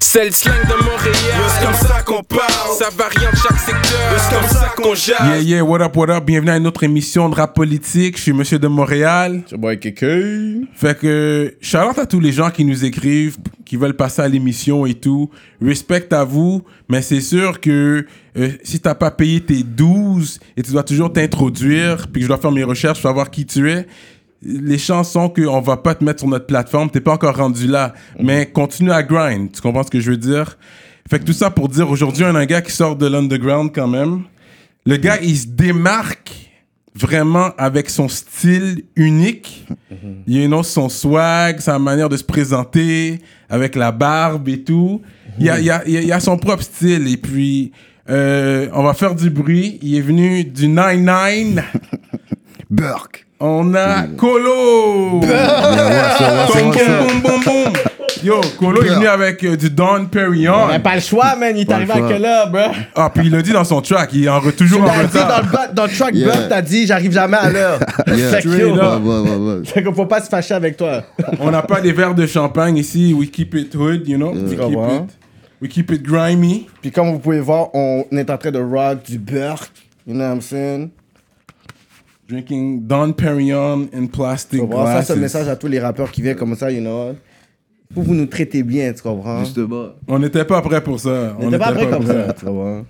C'est le slang de Montréal. C'est comme ça qu'on parle. Ça varie en chaque secteur. C'est comme ça qu'on jase. Yeah, yeah, what up, what up? Bienvenue à une autre émission de rap politique. Je suis Monsieur de Montréal. C'est boy KK. Fait que, shout à tous les gens qui nous écrivent, qui veulent passer à l'émission et tout. Respect à vous, mais c'est sûr que euh, si t'as pas payé tes 12 et tu dois toujours t'introduire, puis que je dois faire mes recherches pour savoir qui tu es, les chances sont qu'on va pas te mettre sur notre plateforme, t'es pas encore rendu là. Mais continue à grind, tu comprends ce que je veux dire? Fait que tout ça pour dire, aujourd'hui, on a un gars qui sort de l'underground quand même. Le gars, il se démarque vraiment avec son style unique. Mhm. Il énonce son swag, sa manière de se présenter, avec la barbe et tout. Il a, il a- il a- il a son propre style. Et puis, euh, on va faire du bruit. Il est venu du 99. Burke. On a Mmh. Colo! Ah, Boum, boum, boum, boum. Yo, Colo est venu avec euh, du Don Perignon. T'as pas le choix, man. Il est arrivé à choix. que là, bro. Ah, puis il le dit dans son track, il est en re- toujours en T'as dit dans retard. le, ba- dans le track Yeah. Burp, t'as dit j'arrive jamais à l'heure. Yeah. Fait que Straight yo, up. Ouais, ouais, ouais, ouais. Fait qu'on faut pas se fâcher avec toi. On n'a pas des verres de champagne ici, we keep it hood, you know? Mm. We keep Ouais. it, we keep it grimy. Puis comme vous pouvez voir, on est en train de rock du Burk. You know what I'm saying? Drinking Don Perignon in plastic Faut voir, ça, glasses. c'est le message à tous les rappeurs qui viennent comme ça, you know. Faut que vous nous traitez bien, tu comprends? Justement. On n'était pas prêt pour ça. On n'était pas était prêts comme ça, tu comprends?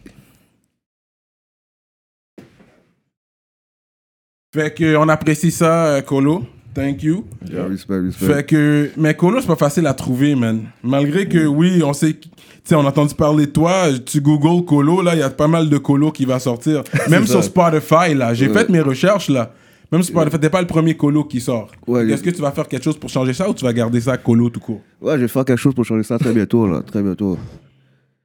Fait que on apprécie ça, euh, Colo. Thank you. Yeah, Respect, respect. Fait que, mais Colo, c'est pas facile à trouver, man. Malgré Mm. que, oui, on sait, qui- tu sais, on a entendu parler de toi, tu googles Colo, là, il y a pas mal de Colo qui va sortir. Même sur Spotify, là, j'ai fait mes recherches, là. Même sur Spotify, t'es pas le premier Colo qui sort. Ouais, Est-ce j'ai- que tu vas faire quelque chose pour changer ça ou tu vas garder ça Colo tout court? Ouais, je vais faire quelque chose pour changer ça très bientôt, là. Très bientôt.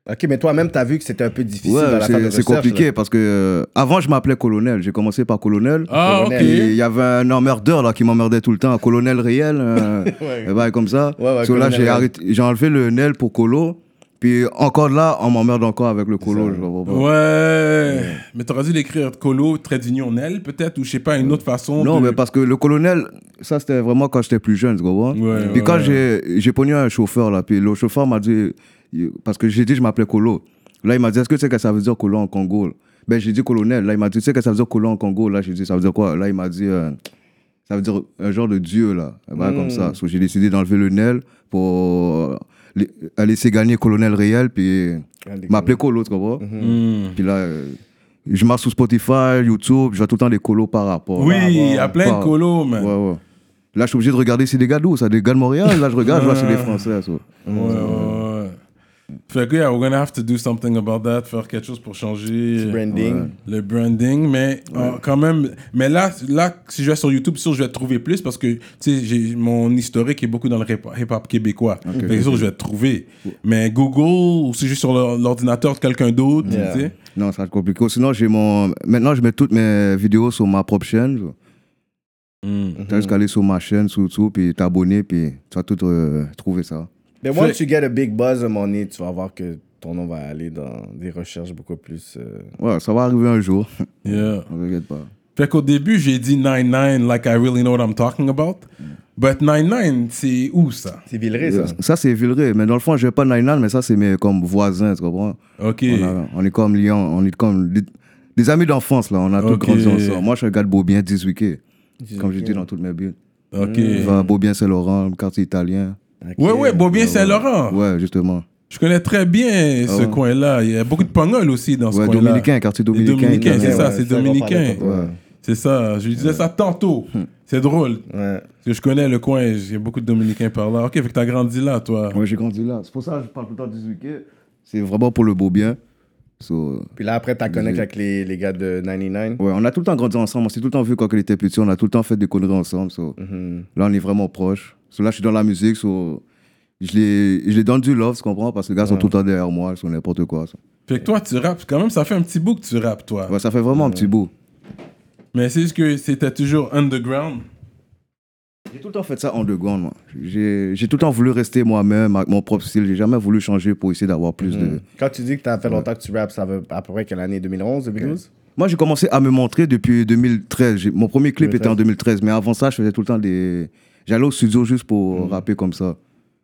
Ok, mais toi-même, t'as vu que c'était un peu difficile dans Ouais, la phase de c'est- c'est recherche, compliqué là. parce que euh, avant, je m'appelais Colonel. J'ai commencé par Colonel. Ah, ok. ok. Et il y avait un emmerdeur là qui m'emmerdait tout le temps, colonel réel, euh, et ben, comme ça. Ouais, ouais, Parce que là colonel j'ai réel. arrêté, j'ai enlevé le nel pour colo, puis encore là on m'emmerde encore avec le colo. Je comprends pas. Ouais. Mais t'aurais dû l'écrire Colo, trait d'union, Nel, peut-être, ou je sais pas, une autre façon. Non de- mais parce que le colonel, ça c'était vraiment quand j'étais plus jeune, tu comprends. Ouais, puis ouais, quand ouais. j'ai j'ai pogné un chauffeur là, puis le chauffeur m'a dit il- parce que j'ai dit je m'appelais colo. Là il m'a dit est-ce que tu sais que ça veut dire colo en Congo Ben j'ai dit colonel. Là il m'a dit tu sais que ça veut dire colo en Congo Là j'ai dit ça veut dire quoi Là il m'a dit euh, Ça veut dire un genre de dieu, là. Eh ben, Hmm. Comme ça. So, j'ai décidé d'enlever le Nel pour euh, la- la laisser gagner Colonel Réel, puis m'appeler Colo, tu comprends? Mhm. Puis là, euh, je marche sur Spotify, YouTube, je vois tout le temps des colos par rapport. Oui, par il y a rapport, plein de par- Colo, man. Ouais, ouais. Là, je suis obligé de regarder c'est des gars d'où, ça, des gars de Montréal. Là, je regarde, je vois c'est des Français. ça. Ouais, Mm. ouais, ouais. Fait que, yeah, we're gonna have to do something about that, faire quelque chose pour changer euh, Branding. le branding, mais euh, quand même, mais là, là, si je vais sur YouTube, sûr, je vais trouver plus parce que, tu sais, j'ai- mon historique est beaucoup dans le hip- hip-hop québécois. Fait que sûr, je vais trouver. Mais Google, ou si je suis sur l'or- l'ordinateur de quelqu'un d'autre, Yeah. tu sais. Non, ça va être compliqué. Oh, Sinon, j'ai mon. Maintenant, je mets toutes mes vidéos sur ma propre chaîne. ça. Mm. T'as juste qu'à aller sur ma chaîne, sur YouTube, puis t'abonner, puis tu vas tout euh, trouver ça. Mais once Fait- you get a big buzz on money, tu vas voir que ton nom va aller dans des recherches beaucoup plus. euh, Ouais, ça va arriver un jour. Yeah. Ne regrette pas. Fait qu'au début, j'ai dit 9-9, like I really know what I'm talking about. But 9-9, c'est où ça? C'est Villeray, ça. Ça, c'est Villeray. Mais dans le fond, je vais pas Nainan, mais ça, c'est mes comme voisins, tu comprends? Ok. On, a- on est comme lions, on est comme des, des amis d'enfance, là. On a tous Ok. grandi ensemble. Moi, je regarde Beaubien, 18 Comme je dis dans toutes mes buts. Ok. Enfin, Beaubien, Saint-Laurent, le quartier italien. Ouais, ouais, Bobien Saint-Laurent. Ouais, justement. Je connais très bien ce Ah ouais. coin-là. Il y a beaucoup de Pangols aussi dans ce Ouais, coin-là. dominicain, quartier Les dominicain. Dominicains, c'est italien. ça, ouais, ça, c'est on dominicain. parlait tantôt. Ouais. C'est ça, je lui disais ça tantôt. Hmm. C'est drôle. Ouais. Parce que je connais le coin, il y a beaucoup de Dominicains par là. Ok, fait que t'as grandi là, toi. Ouais, j'ai grandi là. C'est pour ça que je parle tout le temps 18 C'est vraiment pour le Beaubien. So, Puis là, après, t'as connecté avec les, les gars de 99. Ouais, on a tout le temps grandi ensemble. On s'est tout le temps vu quand il était petit. On a tout le temps fait des conneries ensemble. so. Mhm. Hmm. Là, on est vraiment proches. So, là, je suis dans la musique. so, Je les, je les donne du love, tu comprends? Parce que les gars sont tout le temps derrière moi, sur n'importe quoi. so. Fait que toi, tu rappes. Quand même, ça fait un petit bout que tu rappes, toi. Ouais, ça fait vraiment un petit bout. Mais c'est juste que c'était toujours underground. J'ai tout le temps fait ça underground, moi. J'ai j'ai tout le temps voulu rester moi-même, avec mon propre style. J'ai jamais voulu changer pour essayer d'avoir plus Mhm. de. Hmm. Quand tu dis que t'as fait longtemps que tu rappes, ça veut à peu près que l'année 2011, 2012 Moi, j'ai commencé à me montrer depuis 2013. J'ai- Mon premier Mm. clip était en 2013, mais avant ça, je faisais tout le temps des. J'allais au studio juste pour rapper comme ça.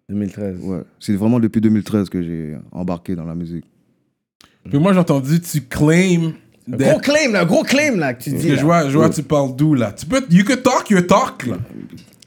2013. Ouais. C'est vraiment depuis 2013 que j'ai embarqué dans la musique. Puis moi, j'ai entendu, tu claim Gros d'être. claim, là, gros claim, là, que tu dis. Parce que là. je vois, je vois tu parles d'où, là. Tu peux. You can talk, you talk, là.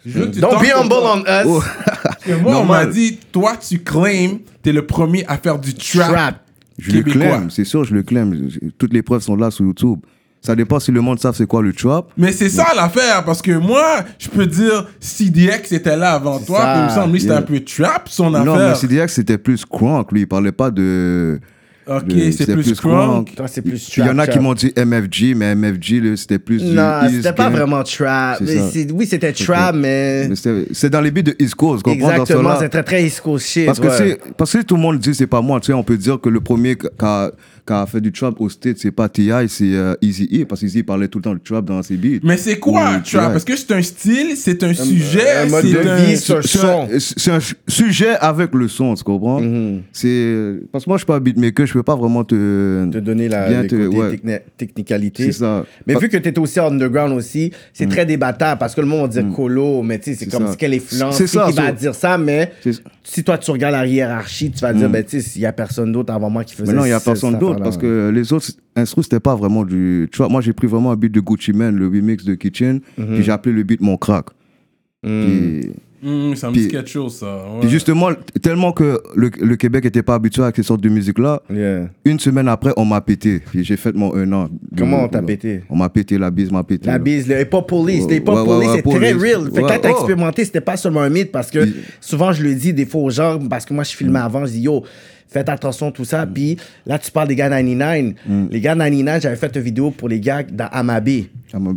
Je veux que tu Don't talk be humble pour- on us. Oh. Parce que Moi, on m'a Normal. dit, toi, tu claim, t'es le premier à faire du trap. Trap. Je le Québécois. clame, c'est sûr, je le clame. Je- Toutes les preuves sont là sur YouTube. Ça dépend si le monde savent c'est quoi le trap. Mais c'est ça l'affaire, parce que moi, je peux dire CDX était là avant toi, ça, puis il me semble que c'était yeah. un peu trap son Non, mais affaire. CDX, c'était plus crunk, lui. Il parlait pas de. ok, de- c'est plus crunk. Toi, c'est plus Puis Il y en a trap, qui trap. m'ont dit MFG, mais MFG, le- c'était plus. du Non, East c'était pas Gang. vraiment trap. C'est Mais ça. c'est- Oui, c'était trap, mais. Mais c'était- C'est dans les beats de East Coast, comprends dans Exactement, cela. c'est très très East Coast shit. Parce que, ouais. c'est, parce que tout le monde dit c'est pas moi, tu sais, on peut dire que le premier qui a, qui a fait du trap au States, c'est pas T.I., c'est euh, Easy E, parce qu'Easy parlait tout le temps de trap dans ses beats. Mais c'est quoi Ou- trap? ouais. Parce que c'est un style, c'est un sujet, un mode c'est de un... vie, c'est un son. Mhm. C'est un su- sujet avec le son, tu comprends c'est, Parce que moi, je suis pas beatmaker, je peux pas vraiment te... Te donner la Bien les te- côtés ouais. techni- technicalité. C'est ça. Mais Pas- Mm. vu que t'es aussi underground aussi, c'est très débattable parce que le monde va dire colo, mais tu sais, c'est C'est comme ça. si quelle influence C'est qui ça, qui va so- dire ça, mais C'est- Mm. si toi tu regardes la hiérarchie, tu vas dire, ben tu sais, il y a personne d'autre avant moi qui faisait Mais non, il n'y a cette- personne cette d'autre affaire-là. parce que les autres instrus, c'était pas vraiment du. Tu vois, moi, j'ai pris vraiment un beat de Gucci Mane, le remix de Kitchen, Mhm. puis j'ai appelé le beat Mon Crack. Puis, Hmm, ça me dit Puis- quelque chose, ça. ouais. puis justement, tellement que le, le Québec n'était pas habitué à ces sortes de musique-là, Yeah. une semaine après, on m'a pété. Puis j'ai fait mon un an. de- Comment on t'a pété On m'a pété, la bise m'a pété. La bise, le hip-hop police, le hip-hop Ouais, ouais, police, ouais, c'est très police. real. Fait que quand Ouais, Mm. t'as oh. expérimenté, c'était pas seulement un mythe parce que Il- souvent je le dis des fois aux gens, parce que moi je Mm. filmais avant, je dis yo, faites attention tout ça. Puis là tu parles des gars 99. Mm. Les gars 99, j'avais fait une vidéo pour les gars dans Amabé. Ça m'a-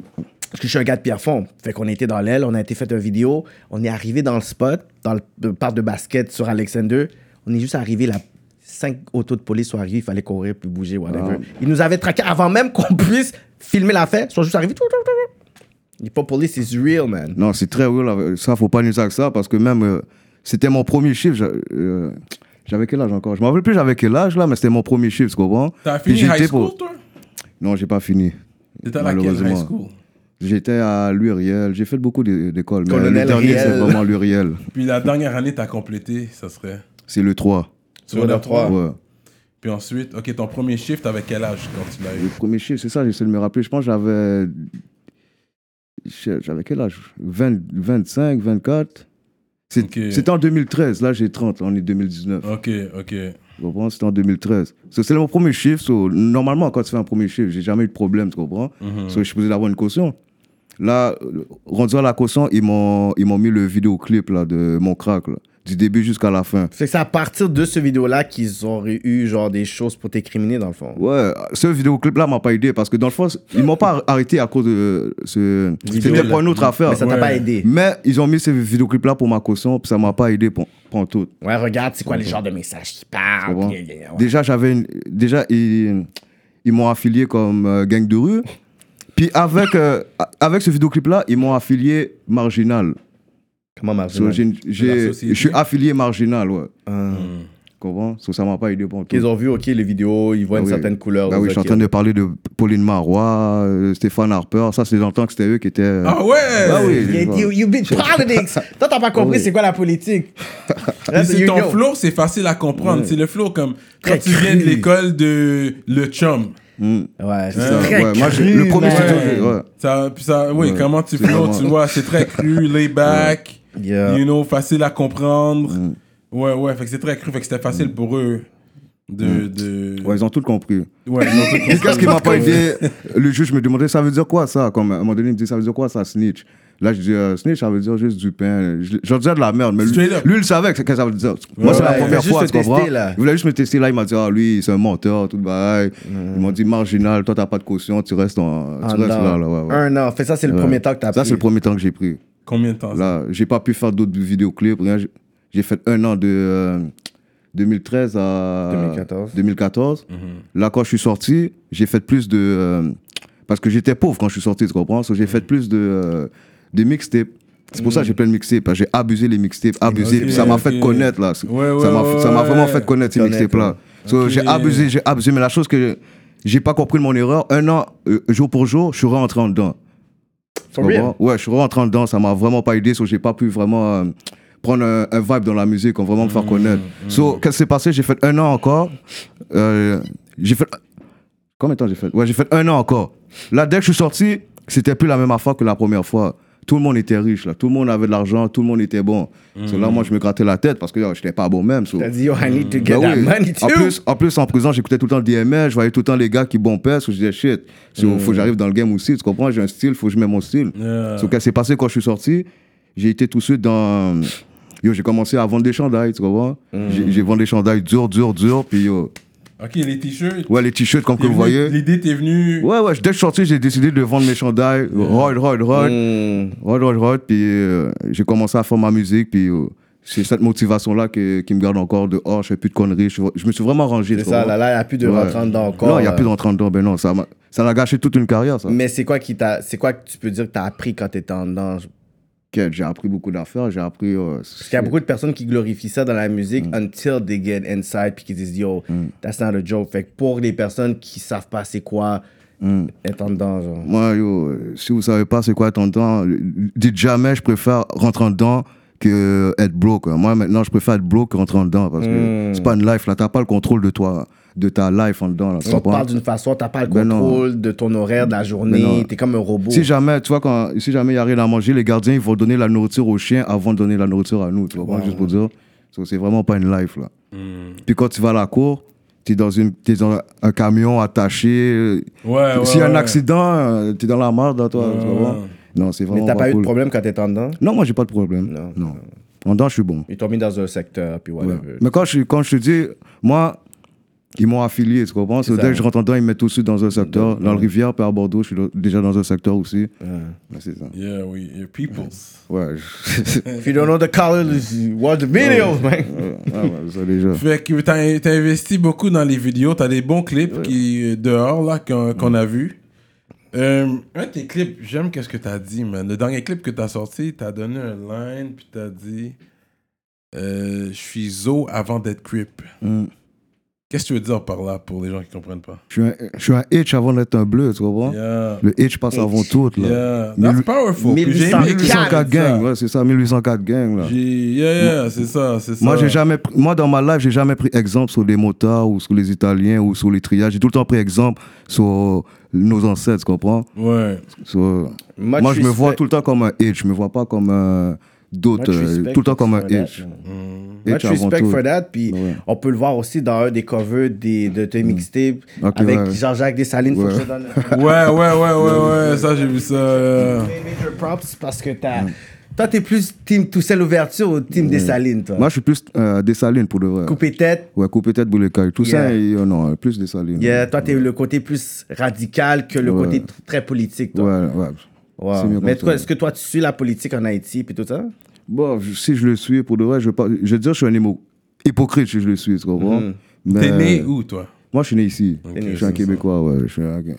Parce que je suis un gars de Pierrefonds. Fait qu'on était dans l'aile, on a été fait une vidéo, on est arrivé dans le spot, dans le le parc de basket sur Alexander. On est juste arrivé là. Cinq autos de police sont arrivés, il fallait courir puis bouger, whatever. Ah. Ils nous avaient traqués avant même qu'on puisse filmer l'affaire. Ils sont juste arrivés. tout, tout, tout, tout. Les pop police is real, man. Non, c'est très real. euh, Ça, faut pas nous dire que ça parce que même. euh, c'était mon premier chiffre. j'a- euh, J'avais quel âge encore Je m'en rappelle plus j'avais quel âge là, mais c'était mon premier chiffre, tu comprends T'as Puis fini j'étais high pour- school, toi? Non, j'ai pas fini. T'étais à laquelle high Malheureusement. school? J'étais à l'Uriel, j'ai fait beaucoup d'é- d'écoles, mais Colonel le dernier, Riel. c'est vraiment l'Uriel. Puis la dernière année, t'as complété, ça serait... C'est le 3. Secondaire trois. Ah. Ouais. Puis ensuite, ok, ton premier shift, t'avais quel âge quand tu l'as eu? Le premier chiffre, c'est ça, j'essaie de me rappeler. Je pense que j'avais. je- J'avais quel âge 20, 25, 24 C'est- Ok. C'était en 2013, là j'ai 30, là, on est 2019. Ok, ok. Tu comprends C'était en 2013. So, c'est mon premier chiffre. so, normalement, quand tu fais un premier chiffre, j'ai jamais eu de problème, tu comprends Mhm. So, Je suis posé d'avoir une caution. Là, euh, rendu à la caution, ils m'ont ils m'ont mis le vidéoclip là, de mon crack, là, du début jusqu'à la fin. Fait que c'est à partir de ce vidéo-là qu'ils auraient eu genre des choses pour t'écriminer, dans le fond. Ouais, ce vidéoclip-là m'a pas aidé parce que dans le fond, ils m'ont pas arrêté à cause de ce. Vidéo, C'était là. pour une autre affaire. Mais ça t'a Ouais. pas aidé. Mais ils ont mis ce vidéoclip-là pour ma caution, puis ça m'a pas aidé pour, pour tout. Ouais, regarde, c'est quoi les genres de messages qui tu parlent. comprends? puis, yeah, yeah, ouais. Déjà, j'avais une. Déjà, ils, ils m'ont affilié comme euh, gang de rue. Puis avec, euh, avec ce vidéoclip-là, ils m'ont affilié marginal. Comment marcher? So, j'ai- j'ai- la société. Je suis affilié marginal, ouais. Comment So, Ça m'a pas aidé pour tout. Qu'ils ont vu, ok, les vidéos, ils voient Ah une oui. certaine couleur. Bah ils oui, disent, je suis en ok, train de parler de Pauline Marois, euh, Stéphane Harper. Ça, c'est dans le temps que c'était eux qui étaient. Ah ouais! Bah oui. You, you, you been politics. Toi, t'as pas compris c'est quoi la politique. Puis c'est You ton know. flow, c'est facile à comprendre. C'est le flow comme quand Très tu viens de cru. l'école de le chum. Ouais, c'est Ça, très ouais, moi, cru, j'ai- le premier man. studio, j'ai- ouais. Ça, puis ça, oui, Ouais, comment tu c'est flow, vraiment- tu vois, c'est très cru, laid back, Yeah. you know, facile à comprendre. Mm. Ouais, ouais, fait que c'est très cru, fait que c'était facile pour eux de. de... Mm. Ouais, ils ont tout compris. Ouais, ils ont tout Mais qu'est-ce qui m'a pas compris. aidé Le juge me demandait ça veut dire quoi ça Comme à un moment donné, il me dit ça veut dire quoi ça, snitch Là, je dis euh, snitch, ça veut dire juste du pain. Je- J'en disais de la merde, mais lui, Straight up. lui, il savait que que ça veut dire. Moi, c'est la ouais, il voulait première juste fois, te tu comprends tester, là. Il voulait juste me tester. Là, il m'a dit ah, lui, c'est un menteur, tout le bail. Ils m'ont dit marginal, toi, t'as pas de caution, tu restes, en- Un tu restes an. là. là ouais, ouais. Un an. Fait ça, c'est le Ouais. premier temps que t'as pris. Ça, c'est le premier temps que j'ai pris. Combien de temps ça? Là, j'ai pas pu faire d'autres vidéoclips. rien. J'ai- J'ai fait un an de euh, 2013 à 2014. 2014. Mhm. Là, quand je suis sorti, j'ai fait plus de. euh, parce que j'étais pauvre quand je suis sorti, tu comprends So, J'ai fait plus de, euh, de mixtapes. C'est pour ça que j'ai plein de mixtapes. parce que J'ai abusé les mixtapes, abusé. Ok, puis ça m'a fait ok. connaître, là. C'est- Ouais, ouais, ça m'a ouais, ça m'a ouais. vraiment fait connaître, ces Connaître, mixtapes-là. So, Ok. J'ai abusé, j'ai abusé. Mais la chose que j'ai pas compris de mon erreur, un an, euh, jour pour jour, je suis rentré en dedans. For real. Ouais, je suis rentré dedans, ça m'a vraiment pas aidé, so j'ai pas pu vraiment euh, prendre un, un vibe dans la musique, on vraiment me faire connaître. So, qu'est-ce qui s'est passé J'ai fait un an encore. Euh, j'ai fait. Combien de temps j'ai fait Ouais, j'ai fait un an encore. Là, dès que je suis sorti, c'était plus la même affaire que la première fois. Tout le monde était riche, là. Tout le monde avait de l'argent, tout le monde était bon. So, là, moi, je me grattais la tête parce que je n'étais pas bon même. so. T'as dit, yo, I need to get Ben that oui. money too. en, plus, en plus, en prison, j'écoutais tout le temps le DMS, je voyais tout le temps les gars qui bompaient, so je disais shit, so, Hmm. faut que j'arrive dans le game aussi, tu comprends, j'ai un style, faut que je mette mon style. Yeah. So, qu'est-ce qui s'est passé quand je suis sorti, j'ai été tout de suite dans. Yo, j'ai commencé à vendre des chandails, tu comprends? Hmm. J'ai- J'ai vendu des chandails durs, durs, durs, puis yo. Ok, les t-shirts. Ouais, les t-shirts, comme que t'es vous venu- voyez. L'idée t'es venue. Ouais, ouais, dès que je suis sorti, j'ai décidé de vendre mes chandails, rod, rod, rod. Hmm. Rod, rod, rod, puis euh, j'ai commencé à faire ma musique, puis euh, c'est cette motivation-là que- qui me garde encore de oh, je fais plus de conneries, je, je me suis vraiment rangé. C'est tu ça, comprends? là, là, il n'y a plus de Ouais. rentrant dedans encore. Non, il n'y a là. plus de 30 ans. Ben non, ça m'a ça l'a gâché toute une carrière, ça. Mais c'est quoi qui t'a. C'est quoi que tu peux dire que t'as appris quand t'étais en dedans? Ok, J'ai appris beaucoup d'affaires, j'ai appris. euh, Parce qu'il y a beaucoup de personnes qui glorifient ça dans la musique Mm. until they get inside puis qui disent yo, that's not a joke. Fait que pour les personnes qui savent pas c'est quoi Mm. être en dedans, genre. Moi, yo, euh, si vous savez pas c'est quoi être en dedans, euh, dites jamais je préfère rentrer en dedans que être broke. hein. Moi, maintenant, je préfère être broke que rentrer en dedans parce que Hmm. c'est pas une life, là. T'as pas le contrôle de toi, de ta life en dedans, là. tu On te comprends? parle d'une façon, t'as pas le Ben non. contrôle de ton horaire de la Ben journée, non. t'es comme un robot. Si jamais, tu vois, quand, si jamais il y a rien à manger, les gardiens, ils vont donner la nourriture aux chiens avant de donner la nourriture à nous, tu vois, juste pour dire. So, c'est vraiment pas une life, là. Hmm. Puis quand tu vas à la cour, t'es dans, une, t'es dans un camion attaché. Ouais, ouais, S'il y a un ouais. accident, euh, t'es dans la merde, là, toi, tu vois. Non, c'est vraiment Hmm. Mais t'as pas pas eu de cool. problème quand t'étais en dedans? Non, moi, j'ai pas de problème. Non, Non. Euh, En dedans, je suis bon. Ils t'ont mis dans un secteur, puis Ouais. whatever. Mais quand je, quand je te dis, moi, ils m'ont affilié, tu comprends? So, ça. dès que je rentre en dedans, ils me mettent tout de suite dans un secteur. Dans le Rivière, puis à Bordeaux, je suis le- déjà dans un secteur aussi. Ouais, c'est ça. Yeah, oui. yeah, Peoples. Ouais, je- If you don't know the color, watch the videos, man. ouais, Ah, ouais, ça déjà. Fait que t'as t'as investi beaucoup dans les vidéos, t'as des bons clips qui, euh, dehors là qu'on qu'on a vu. Euh, un de tes clips, j'aime qu'est-ce que t'as dit, man. Le dernier clip que t'as sorti, t'as donné un line puis t'as dit, euh, je suis zo avant d'être crip. Mm. Qu'est-ce que tu veux dire par là pour les gens qui comprennent pas? Je suis un, je suis un hitch avant d'être un bleu, tu comprends? Yeah, Le hitch passe avant tout, là. yeah, Hein? Mille- that's powerful. Puis j'ai 1804. aimé- 1804 ça. gang, ouais, c'est ça, 1804 gang, là. j'ai- Yeah, yeah, c'est ça, c'est ça. Moi, j'ai jamais pris- moi, dans ma life, j'ai jamais pris exemple sur les motards ou sur les Italiens ou sur les triages. J'ai tout le temps pris exemple sur nos ancêtres, tu comprends? Ouais. Sur- Much Moi, je me vois respect. tout le temps comme un hitch. Je me vois pas comme un- d'autres. Much euh, respect Tout le temps comme un for that, hitch. man. Mm. Hitch Much avant respect tout. for that. Puis Ouais. Mm. on peut le voir aussi dans un des covers des, de tes mixtapes Ok, avec ouais. Jean-Jacques Dessalines. Faut que je te donne Ouais, ouais, ouais, ouais, ouais, ça, j'ai vu ça. yeah. Euh. un major props parce que t'as. Toi, t'es plus team Toussaint Louverture ou team Dessalines, toi. Moi, je suis plus euh, des salines pour de vrai. Coupé tête. Ouais, couper tête, boule caille. Tout Yeah. ça, et, euh, non, plus des salines. Yeah, toi, t'es le côté plus radical que le Ouais. côté tr- très politique, toi. Ouais, ouais. Wow. C'est mieux comme Mais ça. Ah, toi, est-ce que toi, tu suis la politique en Haïti puis tout ça? Bon, je- si je le suis, pour de vrai, je vais pas. Je veux dire, je suis un émo- hypocrite si je le suis, tu comprends? Mm-hmm. Mais- T'es né où, toi? Moi, je suis né ici. né je ici, suis un Québécois, ouais. Je suis un, je suis un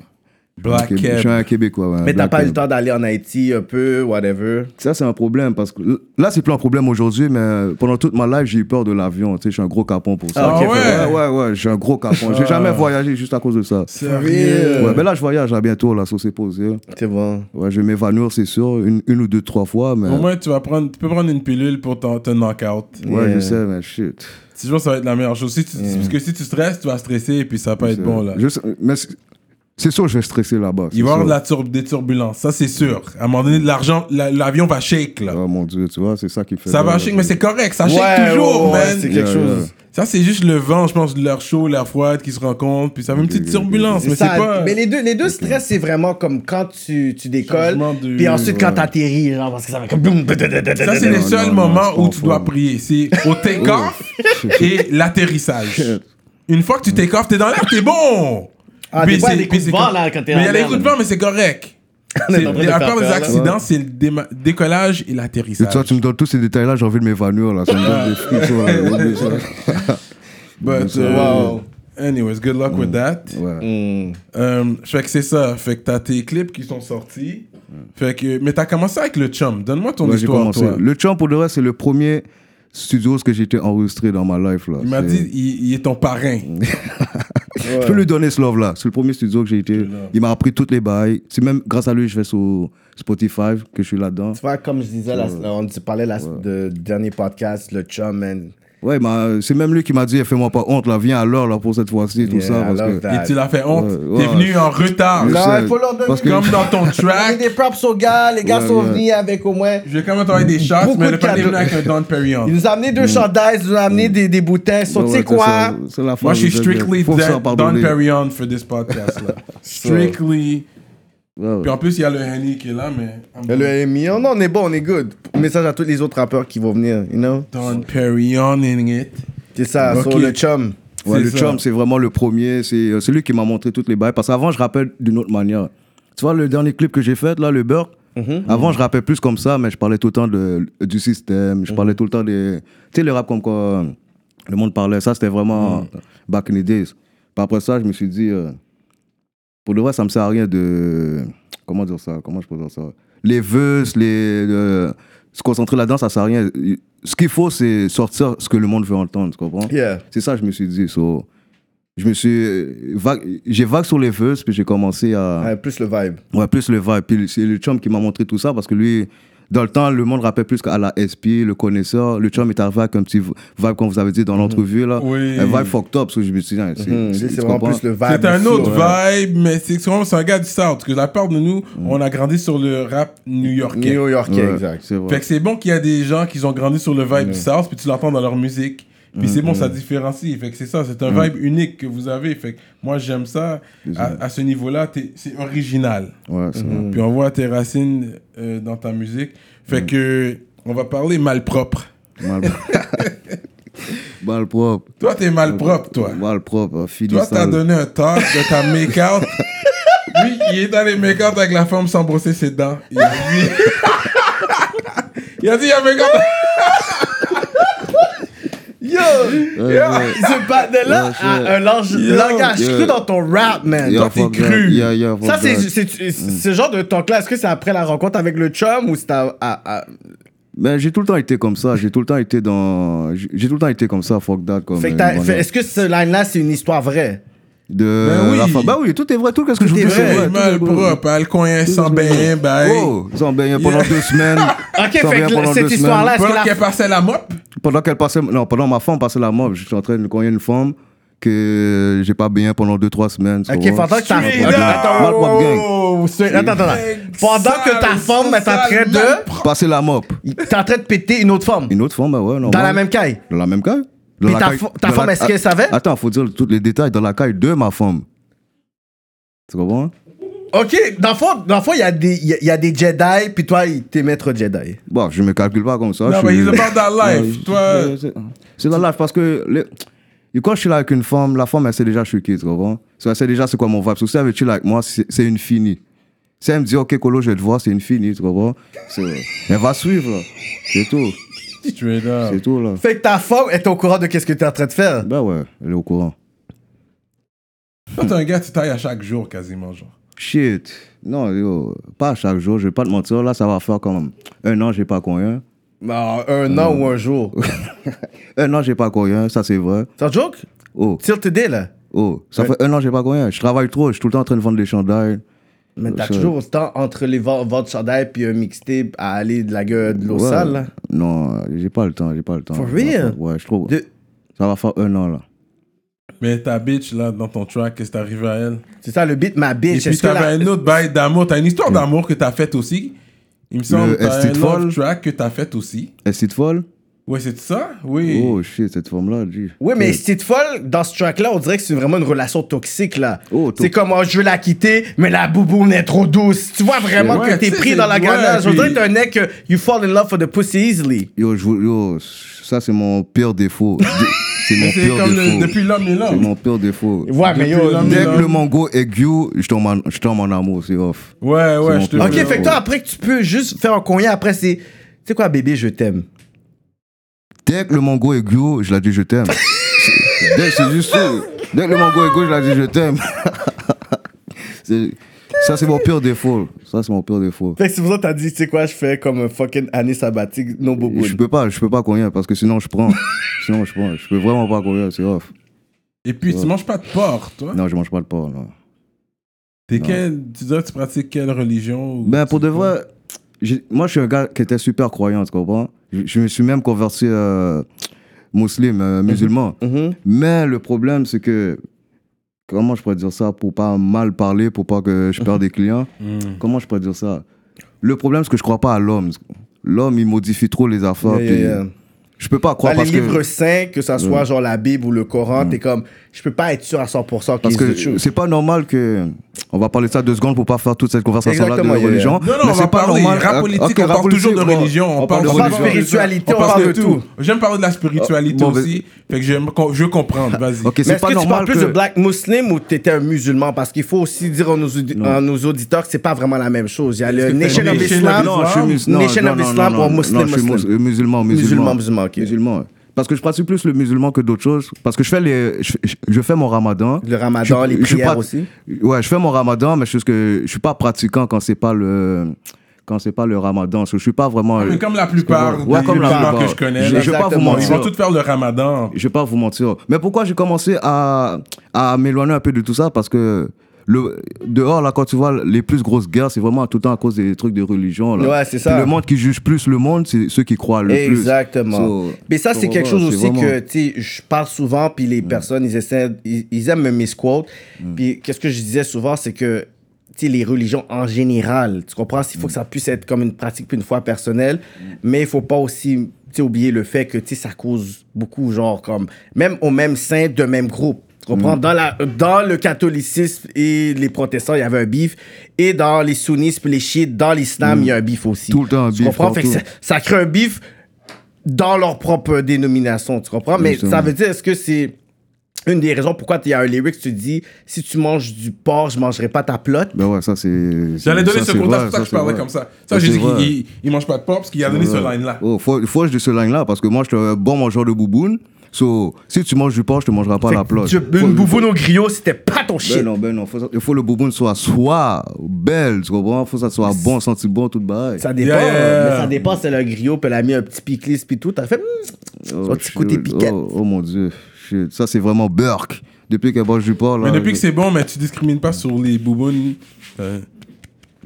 Black Québé- je Cab. suis un Québécois, ouais. Mais t'as Black pas eu Cab. le temps d'aller en Haïti un peu, whatever. Ça, c'est un problème parce que l- là, c'est plus un problème aujourd'hui, mais euh, pendant toute ma life, j'ai eu peur de l'avion. Tu sais, je suis un gros capon pour ça. Ah ouais? Ah. ouais, ouais, ouais, je suis un gros capon. J'ai jamais voyagé juste à cause de ça. Sérieux? Ouais, mais là, je voyage là bientôt, là, ça c'est posé. C'est bon. Ouais, je vais m'évanouir, c'est sûr, une, une ou deux, trois fois, mais. Au moins, tu, vas prendre, tu peux prendre une pilule pour ton, ton knockout. Ouais, Yeah. je sais, mais shit. Si je pense que ça va être la meilleure chose. Si tu- Parce que si tu stresses, tu vas stresser et puis ça va pas être bon. là. Je sais- mais c'est- c'est sûr, je vais stresser là-bas. c'est Il va y avoir sûr. de la tur- des turbulences, ça c'est sûr. À un moment donné, de l'argent, la- l'avion va shake. Là. Ah, mon dieu, tu vois, c'est ça qui fait. ça va peur. shake, mais c'est correct, ça Ouais, shake toujours, ouais, ouais, man. c'est quelque Yeah, chose. yeah. Ça c'est juste le vent, je pense, l'air chaud, l'air froid qui se rencontrent, puis ça fait une petite turbulence, mais c'est Ça- pas. mais les deux, les deux stress, c'est vraiment comme quand tu, tu décolles, Changement de- puis ensuite quand ouais. t'atterris, genre, parce que ça va comme boum, dadadadada. Ça c'est les Non, seuls non, non, moments c'est pas où tu dois faux. prier. C'est au take-off et l'atterrissage. Une fois que tu take-off, t'es dans l'air, t'es bon. Ah, des fois, il y a c'est- des coups de c'est vent, cor- là, quand t'es Mais il y en a des l'air, coups de là. vent, mais c'est correct. On est C'est- en train de faire à part les peur, là. accidents, c'est le déma- décollage et Et toi, l'atterrissage. tu me donnes tous ces détails-là, j'ai envie de m'évanouir, là. Ça me donne des frites, ouais, oublie ça. But, euh, Wow. Anyways, good luck with that. uh, Mm. Ouais. Hmm. Euh, fait que c'est ça. Fait que t'as tes clips qui sont sortis. Fait que, mais t'as commencé avec le chum. Donne-moi ton Mm. Ouais, j'ai histoire, commencé. toi. Le Champ, pour le reste, c'est le premier studio que j'ai été enregistré dans ma life. Là. Il m'a C'est- Mm. dit, il, il est ton parrain. Je peux lui donner ce love là. C'est le premier studio que j'ai été. Il m'a appris toutes les bails. C'est même grâce à lui que je fais sur Spotify que je suis là-dedans. Tu vois, comme je disais, la- on se parlait la, de dernier podcast, le chum, man. Ouais, mais c'est même lui qui m'a dit eh, fais-moi pas honte là, viens à l'heure là pour cette fois-ci tout Yeah, ça I parce love que that. Et tu l'as fait honte. Ouais, T'es ouais. venu en retard. Je Non, sais, il faut leur donner parce que- Comme dans ton Donnez track. des props aux gars, les gars Ouais, sont ouais. venus avec au moins. Je vais quand même t'envoyer des shots, Beaucoup mais de le pas cadeaux. venu avec un Don Perignon. Ils nous ont amené deux chandelles, ils nous ont amené des, des bouteilles. So, Mm. Ouais, tu ouais, sais c'est quoi? ça, c'est la Moi, phrase je suis de- strictly faut Don s'en Don pardonner. Perignon for this podcast là. Strictly. Ouais, Puis ouais. en plus, il y a le Henny qui est là, mais. Le MI, oh non, on est bon, on est good. Message à tous les autres rappeurs qui vont venir, you know? Don Perignon in it. C'est ça, Ok. sur le chum. Ouais, C'est le ça. chum, c'est vraiment le premier. C'est euh, c'est lui qui m'a montré toutes les bails. Parce qu'avant, je rappelle d'une autre manière. Tu vois, le dernier clip que j'ai fait, là, le Burk, Mhm. avant, je rappelle plus comme ça, mais je parlais tout le temps de, du système. Mhm. Je parlais tout le temps des. Tu sais, le rap comme quoi euh, le monde parlait. Ça, c'était vraiment Mhm. back in the days. Puis après ça, je me suis dit, euh, pour le vrai, ça me sert à rien de. Comment dire ça Comment je peux dire ça Les vœux, les. euh, se concentrer là-dedans, ça sert à rien. Ce qu'il faut, c'est sortir ce que le monde veut entendre, tu comprends Yeah. c'est ça que je me suis dit. so, je me suis euh, vague- j'ai vague sur les vœux, puis j'ai commencé à Ouais, plus le vibe. ouais plus le vibe. Puis c'est le chum qui m'a montré tout ça parce que lui dans le temps, le monde rappelle plus qu'à la SP, le connaisseur. Le chum est arrivé avec un petit v- vibe, comme vous avez dit dans l'entrevue, là. Oui. Un vibe fucked up, parce que je me suis dit, hein, Hmm, c'est c'est- Mhm. C'est tu vraiment comprends? plus le vibe. hein. C'est un ici, autre ouais. hein. vibe, mais c'est vraiment c'est un gars du South. Parce que la part de nous, Mm. on a grandi sur le rap new-yorkais. New-yorkais, Ouais, exact. c'est vrai. Fait que c'est bon qu'il y a des gens qui ont grandi sur le Mm. vibe du South, puis tu l'entends dans leur musique. Puis c'est bon, ça différencie. Fait que c'est ça, c'est Mm. un vibe unique que vous avez. Fait que moi, j'aime ça. À, à ce niveau-là, t'es- c'est original. Ouais, c'est Mhm. vrai. Puis on voit tes racines euh, dans ta musique. Fait Mm. que, on va parler malpropre. Mal... Mal propre. Toi, t'es malpropre, toi. Mal propre. hein, fini Toi, t'as sale. donné un talk de ta make-out. Lui, il est allé make-out avec la femme sans brosser ses dents. Il a dit... il a dit, il y a make-out... Yo! Ouais, Ah, ouais. Ce battle-là Ouais, a c'est- Ah, un lange- Yo. langage Yeah. cru dans ton rap, man. Yeah, Mm. Dans tes fuck that. crus. Yeah, yeah, fuck Ça, c'est that. c'est- c'est- ce genre de talk-là. Est-ce que c'est après la rencontre avec le chum ou c'est à- à- à- Mais Ben, j'ai tout le temps été comme ça. J'ai tout le temps été dans. J'ai j'ai tout le temps été comme ça, fuck that. Comme Fait que euh, t'as- une fait- bonne- Est-ce que ce line-là, c'est une histoire vraie? de Ben oui. la femme. Ben oui, tout est vrai, tout ce que je Tout vous est dis, vrai, c'est Ouais, tout mal est vrai. propre, hein, le coin sans bain, bain. Oh, ils ont baigné pendant Yeah. deux semaines. Ok, Ils ont fait baigné que pendant cette deux histoire-là- Parce semaines. que Pendant la- qu'elle passait la mop, Pendant qu'elle passait, non, pendant ma femme passait la mort, je suis en train de coincer une femme que j'ai pas baigné pendant deux, trois semaines. tu Ok, comprends? pendant que ta Straight Ok, up. attends, Mal propre gang. oh, straight- attends, attends, attends. Mec, Pendant sale, que ta femme est en train sale, mal de, Passer la mop. t'es en train de péter une autre femme Une autre femme, ben ouais, normal. dans la même caille. Dans la même caille. Dans Puis la ta caille- fa- ta dans la- femme, est-ce qu'elle savait Attends, faut dire tous les détails dans la caille de ma femme. Tu comprends? Ok, dans le fond, dans le fond, il y a des, il y a- il y a des Jedi, puis toi, il- t'es maître Jedi. Bon, je me calcule pas comme ça. Non, je mais suis- he's about that life. Ouais, Toi- je- c'est- C'est dans la life parce que le- et quand je suis là avec une femme, la femme, elle sait déjà je suis qui, tu comprends? So, Elle sait déjà c'est quoi mon vibe. So, si elle veut chill avec moi, c'est c'est une finie. Si elle me dit, OK, Colo, je vais te voir, c'est une finie, tu comprends? So, Elle va suivre, là. C'est tout. straight up. C'est tout, là. Fait que ta femme est au courant de qu'est-ce que t'es en train de faire. Ben ouais, elle est au courant. Toi, t'es un gars, tu tailles à chaque jour quasiment, genre. Shit. Non, yo, pas à chaque jour, je vais pas te mentir. Là, ça va faire comme un an, j'ai pas couru. Non, Bah, un an ou un jour. Mm. Un an, j'ai pas couru, ça c'est vrai. T'en joke? Oh, Till today, là. oh, ça fait un an, j'ai pas couru. Je travaille trop, je suis tout le temps en train de vendre des chandails. Mais t'as Ça- toujours autant entre les ventes ventes de chandail puis un mixtape à aller de la gueule de l'eau Ouais. sale, là. Non, euh, j'ai pas le temps, j'ai pas le temps. For J'ai pas le real? temps. Ouais, je trouve. De- Ça va faire un an là. Mais ta bitch, là, dans ton track, qu'est-ce qui arrivé à elle? C'est ça le beat, ma Et bitch. puis, Est-ce que t'avais la- un autre bail d'amour. T'as une histoire d'amour que t'as faite aussi. Il me semble Le que t'as un Estate love Fall. track que t'as faite aussi. Est-ce que tu te folle Ouais, c'est ça? Oui. Oh shit, cette forme là, dis. Oui, mais c'est folle, dans ce track-là, on dirait que c'est vraiment une relation toxique, là. Oh, to- c'est comme, oh, je veux la quitter, mais la bouboune est trop douce. Tu vois vraiment Ouais, que t'es tu sais, pris dans la c'est- grenade. ouais, On dirait que puis- t'es un mec que you fall in love for the pussy easily. Yo, je vous- yo, ça c'est mon pire défaut. Dé- c'est mon Mais c'est pire comme le- défaut. depuis l'homme et C'est l'homme. mon pire défaut. Ouais, mais yo, Depuis l'homme et Dès que l'homme. le mango aigu, je tombe en, je tombe en amour, c'est off. Ouais, ouais, mon je te pire Ok, Ouais, fait que toi, après que tu peux juste faire un cognac, après c'est. Tu sais quoi, bébé, je t'aime. Dès que le mango aigu, je l'ai dit je t'aime. C'est- Dès c'est juste ça. Dès que le mango aigu, je l'ai dit je t'aime. C'est- ça c'est mon pire défaut. Ça c'est mon pire défaut. Fait que c'est pour ça que t'as dit, tu sais quoi, je fais comme un fucking année sabbatique, no Et Je bouboune. peux pas, je peux pas courir parce que sinon je prends. sinon je prends. Je peux vraiment pas courir, c'est off. Et puis, tu manges pas de porc, toi Non, je mange pas le porc, non. T'es quel, tu dirais que tu pratiques quelle religion ou Ben, pour tu- de vrai, j'ai- moi, je suis un gars qui était super croyant, tu comprends je, je me suis même converti euh, musulman, euh, musulman. Mhm. Mais le problème, c'est que... Comment je pourrais dire ça pour pas mal parler, pour pas que je perde des clients Mm. Hmm. Comment je pourrais dire ça Le problème, c'est que je crois pas à l'homme. L'homme, il modifie trop les affaires. Yeah, yeah, puis yeah. Je peux pas Dans croire les parce que... Mm. livres saints, que ça soit genre la Bible ou le Coran, t'es comme, je peux pas être sûr à 100% Parce qu'ils disent que c'est pas normal que. On va parler de ça deux secondes pour pas faire toute cette conversation-là de Exactement, yeah, religion. Non, non, mais on va c'est pas parler normal. rap Ah, politique, ok, on rap parle toujours de politique, religion, on, parle de on parle de religion. spiritualité, on parle parle de tout. J'aime parler de la spiritualité bon, ben- aussi, fait que j'aime- je veux comprendre, vas-y. Ok, Mais c'est est-ce pas que tu parles normal. plus de que- black muslim ou t'étais un musulman? Parce qu'il faut aussi dire à nos, audi- à nos auditeurs que c'est pas vraiment la même chose. Il y a le que t'es Nation of Nation of Islam, Non, je suis mus- non, Nation non, of non, Islam non, ou non, Muslim non, je suis Muslim. mus- euh, musulman, musulman. Musulman, musulman, ok. Musulman, ouais. Parce que je pratique plus le musulman que d'autres choses. Parce que je fais, les, je, je- je fais mon ramadan. Le ramadan, Je- les je suis prières pas- aussi. Ouais, je fais mon ramadan, mais je suis, que, je suis pas pratiquant quand c'est pas le. Quand c'est pas le ramadan, je suis pas vraiment. Ah, Mais comme la plupart Ouais, des comme la musulmans plupart. que je connais, Je- là, je vais pas vous Exactement. ils mentir. vont tous faire le ramadan. Je vais pas vous mentir. Mais pourquoi j'ai commencé à, à m'éloigner un peu de tout ça Parce que le, dehors, là, quand tu vois les plus grosses guerres, c'est vraiment tout le temps à cause des trucs de religion. Là. Ouais, c'est ça. Puis le monde qui juge plus le monde, c'est ceux qui croient le plus. Exactement. So, mais ça, so, c'est quelque ouais, chose c'est aussi vraiment- Mm. que, tu sais, je parle souvent, puis les personnes, ils essaient, ils, ils aiment me misquote. Puis qu'est-ce que je disais souvent, c'est que, tu sais, les religions en général, tu comprends, il faut que Mm. ça puisse être comme une pratique, puis une foi personnelle, mais il faut pas aussi, tu sais, oublier le fait que, tu sais, ça cause beaucoup, genre, comme, même au même sein de même groupe. Tu Mm. comprends? Dans, la, dans le catholicisme et les protestants, il y avait un bif. Et dans les sunnistes puis les chiites, dans l'islam, il y a un bif aussi. Mm. Tout le temps un Tu beef comprends? Fait que ça, partout. ça crée un bif dans leur propre dénomination, tu comprends? Mais Exactement. ça veut dire, est-ce que c'est une des raisons pourquoi il y a un lyric, tu dis, si tu manges du porc, je mangerai pas ta plotte? Ben ouais, ça c'est. J'allais ça, donner c'est ce contexte, vrai, c'est pour ça que je c'est parlais vrai. comme ça. Ça, j'ai c'est dit qu'il vrai. il- il mange pas de porc parce qu'il a donné ce line-là. Oh, faut, faut que je dise ce line-là parce que moi, je suis un bon mangeur de bouboune. So, si tu manges du porc, je te mangerai pas Fait la que plot. tu- une bouffonne au griot, c'était pas ton shit. Ben non, ben non, faut, il faut le bouboune soit soit belle, tu comprends? Faut que ça soit bon, senti bon, tout bail. Ça dépend, Yeah, yeah, euh, yeah. mais ça dépend, c'est le griot, puis elle a mis un petit piclis, puis tout, t'as fait, hmm. Oh, un petit côté shit. piquette. Oh, oh mon dieu, shit. ça c'est vraiment Burke. Depuis qu'elle mange du porc là. Mais depuis que je- c'est bon, mais tu discrimines pas sur les boubounes. euh,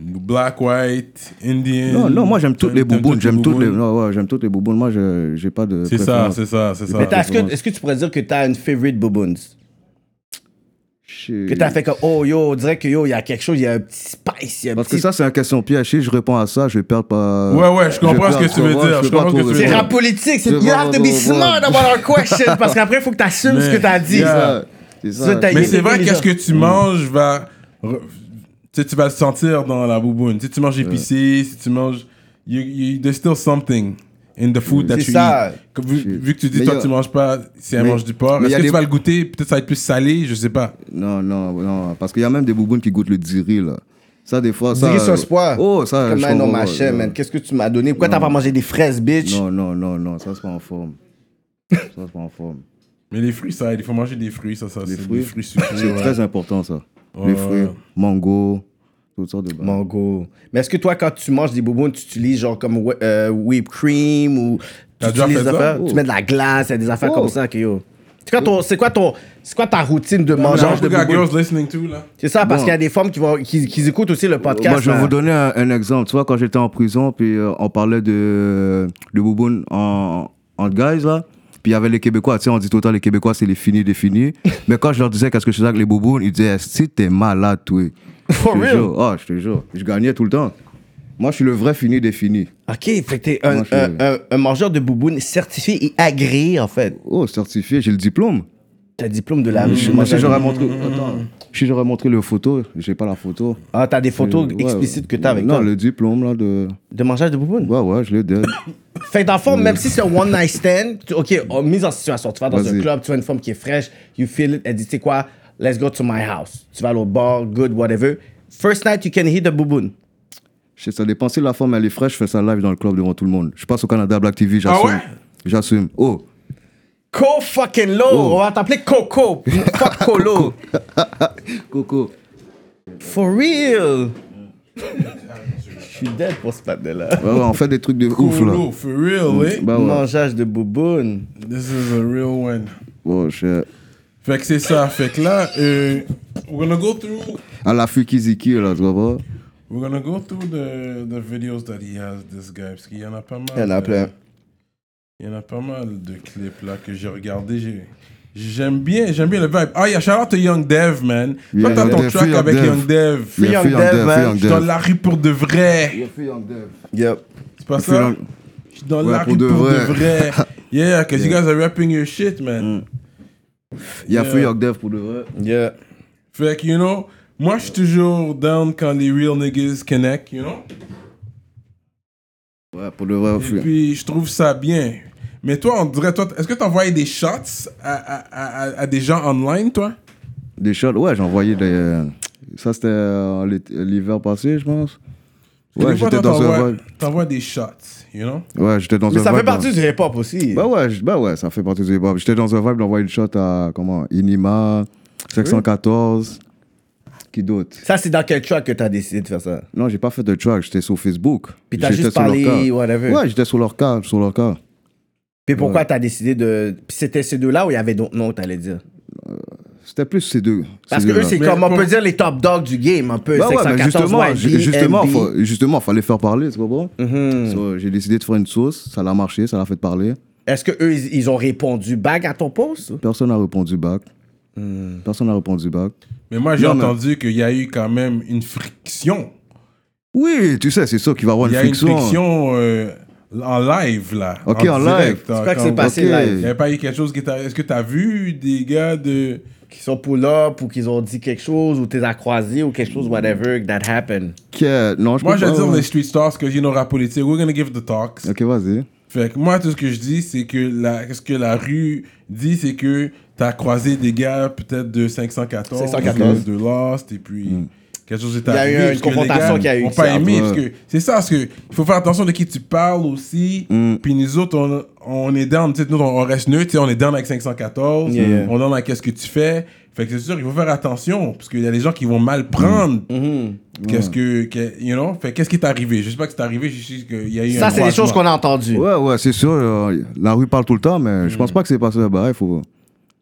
Black, white, Indian. Non, non, moi j'aime toutes les T'aimes- t'aimes boubounes, j'aime toutes les. boubounes. Non, ouais, j'aime toutes les boubounes. Moi, je- j'ai pas de. C'est ça, préférence. c'est ça, c'est ça. Mais t'as- est-ce vraiment. que, est-ce que tu pourrais dire que t'as une favorite bouboune? Shit. Que t'as fait comme, oh yo, on dirait que yo, il y a quelque chose, il y a un petit spice, il y a un Parce petit. que ça c'est un question piège. Si je réponds à ça, je vais perdre pas. Ouais, ouais, je comprends vais ce que perdre, tu veux comprends? dire, Je je peux pas comprends ce que tu trop veux c'est Ouais. rap répondre. politique, c'est Je you have to be vois, vois, vois. smart about our questions parce qu'après il faut que t'assumes ce que t'as dit. C'est Yeah. ça, c'est ça. Ça, t'as- Mais Il c'est est vrai, intelligent. qu'est-ce que tu Mm. manges va. re- Tu sais, tu vas le sentir dans la bouboune. Si tu manges épicé, si tu manges. You, you- there's still something in the food that C'est you ça. eat. Comme Vu, Mm. Shit. vu que tu dis, Mais toi, y a- tu manges pas si elle Mais- mange du porc, mais est-ce y a que tu des- vas le goûter Peut-être ça va être plus salé, je sais pas. Non, non, non, parce qu'il y a même des boubounes qui goûtent le diri là. Ça des fois, ça. Diri sauce pois. Oh, ça. je Comment non, comprends ma pas, chère, non. man. Qu'est-ce que tu m'as donné? Pourquoi t'as pas mangé des fraises, bitch? Non, non, non, non, ça c'est pas en forme. ça c'est pas en forme. Mais les fruits, ça, il faut manger des fruits, ça, ça. Les c'est fruits. Des fruits sucrés. C'est ouais. très important ça. Ouais, Les fruits, ouais. mango, toutes sortes de bagues. Mango. Mais est-ce que toi, quand tu manges des bonbons, tu utilises genre comme whi- euh, whipped cream ou tu T'as déjà utilises fait des ça? affaires- Oh. Tu mets de la glace, il y a des affaires Oh. comme ça, que yo. C'est quoi, ton, c'est, quoi ton, c'est quoi ta routine de mangeage Mange de de bonbons? girls listening to, là. C'est ça, parce Bon. qu'il y a des femmes qui, vont, qui, qui écoutent aussi le podcast. Moi, je vais hein. vous donner un, un exemple. Tu vois, quand j'étais en prison, puis euh, on parlait de, de Bouboun en, en guys, là. Puis il y avait les Québécois. Tu sais, on dit tout le temps, les Québécois, c'est les finis des finis. Mais quand je leur disais qu'est-ce que je faisais avec les Boubounes, ils disaient, si t'es malade, toi. For je te real? jure. Ah, je te jure. Je gagnais tout le temps. Moi, je suis le vrai fini des finis. Ok, fait que t'es un, Moi, je- un, un- un mangeur de bonbons certifié et agréé, en fait. Oh, certifié, j'ai le diplôme. T'as diplôme de la Je- rue. mais si j'aurais montré. Mm. Attends. Si j'aurais montré le photo, j'ai pas la photo. Ah, t'as des photos Ouais, explicites que t'as avec Non, toi. le diplôme, là, de. De mangeage de bouboune. Ouais, ouais, je l'ai dead. Fait que dans le fond, Mm. même si c'est un one night stand, tu- ok, oh, mise en situation, tu vas dans un Vas-y. club, tu vois une femme qui est fraîche, you feel it, elle dit, tu sais quoi, let's go to my house. Tu vas aller au bar, good, whatever. First night, you can hit the bouboune. Je sais, ça dépend. Si la femme, elle est fraîche, je fais ça live dans le club devant tout le monde. Je passe au Canada à Black TV, j'assume. Ah ouais J'assume. Oh, Co fucking low. On va t'appeler Coco. Fuck Colo. Coco. For real. Je suis dead pour ce panel-là. Ouais, ouais, on fait des trucs de ouf, là. Mm. Cool, for real, eh? Bah ouais. Mangeage de bouboune. This is a real one. Oh, shit. Fait que c'est ça. Fait que là, euh, we're gonna go through À ah, la Fukiziki, là, tu vois pas We're gonna go through the, the videos that he has, this guy, parce qu'il y en a pas mal. Il y en a euh, plein. Il y en a pas mal de clips là que j'ai regardé. j'ai- J'aime bien, j'aime bien le vibe. Ah, il y a shout out to Young Dev, man. Toi, Yeah, t'as Young ton Dev, track free Young avec Dev. Young Dev. Free Young Dev, man. Je suis dans la rue pour de vrai. Yep. C'est pas Free ça? Young- Je suis dans Ouais, la pour rue de pour de vrai. vrai. Yeah, cause you guys are rapping your shit, man. Il y a Free Young Dev pour de vrai. Yeah. Fait que, you know, moi, je suis toujours down quand les real niggas connect, you know? Ouais, pour de vrai, Et Free puis, je trouve ça bien. Mais toi, on dirait, toi, est-ce que tu envoyé des shots à, à- à- à des gens online, toi Des shots, ouais, j'ai envoyé des. Ça, c'était euh, l'hét- l'hiver passé, je Parce pense. que Ouais, des fois, j'étais toi, dans un t'envoies- vibe. T'envoies des shots, you know Ouais, j'étais dans un Mais ça fait vibe dans- partie du hip-hop aussi. Bah ouais, je- bah ouais, ça fait partie du hip-hop. J'étais dans un vibe d'envoyer une shot à comment Inima, 514, qui d'autre Ça, c'est dans quel track que t'as décidé de faire ça? Non, j'ai pas fait de track, j'étais sur Facebook. Puis t'as J'étais juste sur leur parlé, cas. whatever. Ouais, j'étais sur leur cas, sur leur cas. Puis pourquoi t'as décidé de. Puis c'était ces deux-là ou il y avait d'autres noms, t'allais dire? C'était plus ces deux. Parce ces que eux, deux-là. c'est Mais comme, on pour- peut dire, les top dogs du game, un peu. Bah ouais, mais 514, justement, YB, ju- justement, NB. faut- justement, fallait faire parler, tu comprends Mhm. So, J'ai décidé de faire une sauce, ça l'a marché, ça l'a fait parler. Est-ce que eux, ils, ils ont répondu back à ton post? Personne n'a répondu back. Hmm. Personne n'a répondu back. Mais moi, j'ai Non, mais- entendu qu'il y a eu quand même une friction. Oui, tu sais, c'est sûr qu'il va y avoir Il une y a eu une friction. friction euh, en live, là. Ok, en live. hein, C'est quoi que quand- c'est passé ok. Il n'y live? avait pas eu quelque chose qui t'a. Est-ce que t'as vu des gars de. Qu'ils sont pull up ou qu'ils ont dit quelque chose ou t'es à croiser ou quelque chose, whatever, that happened. Que- Non, je Moi, peux je vais pas- dire les street stars, parce que you know rap politique, we're gonna give the talks. Ok, vas-y. Fait que moi, tout ce que je dis, c'est que la, ce que la rue dit, c'est que t'as croisé des gars peut-être de 514, 514. de Lost, et puis Mm. quelque chose est y a arrivé. eu une parce que les confrontation gars qui a eu ont qui pas s'est aimé. avouée. parce que C'est ça, parce qu'il faut faire attention de qui tu parles aussi. Mm. Puis nous autres, on, on est down, tu sais, nous, on on reste neutre, tu sais, on est down avec 514, Yeah, yeah. on est down avec qu'est-ce que tu fais. Fait que c'est sûr, il faut faire attention, parce qu'il y a des gens qui vont mal prendre. Mm. Mhm. Qu'est-ce que, que- you know, fait qu'est-ce qui est arrivé? Je sais pas que c'est arrivé, je sais qu'il y a eu un Ça, c'est des choses croisement. qu'on a entendues. Ouais, ouais, c'est sûr. euh, la rue parle tout le temps, mais je Mm. pense pas que c'est passé là-bas. Il faut.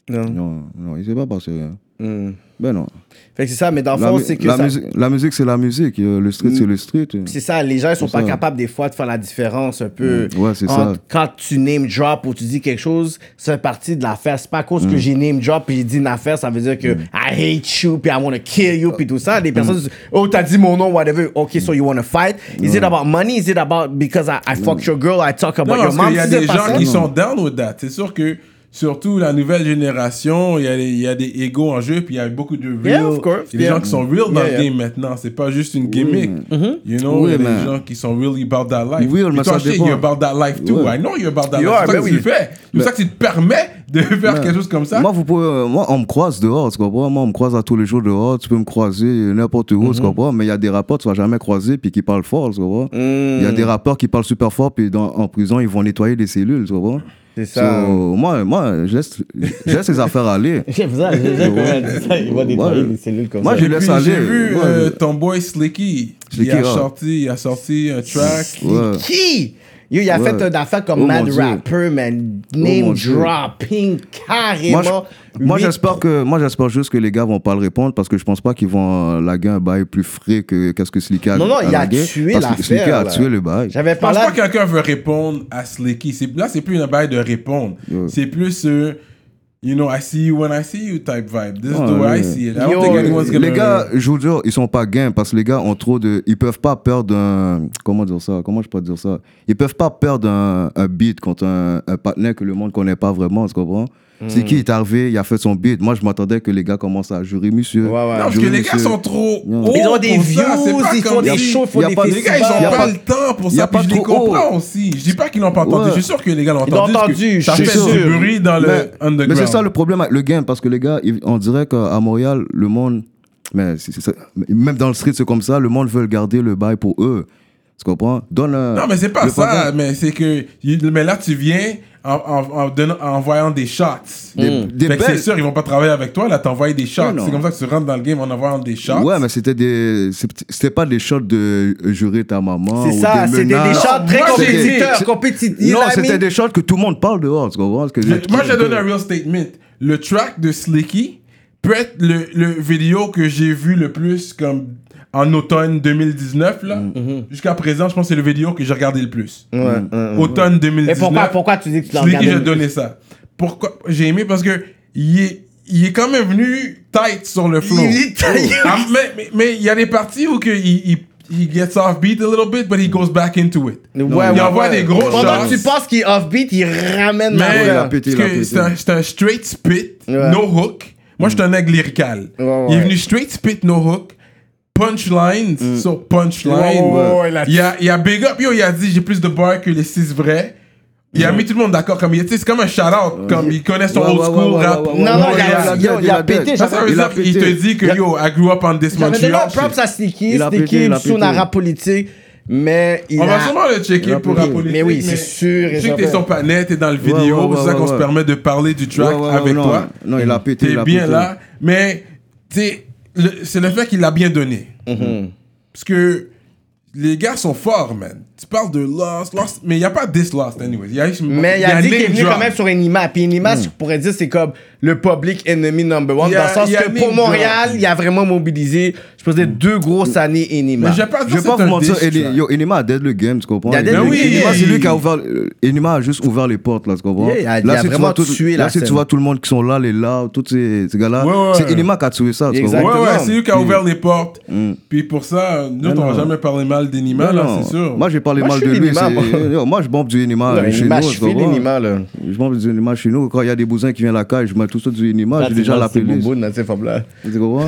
Non. Non, non, il s'est pas passé. hein. Hmm. Ben non. Fait que c'est ça, mais dans le La, fond, mu- c'est que la ça- Mm. musique, la musique, c'est la musique. euh, Le street, c'est le street. euh. c'est ça, les gens ils sont pas ça. capables des fois de faire la différence un peu. Mm. Ouais, c'est entre- ça. Quand tu name drop ou tu dis quelque chose, ça fait partie de l'affaire. C'est pas à cause Mm. que j'ai name drop puis j'ai dit une affaire, ça veut dire que I hate you puis I wanna kill you puis tout ça. Mm. Des personnes disent, oh t'as dit mon nom, whatever. Ok, so you wanna fight? Is it about money? Is it about because I, I fucked your girl? I talk about Non, your parce mom? qu'il y a Bah, Si des c'est pas gens ça- qui sont down with that. C'est sûr que, surtout la nouvelle génération, il y a, des- il y a des égos en jeu, puis il y a beaucoup de real. Yeah, of course, Il y a des yeah. gens qui sont real dans Yeah, yeah. le game maintenant. C'est pas juste une gimmick. You know, il Oui, y a des mais- gens qui sont really about that life. Real, Et mais toi, ça je sais, dépend. you're about that life too. Ouais. I know you're about that You life. are, C'est ça que ben tu oui. fais. C'est ça que tu te permets de faire quelque chose comme ça. Moi, vous pouvez, euh, moi, on me croise dehors, tu comprends? Moi, on me croise à tous les jours dehors. Tu peux me croiser n'importe où, Mm-hmm. tu comprends? Mais il y a des rapports que tu vas jamais croiser puis qui parlent fort, tu comprends? Il y a des Mm. rapports qui parlent super fort puis dans- en prison, ils vont nettoyer des cellules, tu comprends? C'est ça. So, moi, moi, je laisse, je laisse les affaires aller. J'aime ça, j'aime quand elle dit ça, il va nettoyer Ouais. les cellules comme Moi, ça. je Et laisse puis, aller. J'ai vu Ouais, euh, je- ton boy Slicky. Il Slicky, a, ouais. sorti, il a sorti un track. Ouais. Qui? Yo, il a Ouais. fait une affaire comme Oh, Mad mon Dieu. Oh Rapper, man. mon Name Dieu. dropping, carrément. Moi, je- moi, Huit- j'espère que moi j'espère juste que les gars vont pas le répondre parce que je pense pas qu'ils vont euh, laguer un bail plus frais que qu'est-ce que Slicky a Non, non, il a lagué, tué parce que l'affaire, Slicky a là. tué le bail. J'avais Je pense pas pas là. que quelqu'un veut répondre à Slicky. C'est- Là, c'est plus une bail de répondre. C'est plus, euh, you know, I see you when I see you type vibe. This is the way I ouais. see it. I don't Yo, think anyone's gonna... Les gars, je vous jure, ils sont pas gains parce que les gars ont trop de. Ils peuvent pas perdre un. Comment dire ça Comment je peux dire ça Ils peuvent pas perdre un, un beat contre un, un partenaire que le monde connaît pas vraiment, tu comprends Hmm. C'est qui est arrivé, il a fait son beat. Moi, je m'attendais que les gars commencent à jurer, monsieur. Ouais, ouais. jurer, Non, parce que les monsieur. gars sont trop hauts Ils ont des pour ça. C'est views, pas ils comme font des si- shows, ils font y a des pas- Les gars, ils festivals. Y ont a pas, pas- le temps pour y ça. a Puis pas je les trop haut. comprends aussi. Je dis pas qu'ils l'ont pas entendu. Ouais. Je suis sûr que les gars l'ont Ils l'ont entendu. parce que entendu, Ça je fait suis du sûr. bruit dans le mais, underground. mais c'est ça le problème avec le game, parce que les gars, ils- on dirait qu'à Montréal, le monde, mais c'est- c'est ça- même dans le street, c'est comme ça, le monde veut garder le bail pour eux. Tu comprends Donne un- Non, mais c'est pas le ça. programme- Mais c'est que. Mais là, tu viens en, en, en donnant- en envoyant des shots. Des, Mm. des Fait que c'est belles- sûr, ils vont pas travailler avec toi, là, t'envoies des shots. Ouais, non. c'est comme ça que tu rentres dans le game en envoyant des shots. Ouais, mais c'était des. c'est- C'était pas des shots de euh, jurer ta maman. C'est ou ça, des c'était des menaces. chants très Moi, j'ai dit- compétiteurs, c'est- compétiteurs. Non, c'était des shots que tout le monde parle dehors, tu comprends Parce que- Moi, j'ai donné un real statement. le track de Slicky peut être le, le vidéo que j'ai vu le plus comme en automne 2019 là. Jusqu'à présent, je pense que c'est le vidéo que j'ai regardé le plus. Mm. Ouais, ouais, ouais. Automne 2019. Mais pourquoi, pourquoi tu dis que tu l'as Slicky, regardé j'ai donné ça. Pourquoi J'ai aimé parce que il est, il est quand même venu tight sur le flow. Il est tight. Ah, mais- mais- mais il y a des parties où que il, il- he gets off beat a little bit, but he goes back into it. Ouais, il ouais, envoie ouais. des gros Pendant shots. que tu penses qu'il est offbeat, il ramène Mais la il a pété, il a hein. parce que pété. c'est un- c'est un, straight spit, Ouais. no hook. Moi, je suis un nègre lyrical. ouais. Il est venu straight spit, no hook. Punchlines Mm. sur punchline. Ouais, ouais, ouais, là- il, a, il a big up, yo, il a dit j'ai plus de bars que les six vrais. Il a mis tout le monde d'accord. comme il- tu sais, C'est comme un shout-out. Comme il connaît son Ouais, old ouais, school ouais, ouais, rap. ouais, ouais, Non, non, il Montréal. a, il a- yo, il a pété. Ça, ça veut il a dire qu'il te pété. dit que yo, I grew up on this J'avais donné un Montreal. props shit. à Sneaky. Il a pété, Sneaky, il a sous pété. un rap politique, mais il On a... va Ah, bah, sûrement le checker pour la politique. Mais oui, c'est sûr et Je sais que t'es certain. sur pas net, t'es dans le Ouais, vidéo, ouais, ouais, c'est ça qu'on ouais, se ouais. permet de parler du track Ouais, ouais, avec non, toi. non, il a pété, il T'es a bien pété. là, mais t'sais, le- c'est le fait qu'il l'a bien donné. Mm-hmm. Parce que les gars sont forts, man. Tu parles de Lost, Lost, mais il n'y a pas This Lost, anyways. Y a, Mais il a, dit qu'il est Name venu Drop. quand même sur une image. Puis une image, je pourrais dire, c'est comme le public enemy number one. Il y a- dans le sens il y a que name pour Montréal, drop. il a vraiment mobilisé, je peux dire, deux grosses années Mais Enima. j'ai pas dit que Je vais c'est pas vous un diss mentir, Eni- track. yo, Enima a dead le game, tu comprends? Il a dead Enima, le game. Enima, c'est lui qui a Oui. ouvert. euh, Enima a juste ouvert les portes, là, tu comprends? Yeah, il a- il a si tu vraiment vois tout- tué la Là, si tu scène. vois tout le monde qui sont là, les là, tous ces ces gars-là, Ouais, ouais. c'est Enima qui a tué ça, tu Exact. comprends? Ouais, ouais, Exactement. c'est lui qui a ouvert les portes. Puis pour ça, nous, on va Mm. non. jamais parler mal d'Enima, là, Non, c'est sûr. Moi, j'ai parlé Moi, mal je de suis lui. Enima, c'est- moi. yo, Moi, je bombe du Enima euh, Ouais, chez Enima, nous, je tu file comprends? Enima, là. Je mange des animaux chez nous. Quand il y a des bousins qui viennent à la caille, je mets tout ça du animal. J'ai déjà la C'est playlist. Bobo dans ces femmes-là. Tu comprends?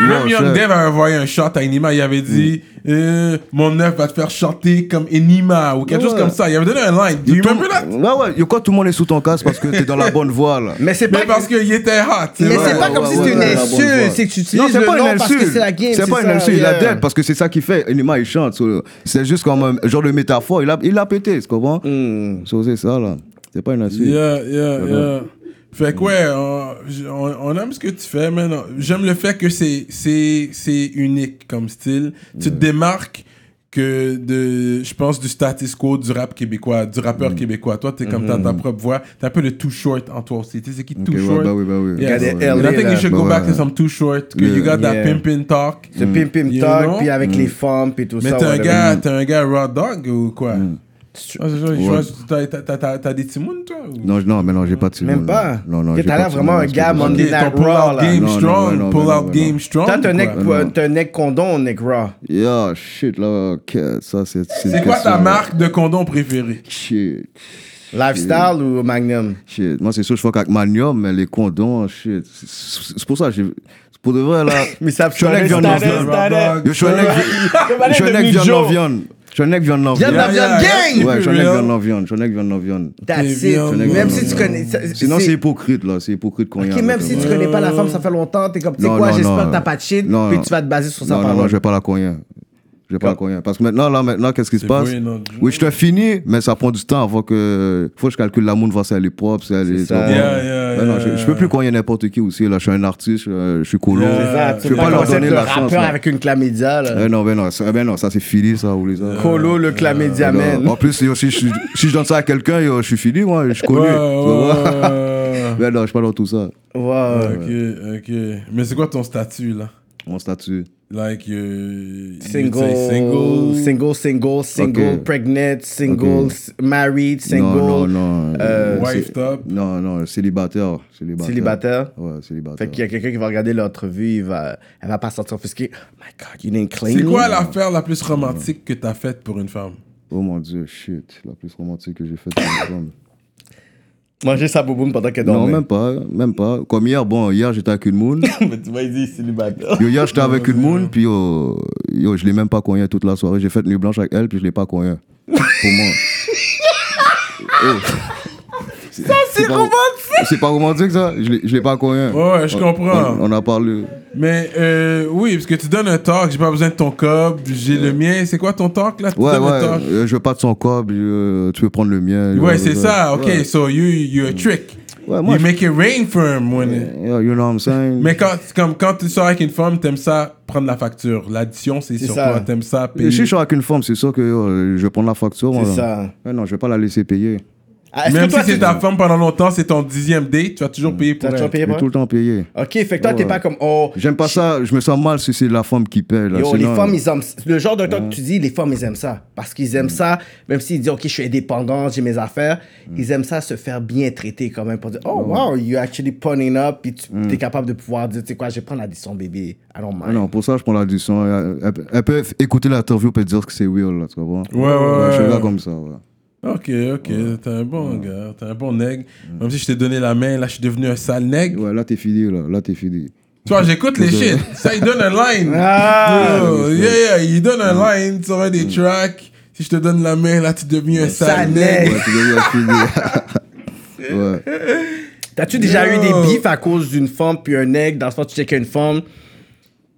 Même Young Yo, Dev avait envoyé un shot à Enima, il avait dit Mm. euh, Mon œuf va te faire chanter comme Enima ou quelque Ouais. chose comme ça. Il avait donné un line. You remember that? chef. Ouais, ouais. Yo, quand tout le monde est sous ton casque parce que t'es dans la bonne voie, là. Mais c'est Mais pas parce qu'il était hot. Mais vrai. c'est pas ouais, comme ouais, si ouais, c'était une ouais, la bonne insulte, voix. c'est que tu utilises Non, c'est le pas nom une parce que insulte. c'est la game. C'est pas une ça, insulte. Il yeah. a dead parce que c'est ça qu'il fait. Enima, il chante. so, C'est juste comme un genre de métaphore. Il a, il a pété, tu comprends? So, c'est ça, là. C'est pas une insulte. Yeah, yeah, yeah. Fait que ouais, on, j- on- on aime ce que tu fais, man. J'aime le fait que c'est, c'est, c'est unique comme style. Tu te démarques que de, je pense, du status quo du rap québécois, du rappeur Mm. québécois. Toi, t'es comme, t'as ta propre voix. T'as un peu le too short en toi aussi. Tu sais, c'est qui too Mm-hmm. ouais, short? bah oui, bah oui. Yeah. Regardez, And elle, I think là. you should go Bah back ouais. to some too short, que you got that Yeah. pimpin' talk. Ce Hmm. pim pim You talk, know? puis avec les femmes, puis tout Mais ça. t'es un whatever. gars, t'es un gars raw dog ou quoi? Mm. Tu- Ah, c'est ça, je vois, t'as- t'as- t'as- t'as- T'as des timounes, toi? ou- Non, je- non, mais non, j'ai pas de Même Simone, pas. Non, non, Que j'ai t'as pas l'air de vraiment Simone, un gars c'est pas Monday ça. Night Ok, ton pull Raw, out là. game Non, non, strong, ouais, non, pull ouais, out non, game ouais, strong. Toi, t'as un quoi. neck- non. t'as un neck condom, un neck raw. Yeah, shit, là. ok, Ça, c'est. C'est quoi ta marque de condom préférée? Shit. Lifestyle Hmm. ou Magnum? Shit. Moi, c'est sûr, je fuck avec Manium, mais les condons, shit. C'est- C'est c'est pour ça, j'ai. c'est Pour de vrai, là. Mais ça je suis un nec viande non viande. Yo, Je suis un nec je suis un nec viande non viande. Je suis un nec viande non viande. Viande non viande gang! Ouais, je suis un nec viande non viande. Je suis un nec viande non viande. That's Et it. bien, Même ouais. si tu connais. ça- Sinon, c'est hypocrite, là. C'est hypocrite quand il y a. Ok, un même autre, si ouais. tu connais pas la femme, ça fait longtemps, t'es comme, tu sais Non, quoi, non, j'espère non. que t'as pas de shit, Non, puis non. tu vas te baser sur sa Non, non, non, parole. je vais pas la cogner. Je vais pas la cogner. Parce que maintenant, là, maintenant, qu'est-ce qui se passe? pas une autre Oui, je te finis, mais ça prend du temps avant que. Faut que je calcule la moune, voir si elle est propre, si elle est. ça. tu comprends? Yeah, yeah, Mais non, yeah, je, je yeah. peux plus cogner n'importe qui aussi. Là, je suis un artiste, euh, je suis colon. Yeah. C'est ça, Je tu peux pas le leur concept donner de la chance. rappeur là. avec une chlamydia, là. Eh non, ben non, ça, ben non, ça c'est fini, ça, ou les autres. Colo, le chlamydia, man. En plus, yo, si, je, si je donne ça à quelqu'un, yo, je suis fini, moi, je suis connu. Ouais, tu vois. ouais, Ben non, je suis pas dans tout ça. Wow. ouais. Ok, ok. Mais c'est quoi ton statut, là? Mon statut. Like, euh, Single, you'd say single, single, single, single, Ok. pregnant, single, Ok. s- married, single, Non, non, non. euh, c'est- wife top. Non, non, célibataire. Célibataire. célibataire. Ouais, célibataire. Fait qu'il y a quelqu'un qui va regarder l'entrevue, il va, elle va pas sortir offusquée. Oh my god, you didn't clean. C'est quoi me. l'affaire la plus romantique que t'as faite pour une femme? Oh mon dieu, shit, la plus romantique que j'ai faite. dans le monde. Manger sa bouboune pendant qu'elle non, dormait. même pas, même pas. Comme hier, bon, hier j'étais avec une moon. Mais tu vois, il dit célibataire. Yo, hier j'étais avec une moon, puis yo, yo, je l'ai même pas cogné toute la soirée. J'ai fait nuit blanche avec elle, puis je l'ai pas cogné. Pour moi. Ça, c'est romantique! C'est pas romantique ça? Je l'ai- je l'ai pas cogné. Ouais, je On- comprends. On, on a parlé. Mais euh, oui, parce que tu donnes un talk, j'ai pas besoin de ton cob, j'ai le mien. C'est quoi ton talk, là? Tu Ouais, donnes ouais, un talk. euh, je veux pas de son corps, puis, euh, tu veux prendre le mien. Ouais, genre, c'est euh, ça. Ok, so you, you're a trick. Ouais, moi, you je- make it rain firm when it- Yeah, you know what I'm saying? Mais quand, comme, quand tu sors avec une femme, t'aimes ça prendre la facture. L'addition, c'est C'est sur ça. toi. T'aimes ça payer. Si je suis avec une femme, c'est sûr que euh, je vais prendre la facture. moi, C'est là. ça. Ouais, non, je vais pas la laisser payer. Ah, est-ce Même que toi, si c'est tu- ta femme pendant longtemps, c'est ton dixième date, tu vas toujours payer pour T'as toujours elle. payé J'ai pour tout le temps payé. Ok, fait que toi, Ouais, t'es ouais. pas comme. Oh, J'aime pas ça, je me sens mal si c'est la femme qui paie. Là, Yo, les sinon- femmes, ils aiment. Le genre de temps Mm. que tu dis, les femmes, ils aiment ça. Parce qu'ils aiment ça, même s'ils disent, OK, je suis indépendant, j'ai mes affaires, Mm. ils aiment ça se faire bien traiter quand même pour dire, Oh, wow, you actually punning up, puis tu es capable de pouvoir dire, Tu sais quoi, je vais prendre la décision, bébé. Allons, Mm. Ah non, pour ça, je prends la décision. Elle, elle- elle peut f- écouter l'interview et dire que c'est real, là, tu comprends? Ouais, ouais, ouais. Je suis là comme ça, ouais. Ok, ok, t'es un bon gars, t'es un bon nègre. Même si je t'ai donné la main, là, je suis devenu un sale nègre. Ouais, là, t'es fini, là. Là, t'es fini. Tu vois, j'écoute les shit. Ça, il donne un line. Ah! Yo, yeah, yeah, il donne un line tu aurais des tracks. Si je te donne la main, là, tu deviens un Mm. Sale sale nègre. nègre. Ouais, t'es déjà fini. ouais. T'as-tu déjà eu Yo. des bifs à cause d'une femme puis un nègre? Dans le sens, tu checkais une femme,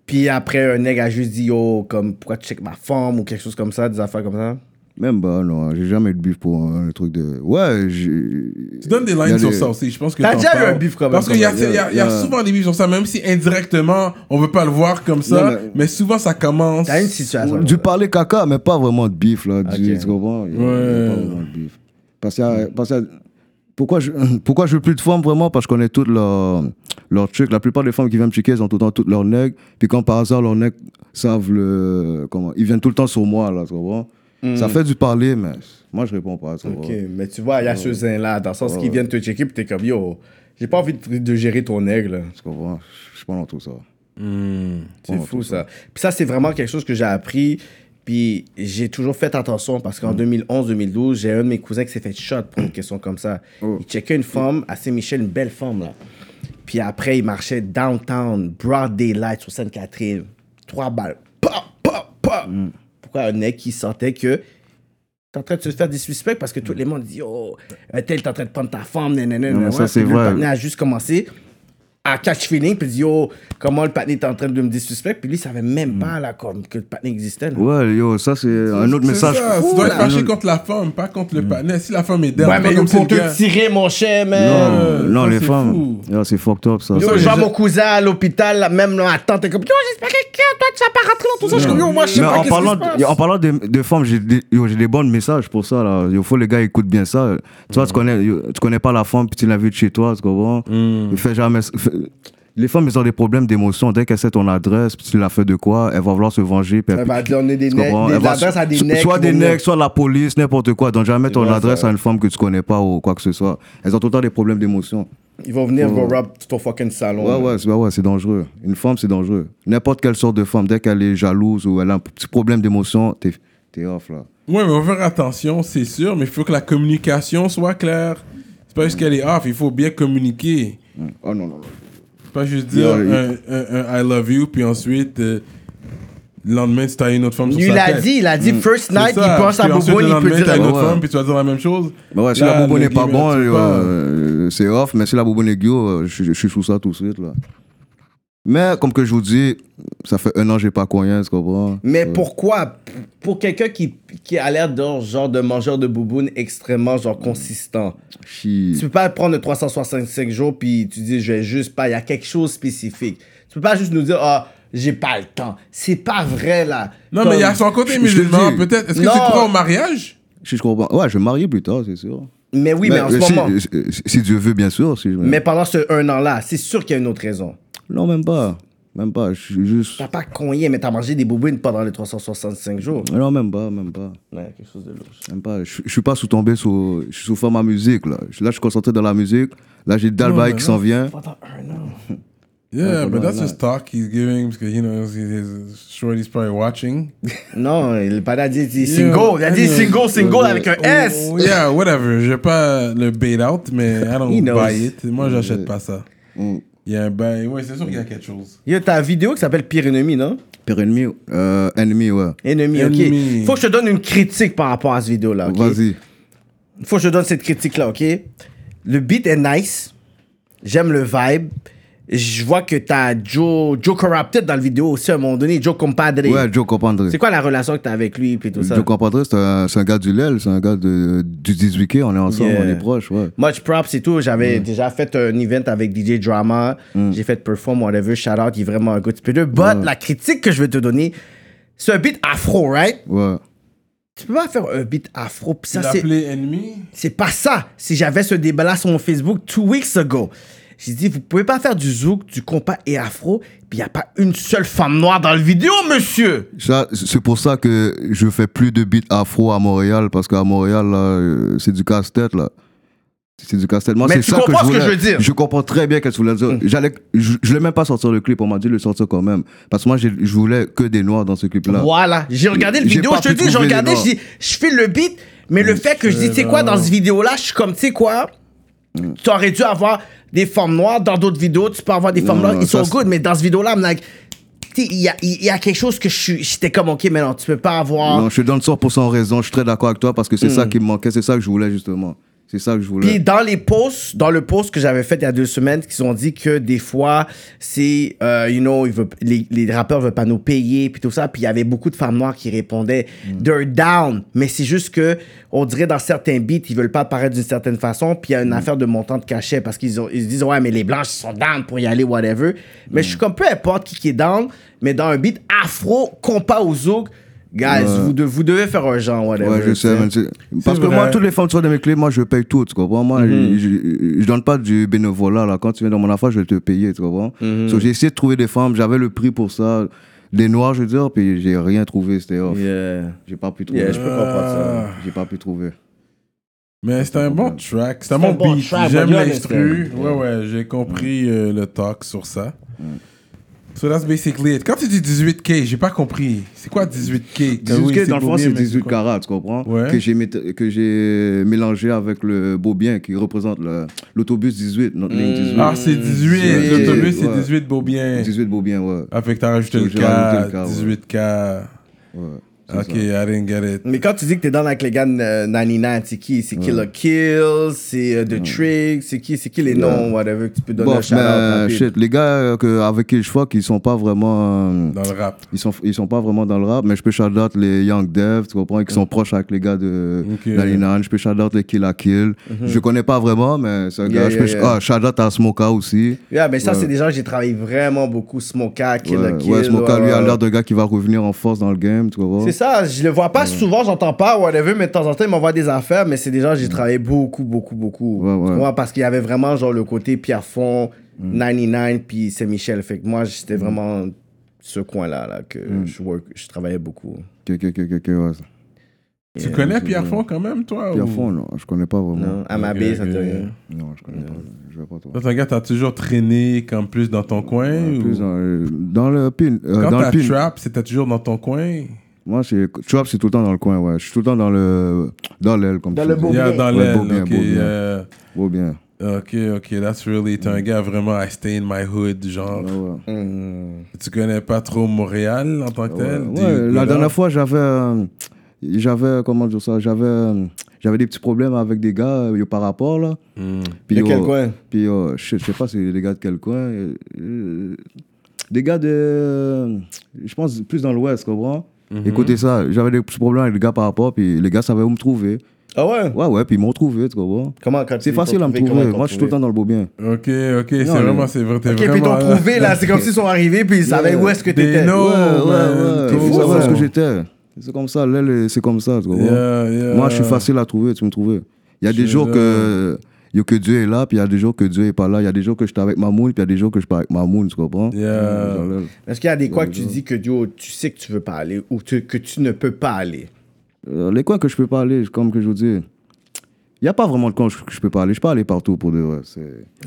puis après, un nègre a juste dit, Yo, comme, pourquoi tu checkes ma femme ou quelque chose comme ça, des affaires comme ça? Même bah, non, j'ai jamais eu de bif pour un truc de. Ouais, j'ai. Tu donnes des Y a lines sur des- ça aussi, je pense que T'as t'en déjà eu parles. un bif quand même, Parce qu'il y, a- quand y a- même. y a- y a Yeah. souvent des bifs sur ça, même si indirectement, on veut pas le voir comme ça, Non, mais- mais souvent ça commence. T'as une situation. Du parler caca, mais pas vraiment de bif, là. Du, Ok. Tu comprends? Y a- y a Ouais. Pas vraiment de bif. Parce qu'il y a- parce qu'il y a- Pourquoi je, pourquoi je veux plus de femmes vraiment Parce qu'on est toutes leurs leur trucs. La plupart des femmes qui viennent me checker, elles ont tout le temps toutes leurs nègres. Puis quand par hasard leurs nègres savent le. Comment Ils viennent tout le temps sur moi, là, tu comprends Ça fait du parler, mais moi je réponds pas, tu Ok, comprends? mais tu vois, il y a ce zin-là, dans le sens qu'ils viennent te checker, puis t'es comme, yo, j'ai pas envie de, de gérer ton aigle. Tu comprends? Je suis pas dans tout ça. C'est fou, ça. Puis ça, c'est vraiment quelque chose que j'ai appris, puis j'ai toujours fait attention, parce Mm. qu'en 2011-2012, j'ai un de mes cousins qui s'est fait shot pour une question comme ça. Oh. Il checkait une femme Mm. à Saint-Michel, une belle femme, là. Puis après, il marchait downtown, broad daylight, sur Sainte-Catherine. Trois balles. Pop, pop, pop. Mm. Pourquoi un mec qui sentait que t'es en train de te faire des suspects parce que tout le monde dit Oh, un tel t'es en train de prendre ta femme, nanana. Mm. Non, mais nanana. ça, c'est Puis là, vrai. Le partenaire a juste commencé à catch feeling, puis dit Yo, comment le partenaire est en train de me dire suspect, puis lui, il savait même pas là, comme, que le partenaire existait. là. Ouais, yo, ça c'est un autre C'est message. ça, fou, tu dois là. être fâché contre la femme, pas contre le panel. Si la femme est d'elle, Mm. Ouais, mais pas yo, comme si pour le gars- te tirer, mon cher, man. Non, Ouais, non, ça, les c'est femmes. fou. Yo, C'est fucked up, ça. Yo, ça. Je les vois gens- mon cousin à l'hôpital, là, même là, attends, t'es comme Yo, j'espère que toi, tu vas pas rentrer dans tout ça. Je suis comme Yo, moi, je sais Mais pas en qu'est-ce qui parlant, se passe. de, en parlant de, de femmes, j'ai des, yo, j'ai des bons messages pour ça. Là. Yo, faut les gars écoutent bien ça. Tu vois, tu, connais, yo, tu connais pas la femme, puis tu l'invites chez toi, tu comprends Fais jamais... fais- les femmes, elles ont des problèmes d'émotion. Dès qu'elles sait ton adresse, puis tu l'as fait de quoi, elles vont vouloir se venger. puis Elle puis- va te donner des tu nègres, comprends? des Elle va- adresses à des so- nègres Soit qui des vont venir. nègres, soit la police, n'importe quoi. Donc jamais ton vois adresse ça. à une femme que tu connais pas ou quoi que ce soit. Elles ont tout le temps des problèmes d'émotion. Ils vont venir, go rob ton fucking salon. Ouais, là. ouais, c'est ouais, ouais, c'est dangereux. Une femme, c'est dangereux. N'importe quelle sorte de femme, dès qu'elle est jalouse ou elle a un petit problème d'émotion, t'es t'es off là. Ouais, mais on va faire attention, c'est sûr, mais il faut que la communication soit claire. C'est pas juste qu'elle est off, il faut bien communiquer. Oh non, non, non. C'est pas juste dire Yeah, un, un- un I love you, puis ensuite, euh, le lendemain, tu as une autre femme sur Il sa l'a tête. dit, il a dit Mm. first night, C'est ça, il pense à puis ensuite, Bobonne, le il peut lendemain, dire. t'as une Ouais, autre ouais. femme, puis tu vas dire la même chose. Mais ouais, si Là, la bourbonne le n'est pas game, bon, tu euh, peux pas. euh, c'est off, mais si la bourbonne est guillot, euh, je je suis sous ça tout de suite là. Mais comme que je vous dis, ça fait un an que j'ai pas coin, tu comprends? Mais pourquoi Pour quelqu'un qui, qui a l'air d'un genre de mangeur de bouboune extrêmement genre consistant, tu Chi. peux pas prendre le 365 jours puis tu dis je vais juste pas, il y a quelque chose de spécifique. Tu peux pas juste nous dire ah j'ai pas le temps. C'est pas vrai là. Non, mais il y a Comme- son côté Je- je musulman, te le dis. peut-être. Est-ce que Non. tu crois au mariage Si je comprends. Ouais, je vais me marier plus tard, c'est sûr. Mais oui, mais, en ce si, moment. euh, si- si Dieu veut, bien sûr. Si je... Mais pendant ce un an là, c'est sûr qu'il y a une autre raison. Non, même pas. Même pas. Je suis juste. T'as pas cogné, mais t'as mangé des boubounes pendant les 365 jours. Non, même pas, même pas. Ouais, quelque chose de louche. J'aime pas. Je, je suis pas sous tombé sous. Je suis sous forme à musique là. Je- Là, je suis concentré dans la musique. Là, j'ai Dalbaï qui s'en vient. Pendant un an. Yeah, faut but pas that's le just talk he's giving, because, you know, he's, Shorty's probably watching. Non, le a dit dit Yeah. single. Il a dit Yeah. single, single avec un S. Oh, yeah, whatever. Je vais pas le bail out, mais I don't He knows. buy it. Moi, j'achète pas ça. Il y a un bail. Ouais, c'est sûr qu'il y a quelque chose. Il y a ta vidéo qui s'appelle Pire Ennemi, non Pire ennemi, euh, ennemi, ouais. Ennemi, ok. Ennemi. Faut que je te donne une critique par rapport à cette vidéo-là, ok Vas-y. Faut que je te donne cette critique-là, ok Le beat est nice. J'aime le vibe. Je vois que t'as Joe, Joe Corrupted dans la vidéo aussi à un moment donné, Joe Compadre. Ouais, Joe Compandre. C'est quoi la relation que t'as avec lui puis tout ça Joe Compandre, c'est un, c'est un gars du LEL, c'est un gars de, du 18K, on est ensemble, Yeah. on est proches, ouais. Much props et tout. Mm. J'avais déjà fait un event avec DJ Drama. J'ai fait perform, whatever. Shout out, il est vraiment Mm. un good spitter. But la critique que je vais te donner, c'est un beat afro, right? Ouais. Tu peux pas faire un beat afro. Puis ça, Il a c'est. appelé ennemi. C'est pas ça. Si j'avais ce débat-là sur mon Facebook two weeks ago, j'ai dit, vous pouvez pas faire du zouk, du compas et afro, puis il a pas une seule femme noire dans le vidéo, monsieur. Ça, c'est pour ça que je fais plus de beats afro à Montréal, parce qu'à Montréal, là, euh, c'est du casse-tête, là. C'est du casse-tête. Moi, Mais c'est tu ça que je, comprends ce que voulais. je veux dire. Mm. Je comprends très bien qu'est-ce que tu voulais dire. J'allais, je, je l'ai même pas sortir le clip, on m'a dit de le sortir quand même. Parce que moi, j'ai- je voulais que des noirs dans ce clip-là. Voilà. J'ai regardé le J'ai vidéo, pas je te pu dis, j'ai trouver les regardé, noirs. je dis, je fais le beat, mais le fait que je dis, tu sais quoi, dans ce vidéo-là, je suis comme, tu sais quoi, tu aurais dû avoir des formes noires, dans d'autres vidéos, tu peux avoir des formes Non, noires, non, ils ça, sont c'est- good, mais dans ce vidéo-là, I'm like, tu sais, il y a, il y a quelque chose que je suis, j'étais comme, ok, mais non, tu peux pas avoir. Non, je te donne 100% raison, je suis très d'accord avec toi, parce que c'est ça qui me manquait, c'est ça que je voulais, justement. C'est ça que je voulais. Mm. Puis dans les posts, dans le post que j'avais fait il y a deux semaines, qu'ils ont dit que des fois, c'est, euh, you know, ils veulent- les, les rappeurs veulent pas nous payer, puis tout ça. Puis il y avait beaucoup de femmes noires qui répondaient, Mm. they're down. Mais c'est juste que, on dirait dans certains beats, ils veulent pas apparaître d'une certaine façon. Puis il Mm. y a une affaire de montant de cachet parce qu'ils ont- ils se disent, ouais, mais les blanches ils sont down pour y aller, whatever. Mais Mm. je suis comme, peu importe qui, qui est down, mais dans un beat afro, compas au zouk, guys, vous, de- vous devez faire un genre, whatever. Ouais, je tu sais, mais c'est- Mhm. Parce que vrai. moi, toutes les femmes sur mes clés, moi, je paye tout, tu comprends? Moi, je- je, je donne pas du bénévolat, là. Quand tu viens dans mon affaire, je vais te payer, tu comprends? So, j'ai essayé de trouver des femmes, j'avais le prix pour ça. Des noirs, je veux dire, puis j'ai rien trouvé, c'était off. Yeah. J'ai pas pu trouver. Yeah, je peux comprendre ça. J'ai pas pu trouver. Ah Mais c'est un bon track, c'est un un bon bon beat. track, J'aime bonne l'instru. Ouais, ouais, j'ai compris euh, le talk sur ça. So that's basically it. Quand tu dis 18K, j'ai pas compris. C'est quoi 18K? Ah 18K, oui, dans le beau fond, bien, c'est mais 18 quoi? carats, tu comprends? Ouais. Que j'ai mét- Que j'ai mélangé avec le beau bien qui représente le- l'autobus 18, notre ligne 18. Ah, c'est 18. Ouais. L'autobus, c'est Ouais. 18 beau bien. 18 beau bien, ouais. Avec t'as rajouté le J'ai rajouté K, le K, ouais. 18K. ouais. c'est Ok, I didn't get it. Mais quand tu dis que t'es dans avec les gars de euh, 99, c'est qui C'est Killer Kill, c'est euh, The Trick, c'est qui C'est qui les noms, whatever, que tu peux donner Bon, un shout-out mais rapide? shit, les gars euh, que, avec qui je fuck, ils sont pas vraiment. euh, Dans le rap. Ils sont, ils sont pas vraiment dans le rap, mais je peux shout out les Young Dev, tu comprends, qui sont proches avec les gars de Ok. Lalinan. Je peux shout out les Kill la Kill. Je connais pas vraiment, mais c'est un Mhm. Yeah, gars. je peux yeah, yeah. ah, shout out à Smoka aussi. Yeah, mais ça, Ouais. c'est des gens que j'ai travaillé vraiment beaucoup. Smoka, Killer ouais, Kill. ouais, Smoka, lui, a ouais. l'air d'un gars qui va revenir en force dans le game, tu comprends. C'est ça, je le vois pas souvent, j'entends pas, whatever, mais de temps en temps, il m'envoie des affaires, mais c'est des gens que j'ai travaillé beaucoup, beaucoup, beaucoup. Mm. Ouais, Mm. ouais. parce qu'il y avait vraiment, genre, le côté Pierrefonds, 99, puis Saint-Michel. Fait que moi, j'étais Mm. vraiment ce coin-là, là, que je, work, je travaillais beaucoup. Ok, ok, ok, ok, Mm. ouais. Tu connais Pierre Fond quand même, toi? Oh. Puis à ou- fond, non, je connais pas vraiment. Non, à ma Ok, baie, ça ok. Euh, te rien. Non, je connais pas. Je vais pas trop. Toi, ton gars, t'as toujours traîné comme plus dans ton coin? Ouais, ou- plus dans, euh, dans le pin. euh, Quand dans le t'as pin. trap, c'était toujours dans ton coin? Moi, c'est Trap, c'est tout le temps dans le coin, ouais. Je suis tout le temps dans le dans l'aile comme Dans tu le dis. beau- Yeah, bien. dans Ouais, l'aile, beau bien, ok. beau bien. euh, Oh bien. Ok, ok, that's really. Mm. T'es un gars vraiment I stay in my hood, Oh. genre. Ouais, ouais. Mm. Tu connais pas trop Montréal en tant que tel? Ouais, Do ouais, you go la down? dernière fois, j'avais euh, j'avais comment dire ça, j'avais euh, j'avais des petits problèmes avec des gars euh, yo, par rapport là. Mm. Puis, De yo, quel coin Puis yo, shit, je sais pas si les gars de quel coin. euh, euh, des gars de euh, je pense plus dans l'ouest, comprends Mhm. Écoutez ça, j'avais des petits problèmes avec les gars par rapport, puis les gars savaient où me trouver. Ah ouais Ouais, ouais, puis ils m'ont trouvé, tu comprends Comment quand C'est tu- facile à me t'ont trouvé, trouver. comment Moi, je suis tout le t'ont temps dans le beau bien. Ok, ok, c'est mais- vraiment, c'est vrai, t'es trouvé? Ok, puis ils vraiment. t'ont trouvé là, c'est comme s'ils sont arrivés puis ils savaient Yeah. où est-ce que They t'étais. know. Oh, man, t'es ouais, ouais. fou, Ils savaient où est-ce ça. que j'étais. C'est comme ça, là, le- c'est comme ça, tu comprends Yeah, yeah. Moi, je suis facile à trouver, tu me trouves. Il y a Je des suis jours là. que, yo, que Dieu est là, puis il y a des jours que Dieu est pas là. Il y a des jours que je suis avec ma moune, puis il y a des jours que je suis pas avec ma moune, tu comprends Yeah. Dans le- Est-ce qu'il y a des coins que tu dis que yo, tu sais que tu veux pas aller ou tu- que tu ne peux pas aller Euh, Les coins que je peux pas aller, comme que je vous dis, il n'y a pas vraiment de coins que je peux pas aller. Je peux pas aller partout pour de vrai. c'est-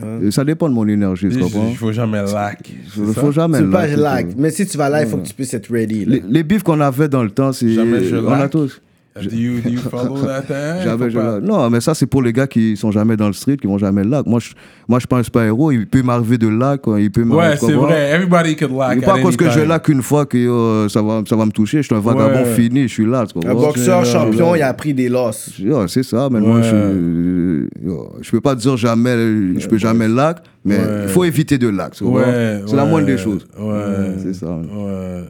Euh, Ça dépend de mon énergie, tu comprends Il faut jamais lack. Il faut Tu jamais veux pas là, je lag. tu vois. Mais si tu vas là, il faut que tu puisses être ready. là. Les, les bifs qu'on avait dans le temps, c'est. Jamais je on lack. a tous. Do you, do you follow that? hein? Jamais Faut je pas- lac. Non, mais ça, c'est pour les gars qui sont jamais dans le street, qui vont jamais lac. Moi, je, moi, je suis pas un super-héros. Il peut m'arriver de lac. hein, Il peut m'arriver Ouais, tu c'est comprends? vrai. Everybody could lack. Mais pas at à cause any que je time. lac une fois que euh, ça, va, ça va me toucher. Je suis un vagabond Ouais. fini. Je suis là. tu Un comprends? boxeur c'est- champion, il a pris des losses. Je- yo, c'est ça, mais moi, Ouais. je, euh, yo, je peux pas dire jamais, je peux jamais lac, mais il Ouais. faut éviter de lac. tu comprends? Ouais, c'est la ouais, moindre des choses. ouais. C'est ça. Ouais.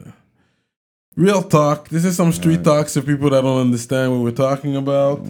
Real talk. This is some street talk so people that don't understand what we're talking about.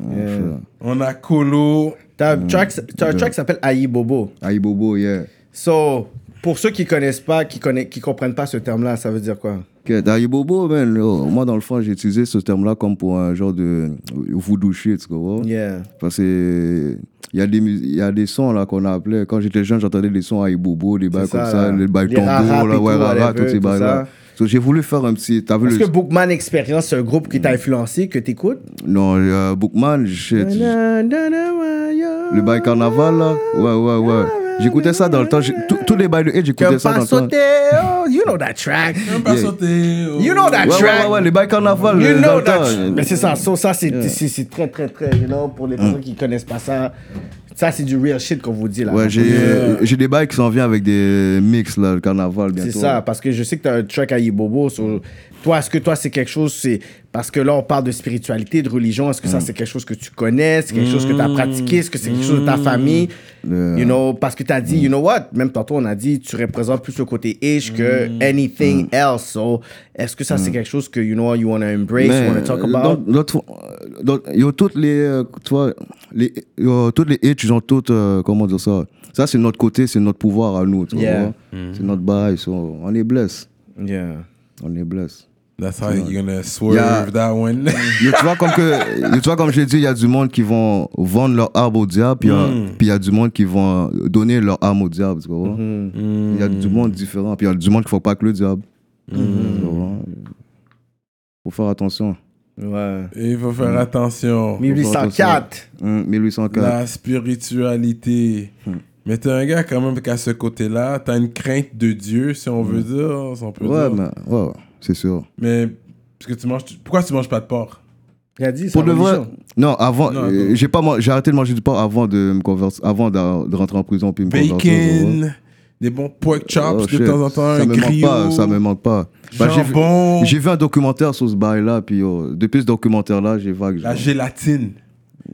On a Colo. T'as un track, t'as un track qui s'appelle Aïe Bobo. Aïe Bobo, yeah. So, Pour ceux qui connaissent pas, qui connaissent, qui comprennent pas ce terme-là, ça veut dire quoi Que t'as eu bobo, man. Yo, moi, dans le fond, j'ai utilisé ce terme-là comme pour un genre de voodoo shit, tu comprends? Yeah. Parce que il y, a des mus- il y a des sons là qu'on appelait. Quand j'étais jeune, j'entendais des sons à Ibobo, des bails C'est comme ça, ça, là. les bails Les tambour, rarap et là, ouais, tout, rara, whatever, tous ces tout bails-là. ça. So, j'ai voulu faire un petit. T'as vu Est-ce le. que Bookman Experience, c'est un groupe qui t'a influencé, que t'écoutes Non, euh, Bookman, shit. Le Le bail carnaval là. Ouais, ouais, ouais. J'écoutais ça dans le temps. j'ai- tous- Tous les bails de hate, j'écoutais ça dans le temps. Pasoteo, oh, you know that track. Pas Yeah. sauter, oh. You know that Ouais, track. ouais, ouais, les bails carnaval. You euh, dans know le temps. that. Mais c'est ça, so, ça c'est c'est- c'est très très très, you know, pour les Mm. personnes qui connaissent pas ça, ça c'est du real shit qu'on vous dit là. Ouais, j'ai euh, j'ai des bails qui s'en viennent avec des mix, là, le carnaval, bientôt. hein. C'est ça, parce que je sais que tu as un track à Ibobo. so, toi, est-ce que toi, c'est quelque chose, c'est parce que là, on parle de spiritualité, de religion. Est-ce que Mm. ça, c'est quelque chose que tu connais, c'est quelque chose que tu as pratiqué, est-ce que c'est quelque chose de ta Mm. famille, you know, parce que tu as dit, you know what, même tantôt, on a dit, tu représentes plus le côté ish que Mm. anything else. So, est-ce que ça, c'est quelque chose que, you know, you want to embrace, you want to talk euh, about? dans- notre- euh, dans- yo, toutes les, euh, tu vois, les, yo, toutes les hits, ils ont toutes, euh, comment dire ça Ça, c'est notre côté, c'est notre pouvoir à nous, tu Yeah. vois. C'est notre bail, so, on est blessé, Yeah. on est blessé. That's how you're gonna swerve Yeah. that one. Yo, tu vois, comme que, yo, tu vois, comme j'ai dit, il y a du monde qui vont vendre leur arbre au diable, puis il y a- puis il y a du monde qui vont donner leur âme au diable, tu vois. Mm. Il y a du monde différent, puis il y a du monde qui ne faut pas que le diable. Tu vois. Faut faire attention. Ouais. Il faut faire attention. 1804. Hum, 1804. La spiritualité. Hmm. Mais t'es un gars quand même qu'à ce côté-là, t'as une crainte de Dieu, si on veut dire, si on peut Hmm. Ouais, dire. mais, ouais, ouais, c'est sûr. Mais parce que tu manges, tu- pourquoi tu manges pas de porc Il a dit, Pour le de vrai. Non, avant, Non, euh, non. j'ai pas, man- j'ai arrêté de manger du porc avant de me convertir, avant d'a- de, rentrer en prison puis me convertir. Bacon, des bons pork chops Oh, de shit. temps en temps, ça un me manque griot, pas, ça me manque pas. Bah, j'ai vu- jambon, j'ai vu, un documentaire sur ce bail-là, puis oh, depuis ce documentaire-là, j'ai vague. la genre. gélatine.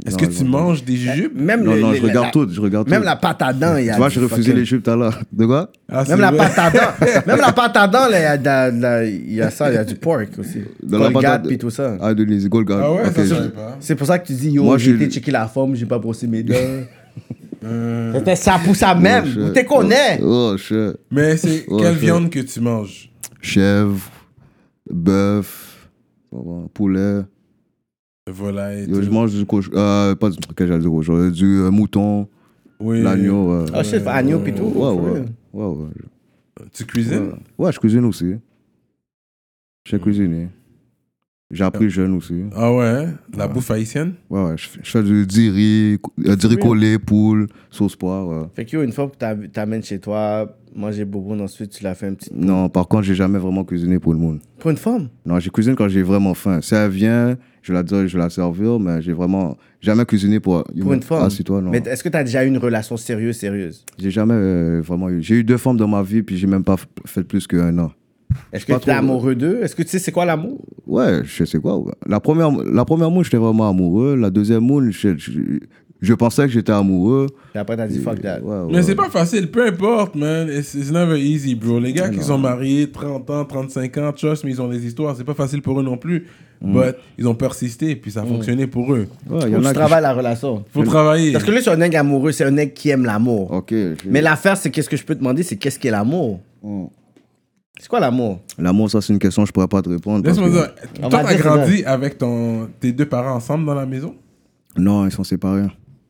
Est-ce Non, que je tu mange manges des jujubes Même Non, le- non, le- je regarde la- tout, je regarde Même tout. la pâte à dents, il y a Tu vois, du je refusais fucking- les jupes tout à l'heure. De quoi Ah, c'est Même la vrai. pâte à dents, même la pâte à dents, là, il y a de la- de la- il y, a ça, il y a du pork aussi. Dans la Colgate patate- puis tout ça. Ah, de les Golgate. Ah ouais, Ok, ça je je- savais pas. C'est pour ça que tu dis, yo, Moi, j'ai j'ai- été checker la forme, j'ai pas brossé mes dents. C'était ça pour ça même, Oh, shit. vous t'es connais. Oh, shit. Mais c'est Ouais, quelle je- viande que tu manges Chèvre, bœuf, poulet. Volaille. Yo, tout. je mange du cochon. Euh, pas du. Qu'est-ce que j'allais dire cochon Du euh, mouton, Oui. l'agneau. euh, Ah shit, agneau puis tout. ouais, ouais, for ouais, real. ouais, ouais. Tu cuisines Ouais, je cuisine aussi. Hmm. J'ai cuisiné. J'ai appris jeune aussi. Ah ouais, la bouffe haïtienne Ouais, ouais. Je fais- je fais du diri, cou- euh, diri collé, poule, sauce poire. euh. ouais. Fait que yo, une fois que t'as- t'amènes chez toi, manger bobo, ensuite tu l'as fait un petit. Non, par contre, j'ai jamais vraiment cuisiné pour le monde. Pour une forme. Non, j'ai cuisine quand j'ai vraiment faim. Si elle vient, je la dois, je la servir, mais j'ai vraiment jamais cuisiné pour. Pour une forme. Ah, c'est toi, non. Mais est-ce que t'as déjà eu une relation sérieuse, sérieuse J'ai jamais euh, vraiment eu. J'ai eu deux formes dans ma vie, puis j'ai même pas f- fait plus qu'un an. Est-ce que Pas t'es trop. amoureux d'eux Est-ce que tu sais c'est quoi l'amour Ouais, je sais quoi. ouais. La première, la première moon, j'étais vraiment amoureux. La deuxième moon, je, je, je pensais que j'étais amoureux. Et après t'as dit fuck that. Ouais, ouais. Mais c'est pas facile, peu importe, man. It's, it's never easy, bro. Les gars qui sont mariés 30 ans, 35 ans, trust, mais ils ont des histoires. C'est pas facile pour eux non plus. Mm. But ils ont persisté, puis ça a fonctionné pour eux. Faut Ouais, il y en que a tu qui- travailles la relation. Faut travailler. Parce que là, c'est un nègre amoureux, c'est un nègre qui aime l'amour. Ok. j'ai- Mais l'affaire, c'est qu'est-ce que je peux te demander, c'est qu'est-ce qu'est l'amour Mm. C'est quoi l'amour L'amour, ça, c'est une question que je pourrais pas te répondre. parce Laisse-moi que- dire, On toi, va t'as dire grandi avec ton, tes deux parents ensemble dans la maison Non, ils sont séparés.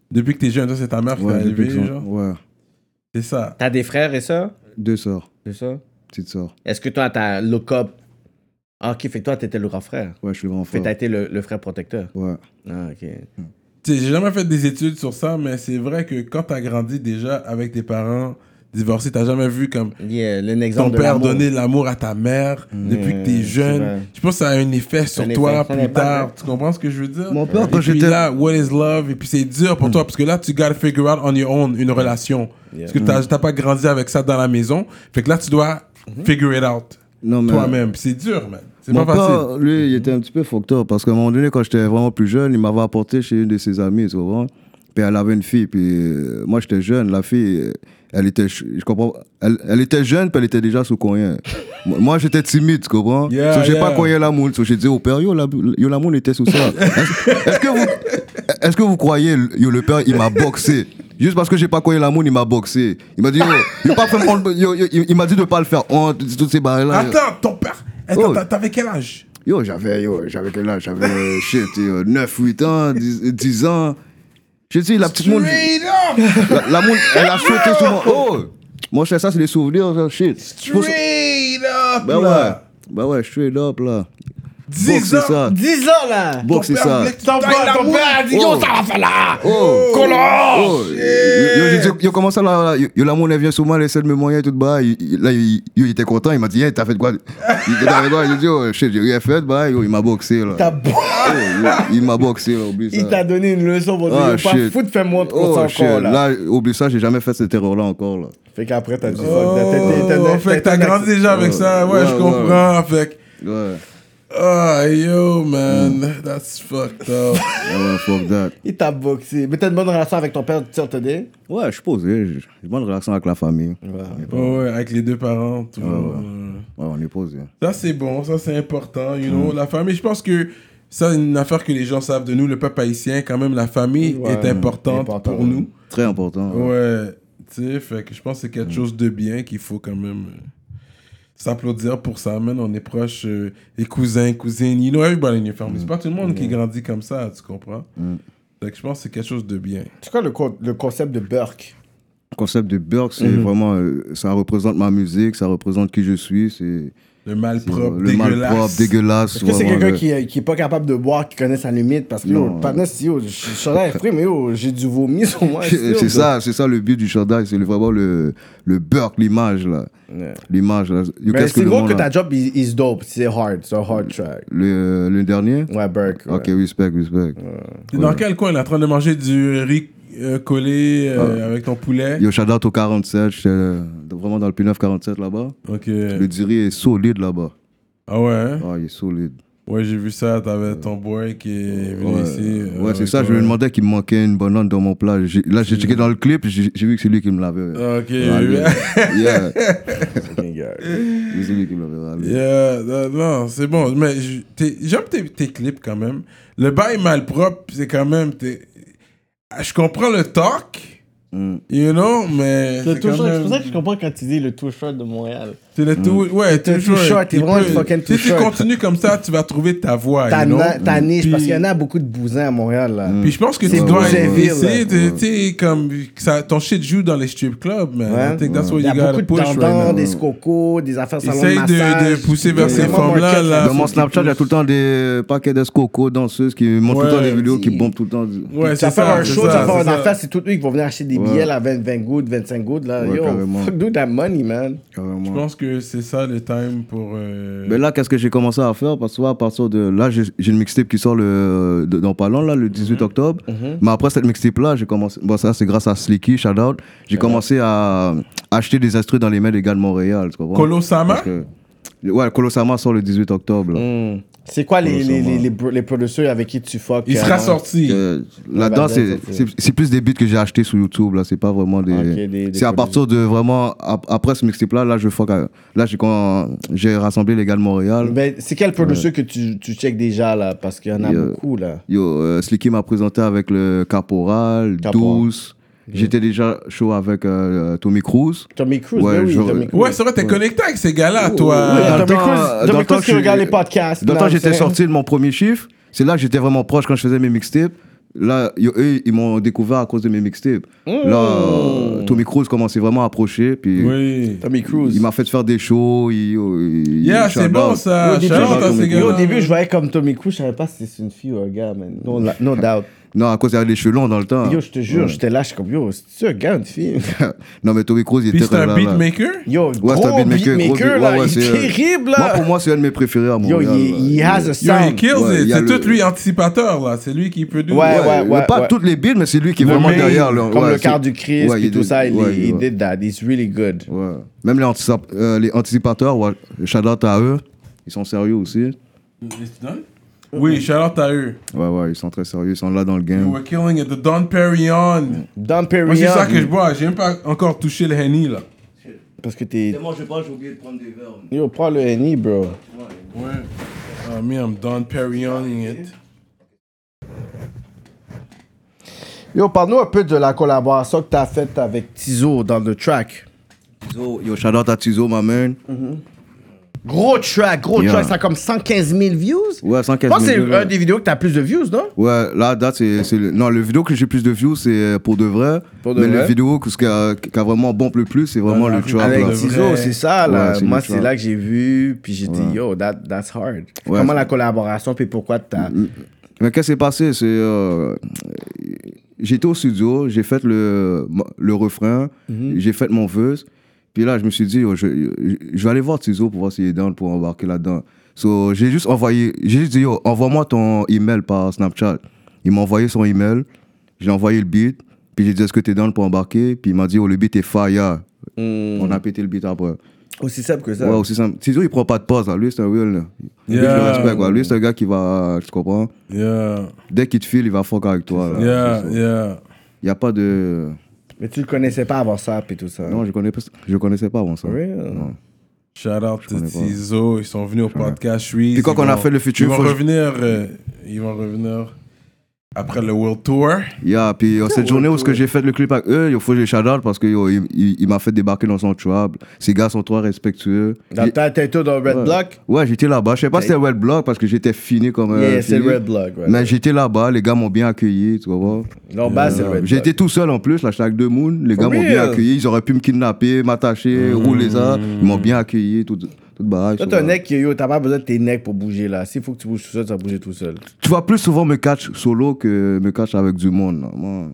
Depuis que t'es jeune, toi, c'est ta mère qui t'a Ouais, depuis élevé, qu'ils sont- genre. ouais. C'est ça. T'as des frères et sœurs Deux sœurs, C'est ça. petites sœurs. Est-ce que toi, t'as le cop Ah, ok, fait que toi, t'étais le grand frère. Ouais, je suis le grand Fait que t'as frère. été le, le frère protecteur. Ouais. Ah, ok. Tu sais, J'ai jamais fait des études sur ça, mais c'est vrai que quand t'as grandi déjà avec tes parents divorcés, t'as jamais vu comme Yeah, un ton exemple de père l'amour. donner l'amour à ta mère depuis que t'es c'est jeune. vrai. Je pense que ça a un effet sur un toi effet, ça plus dépend, tard. ouais. Tu comprends ce que je veux dire? Mon père, Et quand puis j'étais- là, what is love? Et puis c'est dur pour toi parce que là, tu gotta figure out on your own une relation. Parce que t'as t'as pas grandi avec ça dans la maison. Fait que là, tu dois figure it out Non, mais. toi-même. Puis c'est dur, man. C'est Mon pas facile. père, euh, lui, il était un petit peu fucked up parce qu'à un moment donné, quand j'étais vraiment plus jeune, il m'avait apporté chez une de ses amies, tu comprends Puis elle avait une fille, puis euh, moi j'étais jeune, la fille, euh, elle était, ch- je comprends, elle, elle était jeune, puis elle était déjà sous coin. Moi, moi, j'étais timide, tu comprends Yeah, So, J'ai yeah. pas coin la moule, So, j'ai dit au père, yo, la, yo, la moule était sous ça. Est-ce est-ce que vous, est-ce que vous croyez, yo, le père, il m'a boxé Juste parce que j'ai pas connu l'amour, il m'a boxé. Il m'a dit, yo, il m'a pas fait honte, yo, yo, il il m'a dit de pas le faire honte, toutes ces barrières-là. Attends, ton père. Attends, Oh. t'a- t'avais quel âge Yo, j'avais, yo, j'avais quel âge J'avais, euh, shit, euh, 9, 8 ans, 10, 10 ans. Je dis, la petite monde, Straight up la, la monde, elle a sauté sur moi. Oh Moi, je fais ça, c'est des souvenirs, ça, shit. Straight up Bah ouais, là. bah ouais, straight up, là. 10 Boxe, c'est ans ça. 10 ans là! Boxe, c'est ça. Ton père, ton père a dit Yo, Oh. ça va faire là Oh Colon Oh, yo, yo, j'ai dit, yo, comment ça là, là, yo, yo, la moune, elle vient sur moi, elle essaie de me moyen tout bas. Il- il- Là, il, il était content, il m'a dit, hey, t'as fait quoi Il était avec moi, j'ai dit, oh, shit, j'ai rien fait, bah, yo, il m'a boxé là. T'as bo- Oh, yo, il m'a boxé là, oublie ça. Il t'a donné une leçon pour Ah, dire pas shit. foutre, fais-moi de Oh, course shit. encore là. Là, oublie ça, j'ai jamais fait ce terror là encore là. Fait qu'après t'as dit fuck, Oh, fait que t'as grandi déjà avec ça, ouais, Ouais, je ouais, comprends. Fait que, Ouais, ah, yo, man, that's fucked up. Ah ouais, fuck that. Il t'a boxé. Mais t'as une bonne relation avec ton père, tu t'en tenais? Ouais, je suis posé, j'ai j'ai bonne relation avec la famille. Ouais, Oh, Ouais, ouais, avec les deux parents, toujours. ouais. on est posé. Ça, c'est bon, ça, c'est important, you know. La famille, je pense que ça, c'est une affaire que les gens savent de nous, le peuple haïtien, quand même, la famille Ouais, est importante important, pour ouais. nous. Très important. Ouais, tu sais, fait que je pense que c'est quelque chose de bien qu'il faut quand même euh, s'applaudir pour ça. Man, on est proche euh, des cousins, cousines, you know, everybody in your family. C'est pas tout le monde qui grandit comme ça, tu comprends? Fait que je pense que c'est quelque chose de bien. C'est quoi le, co- le concept de Burke? Le concept de Burke, c'est Mhm. vraiment, euh, ça représente ma musique, ça représente qui je suis, c'est Le mal c'est, euh, propre, le dégueulasse. mal propre, dégueulasse. Est-ce que c'est vraiment, quelqu'un le- qui, euh, qui est pas capable de boire, qui connaît sa limite? Parce que yo, Non. le partner, c'est yo, je je suis allé effrayé, mais yo, j'ai du vomi sur moi. c'est yo, C'est ça, c'est ça le but du chandail, c'est le- vraiment le, le Burke, l'image là. Ouais. L'image là. Yo, Mais qu'est-ce Ben, c'est le gros monde, que là- ta job is, is dope, c'est hard, c'est un hard track. Le, le dernier Ouais, Burke. ouais. Ok, respect, respect. T'es Dans quel coin, là, en train de manger du riz euh, collé euh, avec ton poulet? Ah. Yo, shout out au 47, j'étais euh, vraiment dans le P9 47 là-bas. Ok. Le diri est solide là-bas. Ah ouais? hein? Ah, il est solide. Ouais, j'ai vu ça, t'avais ton boy qui est venu Ouais, ici. euh, ouais, avec c'est ça, je toi. me demandais qu'il me manquait une banane dans mon plat. J'ai- Là, j'ai checké dans le clip, j'ai j'ai vu que c'est lui qui me l'avait. Ah, Ok, ramené. yeah. Yeah, Fucking gars. c'est lui qui me l'avait. ramené. Yeah, non, non, c'est bon. Mais je- t'es- j'aime tes, tes clips quand même. Le bail malpropre, c'est quand même. t'es- Ah, Je comprends le talk, Mm. you know, mais. Le c'est tout quand short, c'est pour même- ça que je comprends quand tu dis le tout short de Montréal. C'est Mm. le tout. Ouais, Le tout too short, short, t'es il vraiment peut- le fucking too Si tu short. continues comme ça, tu vas trouver ta voix, Ta you know. na- Mm. ta niche, Puis- parce qu'il y en a beaucoup de bousins à Montréal là. Puis je pense que tu Mm. C'est dois Bougainville, essayer de, ouais. tu sais, comme, que ça, ton shit joue dans les strip clubs, man. Ouais. I think that's what Il y you a gotta beaucoup de push right tendons, now. des scocos, des affaires salon de Essaye de- massage. de pousser vers Des ces vraiment formes-là, market, là. Dans mon Snapchat, il y a tout le temps des paquets d'escocos, danseuses qui montrent tout le temps Ouais. des vidéos, qui bombent tout le temps. Ouais, Tu vas c'est faire ça. un c'est show, tu vas ça, faire c'est un ça. affaire, c'est tout eux qui vont venir acheter des Ouais. billets à 20, 20 gouttes, 25 gouttes. Là. Ouais, Yo, carrément. fuck do that money, man. Carrément. Je pense que c'est ça le time pour. euh, Mais là, qu'est-ce que j'ai commencé à faire Parce que à partir de là, j'ai j'ai une mixtape qui sort le, de- dans pas long, là, le Mm-hmm. 18 octobre. Mais après cette mixtape-là, j'ai commencé. Bon, ça, c'est grâce à Slicky, shout out. J'ai commencé à acheter des instrus dans les mains des gars de Montréal. Tu comprends Colosama Parce que- Ouais, Colosama sort le 18 octobre. là. Hmm. C'est quoi les, les, les, Grosso les, bro- les producteurs avec qui tu fuck Il euh, sera non? sorti. Euh, bah, Là-dedans, c'est- d'accord, c'est c'est plus des beats que j'ai achetés sur YouTube. Là, c'est pas vraiment des. Ok, des- des c'est à partir de vraiment ap- après ce mixtape-là, là, je fuck. à- Là, j'ai quand j'ai rassemblé les gars de Montréal. Ben, c'est quel producteur que tu, tu check déjà là Parce qu'il y en a Yeah. beaucoup là. Yo, euh, Slicky m'a présenté avec le Caporal, Caporal. Douce. J'étais déjà chaud avec euh, Tommy Cruise. Tommy Cruise, Ouais, ben oui, je- Tommy Cruise. Ouais, c'est vrai, t'es connecté avec ces gars-là, ouais, toi. dans le Tommy temps, Cruise, euh, dans Tommy le temps, Cruise qui je- regarde les podcasts. D'autant là, j'étais c'est- sorti de mon premier chiffre. C'est là que j'étais vraiment proche quand je faisais mes mixtapes. Là, yo, eux, ils m'ont découvert à cause de mes mixtapes. Là, euh, Tommy Cruise commençait vraiment à approcher. Puis Oui. Oh. Tommy Cruise. Il m'a fait faire des shows. Il, il- Yeah, il- c'est bon Ah, Yo, shout-out. au, début, ça. Shout out à ces yo, au gars-là. début, je voyais comme Tommy Cruise, je savais pas si c'est une fille ou un gars, man. No, la- no doubt. Non, à cause il y avait des cheveux longs dans le temps. Yo, je te jure, j'étais là, je suis comme, yo, c'est-tu un gars ou une fille non, mais Tommy Cruise, il Puis était c'est un là, là. beatmaker. Yo, Ouais, c'est gros un beatmaker. beatmaker, gros beat- là, ouais, ouais, il est c'est- euh, terrible, Moi, là. pour moi, c'est un de mes préférés Yo, à Montréal. il il là. has a Yo, he sound. kills Ouais, it. y a C'est le- tout lui anticipateur, là. C'est lui qui peut do. Ouais, ouais, mais pas ouais. toutes les billes, mais c'est lui qui est Le vraiment main, derrière. là. Comme Ouais, le c'est- quart du Christ Ouais, et il tout did- ça, il ouais, he ouais. did that. It's really good. Ouais. Même les, anticip- euh, les anticipateurs, ouais, shout out à eux. Ils sont sérieux aussi. Oui, shout out à eux. Ouais, ouais, ils sont très sérieux. Ils sont là dans le Mm. game. We're killing it. The Don Perignon. Don Moi, c'est ça que je Perignon, bois. J'ai même pas encore touché le Henny, là. parce que t'es... Moi, je pense j'ai oublié de prendre des verres. Yo, prends le Henny, bro. Ouais. Ah, me, I'm Don Perignoning it. Yo, parle-nous un peu de la collaboration que t'as faite avec Tizo dans le track. Tizo, yo, shout out à Tizo, ma man. Gros track, gros Yeah. track. Ça a comme 115 000 views. Ouais, Je 115 000 pense que c'est views, un ouais. des vidéos que t'as plus de views, non? Ouais, là, date, c'est. c'est le- Non, le vidéo que j'ai plus de views, c'est euh, pour de vrai. Pour de mais vrai. le vidéo que- ce qui a, qui a vraiment bump le plus, c'est vraiment le trap. Avec là. Tizo, c'est ça, là. Ouais, c'est Moi, le c'est trap. là que j'ai vu, puis j'ai dit, yo, that, that's hard. Ouais, Comment c'est- Mm, la collaboration, puis pourquoi t'as. Mais qu'est-ce qui s'est passé C'est euh, j'étais au studio, j'ai fait le le refrain, j'ai fait mon verse, puis là je me suis dit oh, je, je- je vais aller voir Tizo pour voir s'il est down pour embarquer là-dedans. So, j'ai juste envoyé, j'ai juste dit yo envoie-moi ton email par Snapchat. Il m'a envoyé son email, j'ai envoyé le beat, puis j'ai dit est-ce que t'es down pour embarquer Puis il m'a dit oh le beat est fire. On a pété le beat après. Aussi simple que Ouais, aussi simple. Tizo, il prend pas de pause. là. Lui, c'est un real. là. Lui, je le Yeah. respecte. quoi. Lui, c'est un gars qui va. Tu comprends Yeah, dès qu'il te file, il va fuck avec toi. là. yeah, yeah. Il n'y a pas de. Mais tu le connaissais pas avant ça, puis tout ça. Non, je connais pas, je connaissais pas avant ça. Real. Non. Shout out to connais pas. Tizo, ils sont venus au podcast Shreeze. Puis quand ils on a vont- fait le featuring, Ils vont faut que je- revenir, euh, ils vont revenir après le World Tour. Yeah, puis euh, cette journée où ce que j'ai fait le clip avec eux, il faut que je les shout out parce que yo, il, il- il m'a fait débarquer dans son trap. Ces gars sont trop respectueux. Dans Il- ta tête dans Red Ouais. Block? Ouais, j'étais là-bas. Je sais pas si c'était Red Block parce que j'étais fini comme. euh, Yeah, c'est fini. Red Block, ouais. Mais j'étais là-bas, les gars m'ont bien accueilli, tu vois. Non, bas, c'est Red J'étais Block. tout seul en plus, la chaque deux moons. Les gars m'ont real? bien accueilli. Ils auraient pu me kidnapper, m'attacher, rouler ça. Ils m'ont bien accueilli, toute toute barrage. Toi, tu t'es un vois. nec, qui- yo, t'as pas besoin de tes necks pour bouger, là. S'il faut que tu bouges tout seul, tu vas bouger tout seul. tu vas plus souvent me catch solo que me catch avec du monde. là. Moi,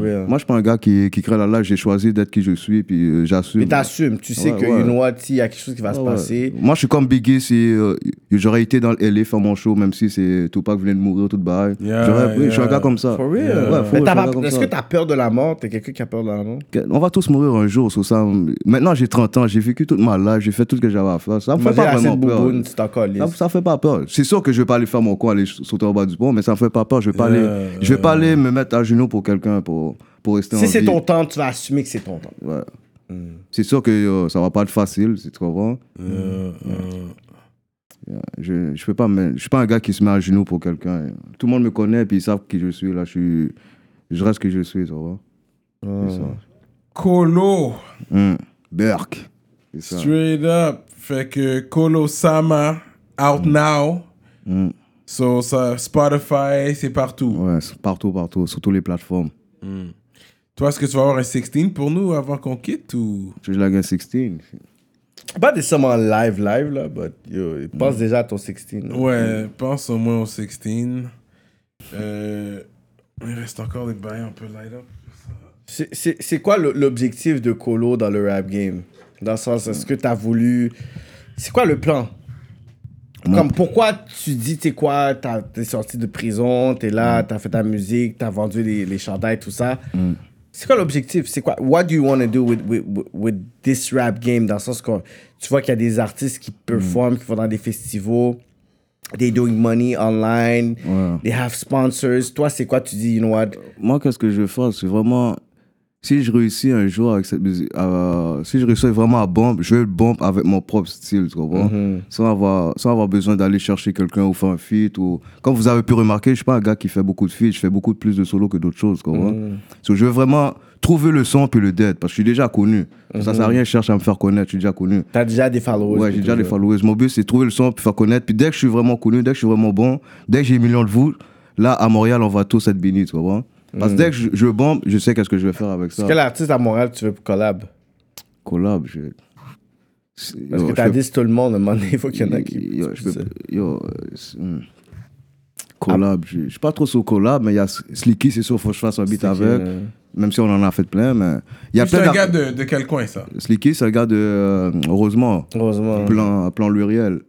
Real. Mm. moi je suis pas un gars qui, qui crée la live. J'ai choisi d'être qui je suis, puis euh, j'assume. Mais t'assumes, tu sais Ouais, que, ouais. you know what, s'il y a quelque chose qui va se Ouais. passer, Moi, je suis comme Biggie. Si euh, j'aurais été dans le LA faire mon show, même si c'est Tupac venait de mourir, toute bail. Yeah, j'aurais pris. Je suis un yeah. gars comme ça. For real. Ouais, faut- Mais t'as je suis un pas- gars comme Est-ce ça. que t'as peur de la mort T'es quelqu'un qui a peur de la mort On va tous mourir un jour, sur ça. Maintenant, j'ai 30 ans, j'ai vécu toute ma life, j'ai fait tout ce que j'avais à faire. Ça me fait Manger pas assez de vraiment peur. bouboune, tu t'en colles. Ça, ça fait pas peur. C'est sûr que je vais pas aller faire mon coin, aller ch- sauter en bas du pont, mais ça me fait pas peur. Je vais pas, Yeah, aller, je vais pas aller me mettre à genoux pour quelqu'un pour, pour rester en Si c'est vie. ton temps, tu vas assumer que c'est ton temps. Ouais. C'est sûr que euh, ça va pas être facile, si tu comprends. Mm. Euh, euh, Je je peux pas me- je suis pas un gars qui se met à genoux pour quelqu'un. Tout le monde me connaît puis ils savent qui je suis là. Je suis je reste qui je suis, tu vois. C'est ça. Colo, Mm. Burk. C'est ça. straight up. Fait que Colo Sama, out now. Mm. So, ça, Spotify, c'est partout. Ouais, c'est partout partout, sur toutes les plateformes. Toi, est-ce que tu vas avoir un 16 pour nous avant qu'on quitte ou. Je la gagne 16. Pas nécessairement live, live, là, but yo, pense déjà à ton 16. là. Ouais, pense au moins au 16. Euh, il reste encore des bails un peu light up. C'est- C'est c'est quoi le- l'objectif de Colo dans le rap game Dans le sens, est-ce que t'as voulu. C'est quoi le plan Comme pourquoi tu dis, tu sais quoi, t'as- t'es sorti de prison, t'es Mm. là, t'as fait ta musique, t'as vendu les, les chandails, tout ça. C'est quoi l'objectif C'est quoi What do you want to do with, with, with- with this rap game Dans le sens que tu vois qu'il y a des artistes qui performent, Mm. qui vont dans des festivals, they doing money online, Ouais. they have sponsors. Toi, c'est quoi Tu dis, you know what moi, qu'est-ce que je veux faire C'est vraiment. Si je réussis un jour avec cette musique, euh, si je réussis vraiment à bombe, je vais le bombe avec mon propre style, tu comprends sans, avoir, sans avoir besoin d'aller chercher quelqu'un ou faire un feat. Ou... Comme vous avez pu remarquer, je suis pas un gars qui fait beaucoup de feats, je fais beaucoup plus de solos que d'autres choses, tu comprends So, Je veux vraiment trouver le son puis le dead, parce que je suis déjà connu. Ça sert à rien, je cherche à me faire connaître, je suis déjà connu. T'as déjà des followers. Ouais, j'ai puis déjà tout les ça. followers. Mon but, c'est de trouver le son, puis faire connaître. Puis dès que je suis vraiment connu, dès que je suis vraiment bon, dès que j'ai un million de vous, là, à Montréal, on va tous être bénis, tu vois. Parce que Mm. dès que je, je bombe, je sais qu'est-ce que je vais faire avec ça. Quel artiste à Montréal tu veux pour collab Collab, je. C'est- Parce yo, que je t'as peux- dit c'est tout le monde, à un moment donné, il faut qu'il y en a qui. Yo, je peux- yo, euh, c'est- hmm. Ah. Collab, je je suis pas trop sur collab, mais il y a S- Slicky, c'est sûr, faut que je fasse un beat Slicky, avec. euh. Même si on en a fait plein, mais. Il y a C'est plein un d'ar- gars de, de quel coin ça Slicky, c'est un gars de. euh, Rosemont. Heureusement. plan, plan Luriel.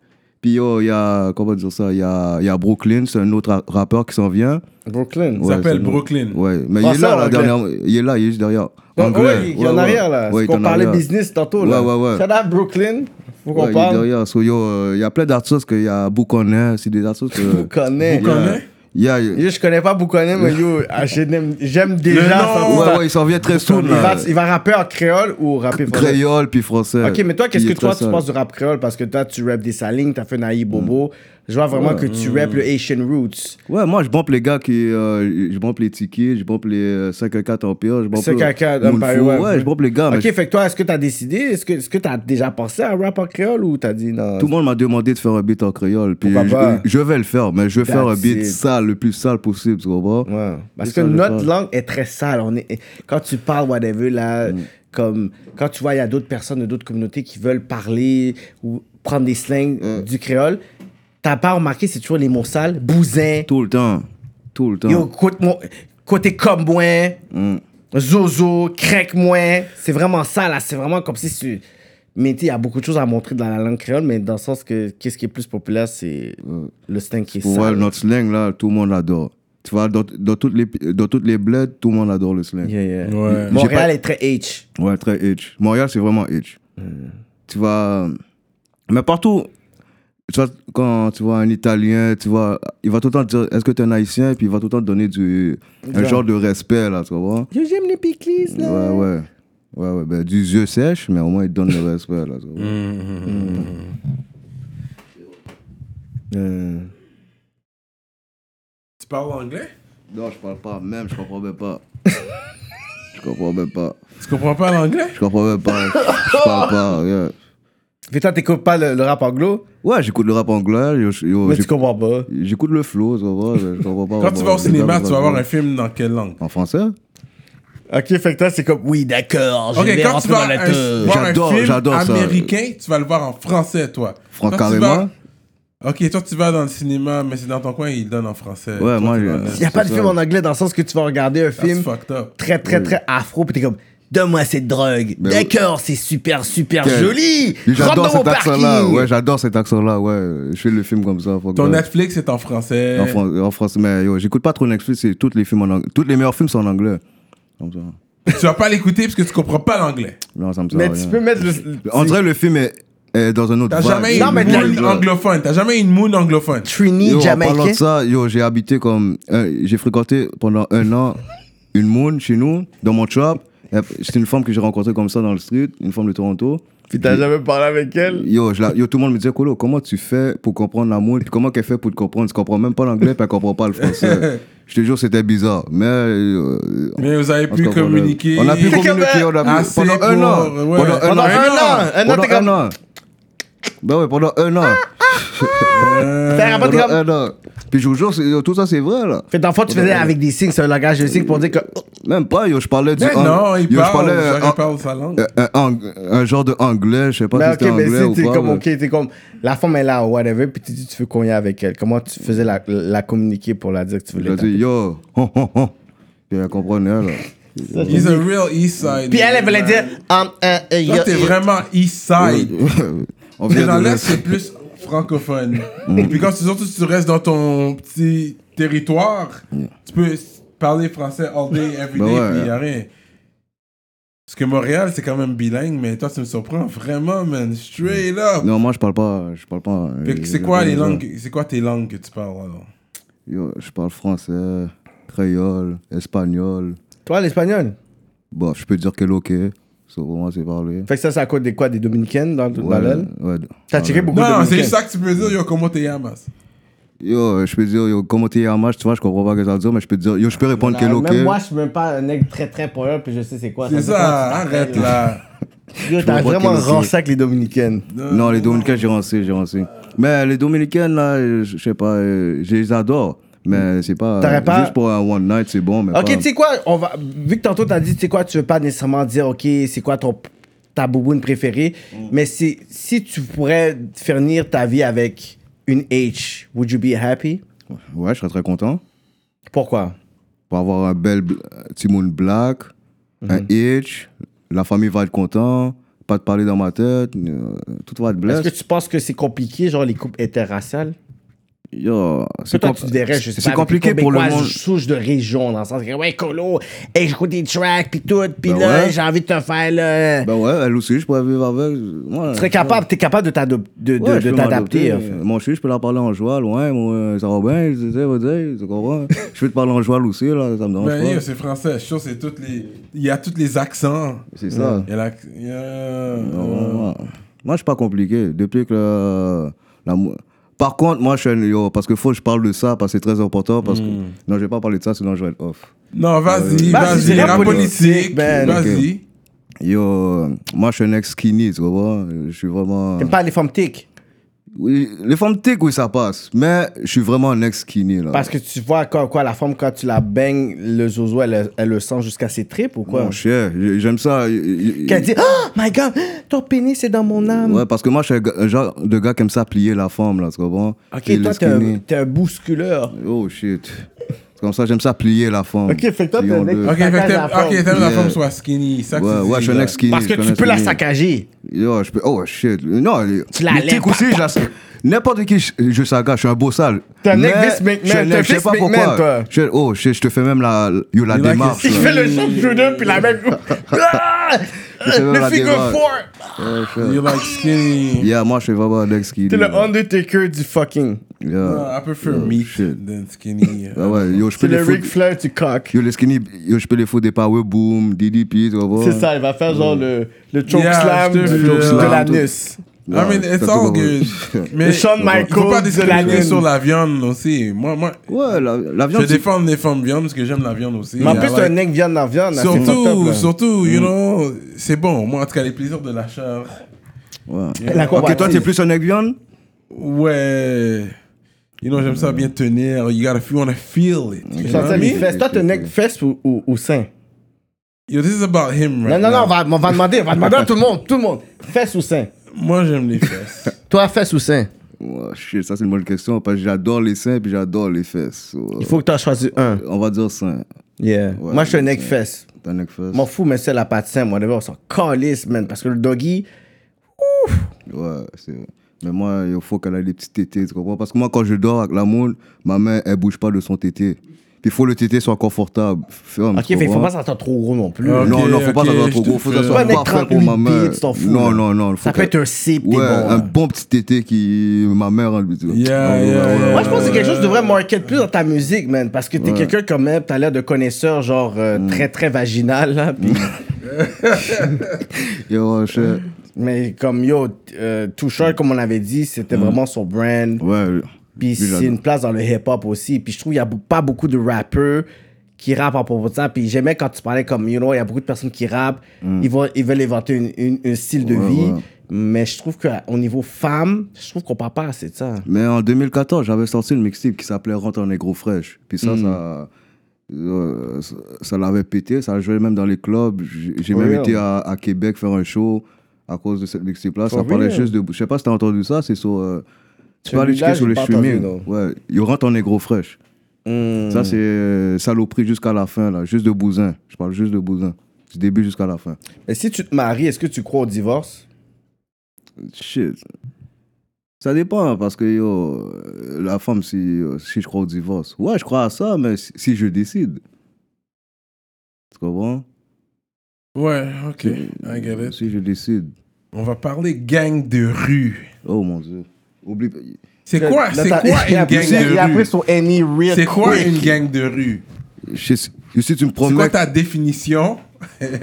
Puis yo, il y a, comment dire ça, il y a, il y a Brooklyn, c'est un autre ra- rappeur qui s'en vient. Brooklyn. Il Ouais, s'appelle c'est bon. Brooklyn. Ouais, mais il est Français là, ou la anglais dernière, il est là, il est juste derrière. Donc, Anglais. Ah, ouais, il est en ouais. arrière là. Ouais, il est on en parlait arrière. business tantôt là. Ouais, ouais, ouais. Shout out Brooklyn. Faut qu'on Ouais, il est parle. derrière. So, yo, euh, il y a plein d'artistes qu'il y a Bouconet, c'est des artistes. que- Vous connaissez. Yeah. Bouconet Yeah, yeah. Yo, je connais pas Bouconé, mais yo, ah, je n'aime- j'aime déjà nom, son Ouais, style. ouais, il s'en vient très soon. Il va, là. il va rapper en créole ou rapper français Créole puis français. Ok, mais toi, qu'est-ce Il que est toi très tu sale. Mm. penses du rap créole Parce que toi, tu rappes des salines, t'as fait Naï Bobo, Je vois vraiment que tu rappes le Asian Roots. Ouais, moi, je bombe les gars qui. euh, je bombe les tickets, je bombe les euh, 514 Empire, je bombe. C'est caca Moulfou. d'Empire, ouais. je bombe les gars. mais Ok, je- fait que toi, est-ce que t'as décidé, est-ce que, est-ce que t'as déjà pensé à rap en créole ou t'as dit non Tout le monde m'a demandé de faire un beat en créole. Puis Pourquoi pas? je, je vais le faire, mais je vais faire un That's beat it. sale, le plus sale possible, tu Ouais. comprends? Parce Mais que ça, je notre parle. langue est très sale. On est... Quand tu parles, whatever, Mm. là, comme, quand tu vois, il y a d'autres personnes de d'autres communautés qui veulent parler ou prendre des slangs Mm. du créole, t'as pas remarqué, c'est toujours les mots sales, bousin, Tout le temps. Tout le temps. yo, côte mo- côté comme moi, Mm. zozo, crec moi. C'est vraiment ça, là. C'est vraiment comme si tu. Mais tu sais, il y a beaucoup de choses à montrer dans la langue créole, mais dans le sens que qu'est-ce qui est plus populaire, c'est le slang qui est Ouais, sale. notre slang, là, tout le monde adore. Tu vois, dans, dans toutes, les, dans toutes les bleds, tout le monde adore le slang. Yeah, yeah. Ouais. Montréal est très H. Ouais, très H. Montréal, c'est vraiment H. Mm. Tu vois. Mais partout, tu vois, quand tu vois un Italien, tu vois, il va tout le temps te dire est-ce que tu es un Haïtien Puis il va tout le temps te donner du, un genre de respect, là, tu vois. Yo, j'aime les piclis, Ouais, là. ouais. Ouais, ouais. Ben, du yeux sèche, mais au moins, il te donne le respect, là, tu vois. Mm. Hmm. Tu parles anglais Non, je parle pas, même, je comprends même pas. je comprends même pas. Tu comprends pas l'anglais Je comprends même pas. Je parle pas, yeah. Fait que toi, t'écoutes pas le, le rap anglo, Ouais, j'écoute le rap anglais, yo- yo- mais tu j'écoute- comprends pas. j'écoute le flow, tu vois, mais je comprends pas. Quand tu vas au les cinéma, gars, tu vas voir ils un film dans quelle langue En français Ok, fait que toi, c'est comme, oui, d'accord, je Ok, vais quand tu rentrer dans vas la un- tête. voir un J'adore- film j'adore ça. américain, tu vas le voir en français, toi. Franck Quand tu carrément. vas- Ok, toi tu vas dans le cinéma, mais c'est dans ton coin, ils donnent en français. Ouais, moi, j'ai- Il y a pas de C'est film ça. en anglais dans le sens que tu vas regarder un film. film fucked up. très, très, très afro, pis t'es comme, donne-moi cette drogue. Ben oui. D'accord, c'est super, super Quel- joli. J'adore Rentre dans mon cet accent-là. parking. Ouais, j'adore cet accent-là. Ouais, je fais le film comme ça. fuck Ton that. Netflix est en français. en, Fran- en français, mais yo, j'écoute pas trop Netflix. C'est tous les films en anglais. Tous les meilleurs films sont en anglais. Comme ça. Tu vas pas l'écouter parce que tu comprends pas l'anglais. Non, ça me sert Mais à tu rien. peux mettre le. On dirait le film est, est dans un autre. T'as vibe. jamais Non, mais une t'as- moon anglophone. T'as jamais une moon anglophone. Trini Yo, en parlant jamaïcain. de ça, yo, j'ai habité comme. euh, j'ai fréquenté pendant un an une moon chez nous, dans mon trap. Euh, C'était une femme que j'ai rencontrée comme ça dans le street, une femme de Toronto. Puis t'as jamais parlé avec elle. Yo, je la- yo, tout le monde me disait, Colo, comment tu fais pour comprendre la moule Puis comment qu'elle fait pour te comprendre Tu comprends même pas l'anglais, puis elle comprend pas le français. Je te jure, c'était bizarre. Mais. euh, Mais vous avez on pu se comprend communiquer. bien. euh, On a pu C'est communiquer, comme on a pu. assez Pendant un Ah, pour- an. ouais. Pendant un Pendant an. un an, un an, Pendant t'es comme. un an. Ben ouais, pendant un Ah, an. Euh, T'as un rapport, t'es Pendant comme- un an. Puis je vous jure, c'est- tout ça, c'est vrai, là. Fait que dans le fond, tu faisais avec des signes, c'est un langage de signes pour dire que. oh, Même pas, yo, je parlais du. Mais ang- non, il yo, je parle. parlais, chacun euh, parle sa langue. un- un- un ang- Un genre de anglais, je sais pas Mais si ben, ok, c'était mais anglais si t'es ou comme, pas. ok, t'es comme, la femme est là, whatever, puis tu dis, tu veux cogner avec elle. Comment tu faisais la, la communiquer pour la dire que tu Je voulais dis, taper? yo, hon, hon, hon. Puis elle comprenait, là. He's a real east side. Puis elle, elle voulait dire, um, euh, euh, yo, Toi, t'es yo. vraiment east side. On Mais vient dans de Mm. l'Est, c'est plus francophone. Et puis quand tu, surtout, si tu restes dans ton petit territoire, tu peux s- parler français all day, every Ben day, ouais. puis y a rien. Parce que Montréal, c'est quand même bilingue, mais toi, tu me surprends vraiment, man. Straight up. Non, moi, je parle pas. Je parle pas. Fait que c'est quoi les langues, c'est quoi tes langues que tu parles alors? Yo, je parle français, créole, espagnol. Toi, l'espagnol. Bon, Bah, je peux dire que ok. C'est vraiment c'est parler. Fait que ça, c'est à cause des quoi, des dominicaines dans, dans l'aile? ouais. T'as tiré beaucoup de Non, non, c'est dominicaines. juste ça que tu peux dire, yo, comment t'es Yamas? Yo, je peux dire, yo, comment t'es en match, tu vois, je comprends pas ce que ça veut dire, mais je peux dire, yo, je peux répondre que ok. Euh, Même moi, je suis même pas un nègre très très poileux, puis je sais c'est quoi. C'est dépend du ça, travail, arrête là. Yo, T'as Je vois vraiment qu'elle aussi. rancé avec les dominicaines. Non, les Dominicains, j'ai rancé, j'ai rancé. Mais les Dominicaines, là, euh, je je sais pas, euh, je les adore. Mais c'est pas. Hmm. T'aurais euh, pas- Juste pour un one night, c'est bon, mais. Ok, pas- tu sais quoi, on va, vu que tantôt t'as dit, tu sais quoi, tu veux pas nécessairement dire, ok, c'est quoi ton, ta bouboune préférée, Mm. mais si, si tu pourrais finir ta vie avec une H, would you be happy? Ouais, je serais très content. Pourquoi? pour avoir un bel bl- euh, Timon Black, Hmm. un Hitch, la famille va être content, pas de parler dans ma tête, euh, tout va être Est-ce blessé. que tu penses que c'est compliqué, genre les couples interraciales? Yo, C'est toi, compl- tu verrais, je sais pas. C'est avec compliqué les pour le Québécois, monde. je Souche de région, dans le sens que, ouais, colo, et j'écoute des tracks, pis tout, pis Ben là, ouais. j'ai envie de te faire, là. Ben ouais, elle aussi, je pourrais vivre avec. Ouais, tu serais capable, t'es capable de t'adop- de- de- ouais, je de peux euh. t'adapter. m'adapter. en fait. Mon chien, je peux la parler en joie, loin, moi, euh, ça va bien, je sais, je sais, tu comprends? je peux te parler en joie aussi, là, ça me dérange Ben, yo, pas. c'est français. Je suis sûr, c'est toutes les. Il y a tous les accents. C'est ça. Il y a l'ac- il y a- Ouais. Moi, je suis pas compliqué. Depuis que euh, la, mou- Par contre, moi, je suis un yo, parce que faut que je parle de ça, parce que c'est très important. Parce que... Hmm. Non, je vais pas parler de ça, sinon je vais être off. Non, vas-y, Bah, vas-y, c'est la la politique, politique. ben, Vas-y. Yo, moi, je suis un ex skinny, tu vois. Je suis vraiment. T'aimes pas les formes thick Oui, les formes thick, oui, ça passe. Mais je suis vraiment un ex skinny, là. Parce que tu vois quoi, quoi, la forme, quand tu la baignes, le zozo, elle, elle le sent jusqu'à ses tripes ou quoi Mon cher, j'ai- j'aime ça. Qu'elle dit Oh my god, ton pénis c'est dans mon âme. Ouais, parce que moi, je suis un gars- un genre de gars comme ça, plier la forme, là, tu comprends? ok, Et le toi t'es un, skinny. t'es un bousculeur. Oh shit. C'est comme ça, j'aime ça plier la forme. Ok, fait que toi, t'es Plier en un mec- deux. Ok, fait Saccage que la t'aimes forme. ok, t'aimes la Yeah. forme soit skinny. ça que Ouais, tu ouais, dis, je suis un là. ex skinny. Parce que je suis un tu ex peux la skinny. saccager. Yo, je peux. Oh shit. Non, les- Tu la les lèves, tics aussi, pa, je la. N'importe qui, je, je saga, je suis un beau sale. T'es un Mais mec Vince McMahon, je suis un t'es mec, Je sais Vince pas McMahon, pourquoi. toi. Je, oh shit, je te fais même la, yo, la Il a démarche. qu'est-ce Il là. fait le sharpshooter puis la même. Ah! sais même le la figure démarche. four. Oh, shit. You like skinny. Yeah, moi, je suis vraiment un ex skinny. T'es le Undertaker du fucking. Yeah. I prefer meat Oh, shit. than skinny. Ah ouais, yo, je peux C'est les le Ric foutre. Flair du coq. Yo, les skinny, yo, je peux les foutre des power boom, DDP, tu vois. C'est ça, il va faire genre le, le choke Yeah, slam je te du- fais- de slam, l'anus. I mean, Ouais, it's t'as all tout compris. good. Mais Le Shawn il faut Michaels pas de la discriminer lune. sur la viande aussi. Moi, moi, Ouais, la, la je viande. c'est- défends les femmes viande parce que j'aime la viande aussi. Mais en I plus, like- t'es un nec viande en viande. là, c'est fucked up, hein. Surtout, là. surtout, Mm. you know, c'est bon. Moi, en tout cas, les plaisirs de la chair. Ouais. La Ok, toi, t'es convoitise. plus un ex viande? Ouais. You know, j'aime ça bien tenir. You gotta feel, wanna feel it. Mm. You Je know sens what ça, I les mean? fesses. Toi, t'es un nec fesses ou, ou, ou sein Yo, this is about him Non, right non, non, now. on va, on va demander, on va demander à tout le monde, tout le monde. Fesses ou sein Moi, j'aime les fesses. Toi, fesses ou sein Ouais, shit, ça, c'est une bonne question. Parce que j'adore les seins puis j'adore les fesses. so, Il faut que t'en choisisses un. On va dire seins. Yeah. Ouais, Moi, je suis un c'est- nec fesses. T'es un ex fesses? M'en fous, mais c'est la patte sain, moi, on s'en calisse, man. Parce que le doggy, Ouais, c'est vrai. Mais moi, il faut qu'elle ait des petits tétés, tu comprends Parce que moi, quand je dors avec la moule, ma main, elle bouge pas de son tété. Puis il faut que le tété soit confortable, ferme. ok, tu fait, il faut comprends pas s'entendre trop gros non plus. Ok, non, non, faut pas ok, que ça soit je trop te gros. Faut que ça fais. Pas soit un parfait écran pour ma limité, mère. tu t'en fous, Non, là. non, non. faut Ça peut que- être un cip, t'es Ouais, bon, là. un bon petit tété qui. Ma mère, elle lui dit. Yeah, Ouais, yeah, ouais, yeah. ouais, Moi, je pense que c'est ouais. quelque chose que tu devrais market plus dans ta musique, man. Parce que t'es quelqu'un quand même, t'as l'air de connaisseur, genre euh, très, très vaginal, là. puis- Yo, shit. mais comme yo, euh, Too Mm. Short, comme on avait dit, c'était vraiment son brand. Ouais. Puis Mm. Lui, c'est j'adore. une place dans le hip-hop aussi. Puis je trouve qu'il n'y a bou- pas beaucoup de rappeurs qui rappent à propos de ça. Puis j'aimais quand tu parlais comme, you know, il y a beaucoup de personnes qui rappent. Ils, vont, ils veulent inventer une, une- un style de Mm. Ouais, vie. ouais. Mais je trouve qu'au niveau femme, je trouve qu'on parle pas assez de ça. Mais en 2014, j'avais sorti une mixtape qui s'appelait Rentre en négro fraîche. Puis Mm. ça, ça, euh, ça, ça l'avait pété. Ça jouait même dans les clubs. J'ai j'ai For même real. été à, à Québec faire un show à cause de cette mixtape-là. Ça For parlait real. juste de. Je sais pas si t'as entendu ça, c'est sur. euh, tu peux aller Celui-là, checker sur j'ai les pas entendu, streamings. Ouais, il rentre en négro fraîche. Mm. Ça, c'est euh, saloperie jusqu'à la fin, là. Juste de bousin. Je parle juste de bousin. Du début jusqu'à la fin. Mais si tu te maries, est-ce que tu crois au divorce? Shit. Ça dépend, hein, parce que yo, euh, la femme, si, euh, si je crois au divorce, ouais, je crois à ça, mais si, si je décide. Tu comprends? Ouais, ok. I get it. Si je décide. On va parler gang de rue. Oh mon dieu. Oublie. C'est quoi, c'est quoi une gang de rue? sur Any E Real C'est quoi une gang de rue? Je sais- si tu me C'est quoi promets. ta définition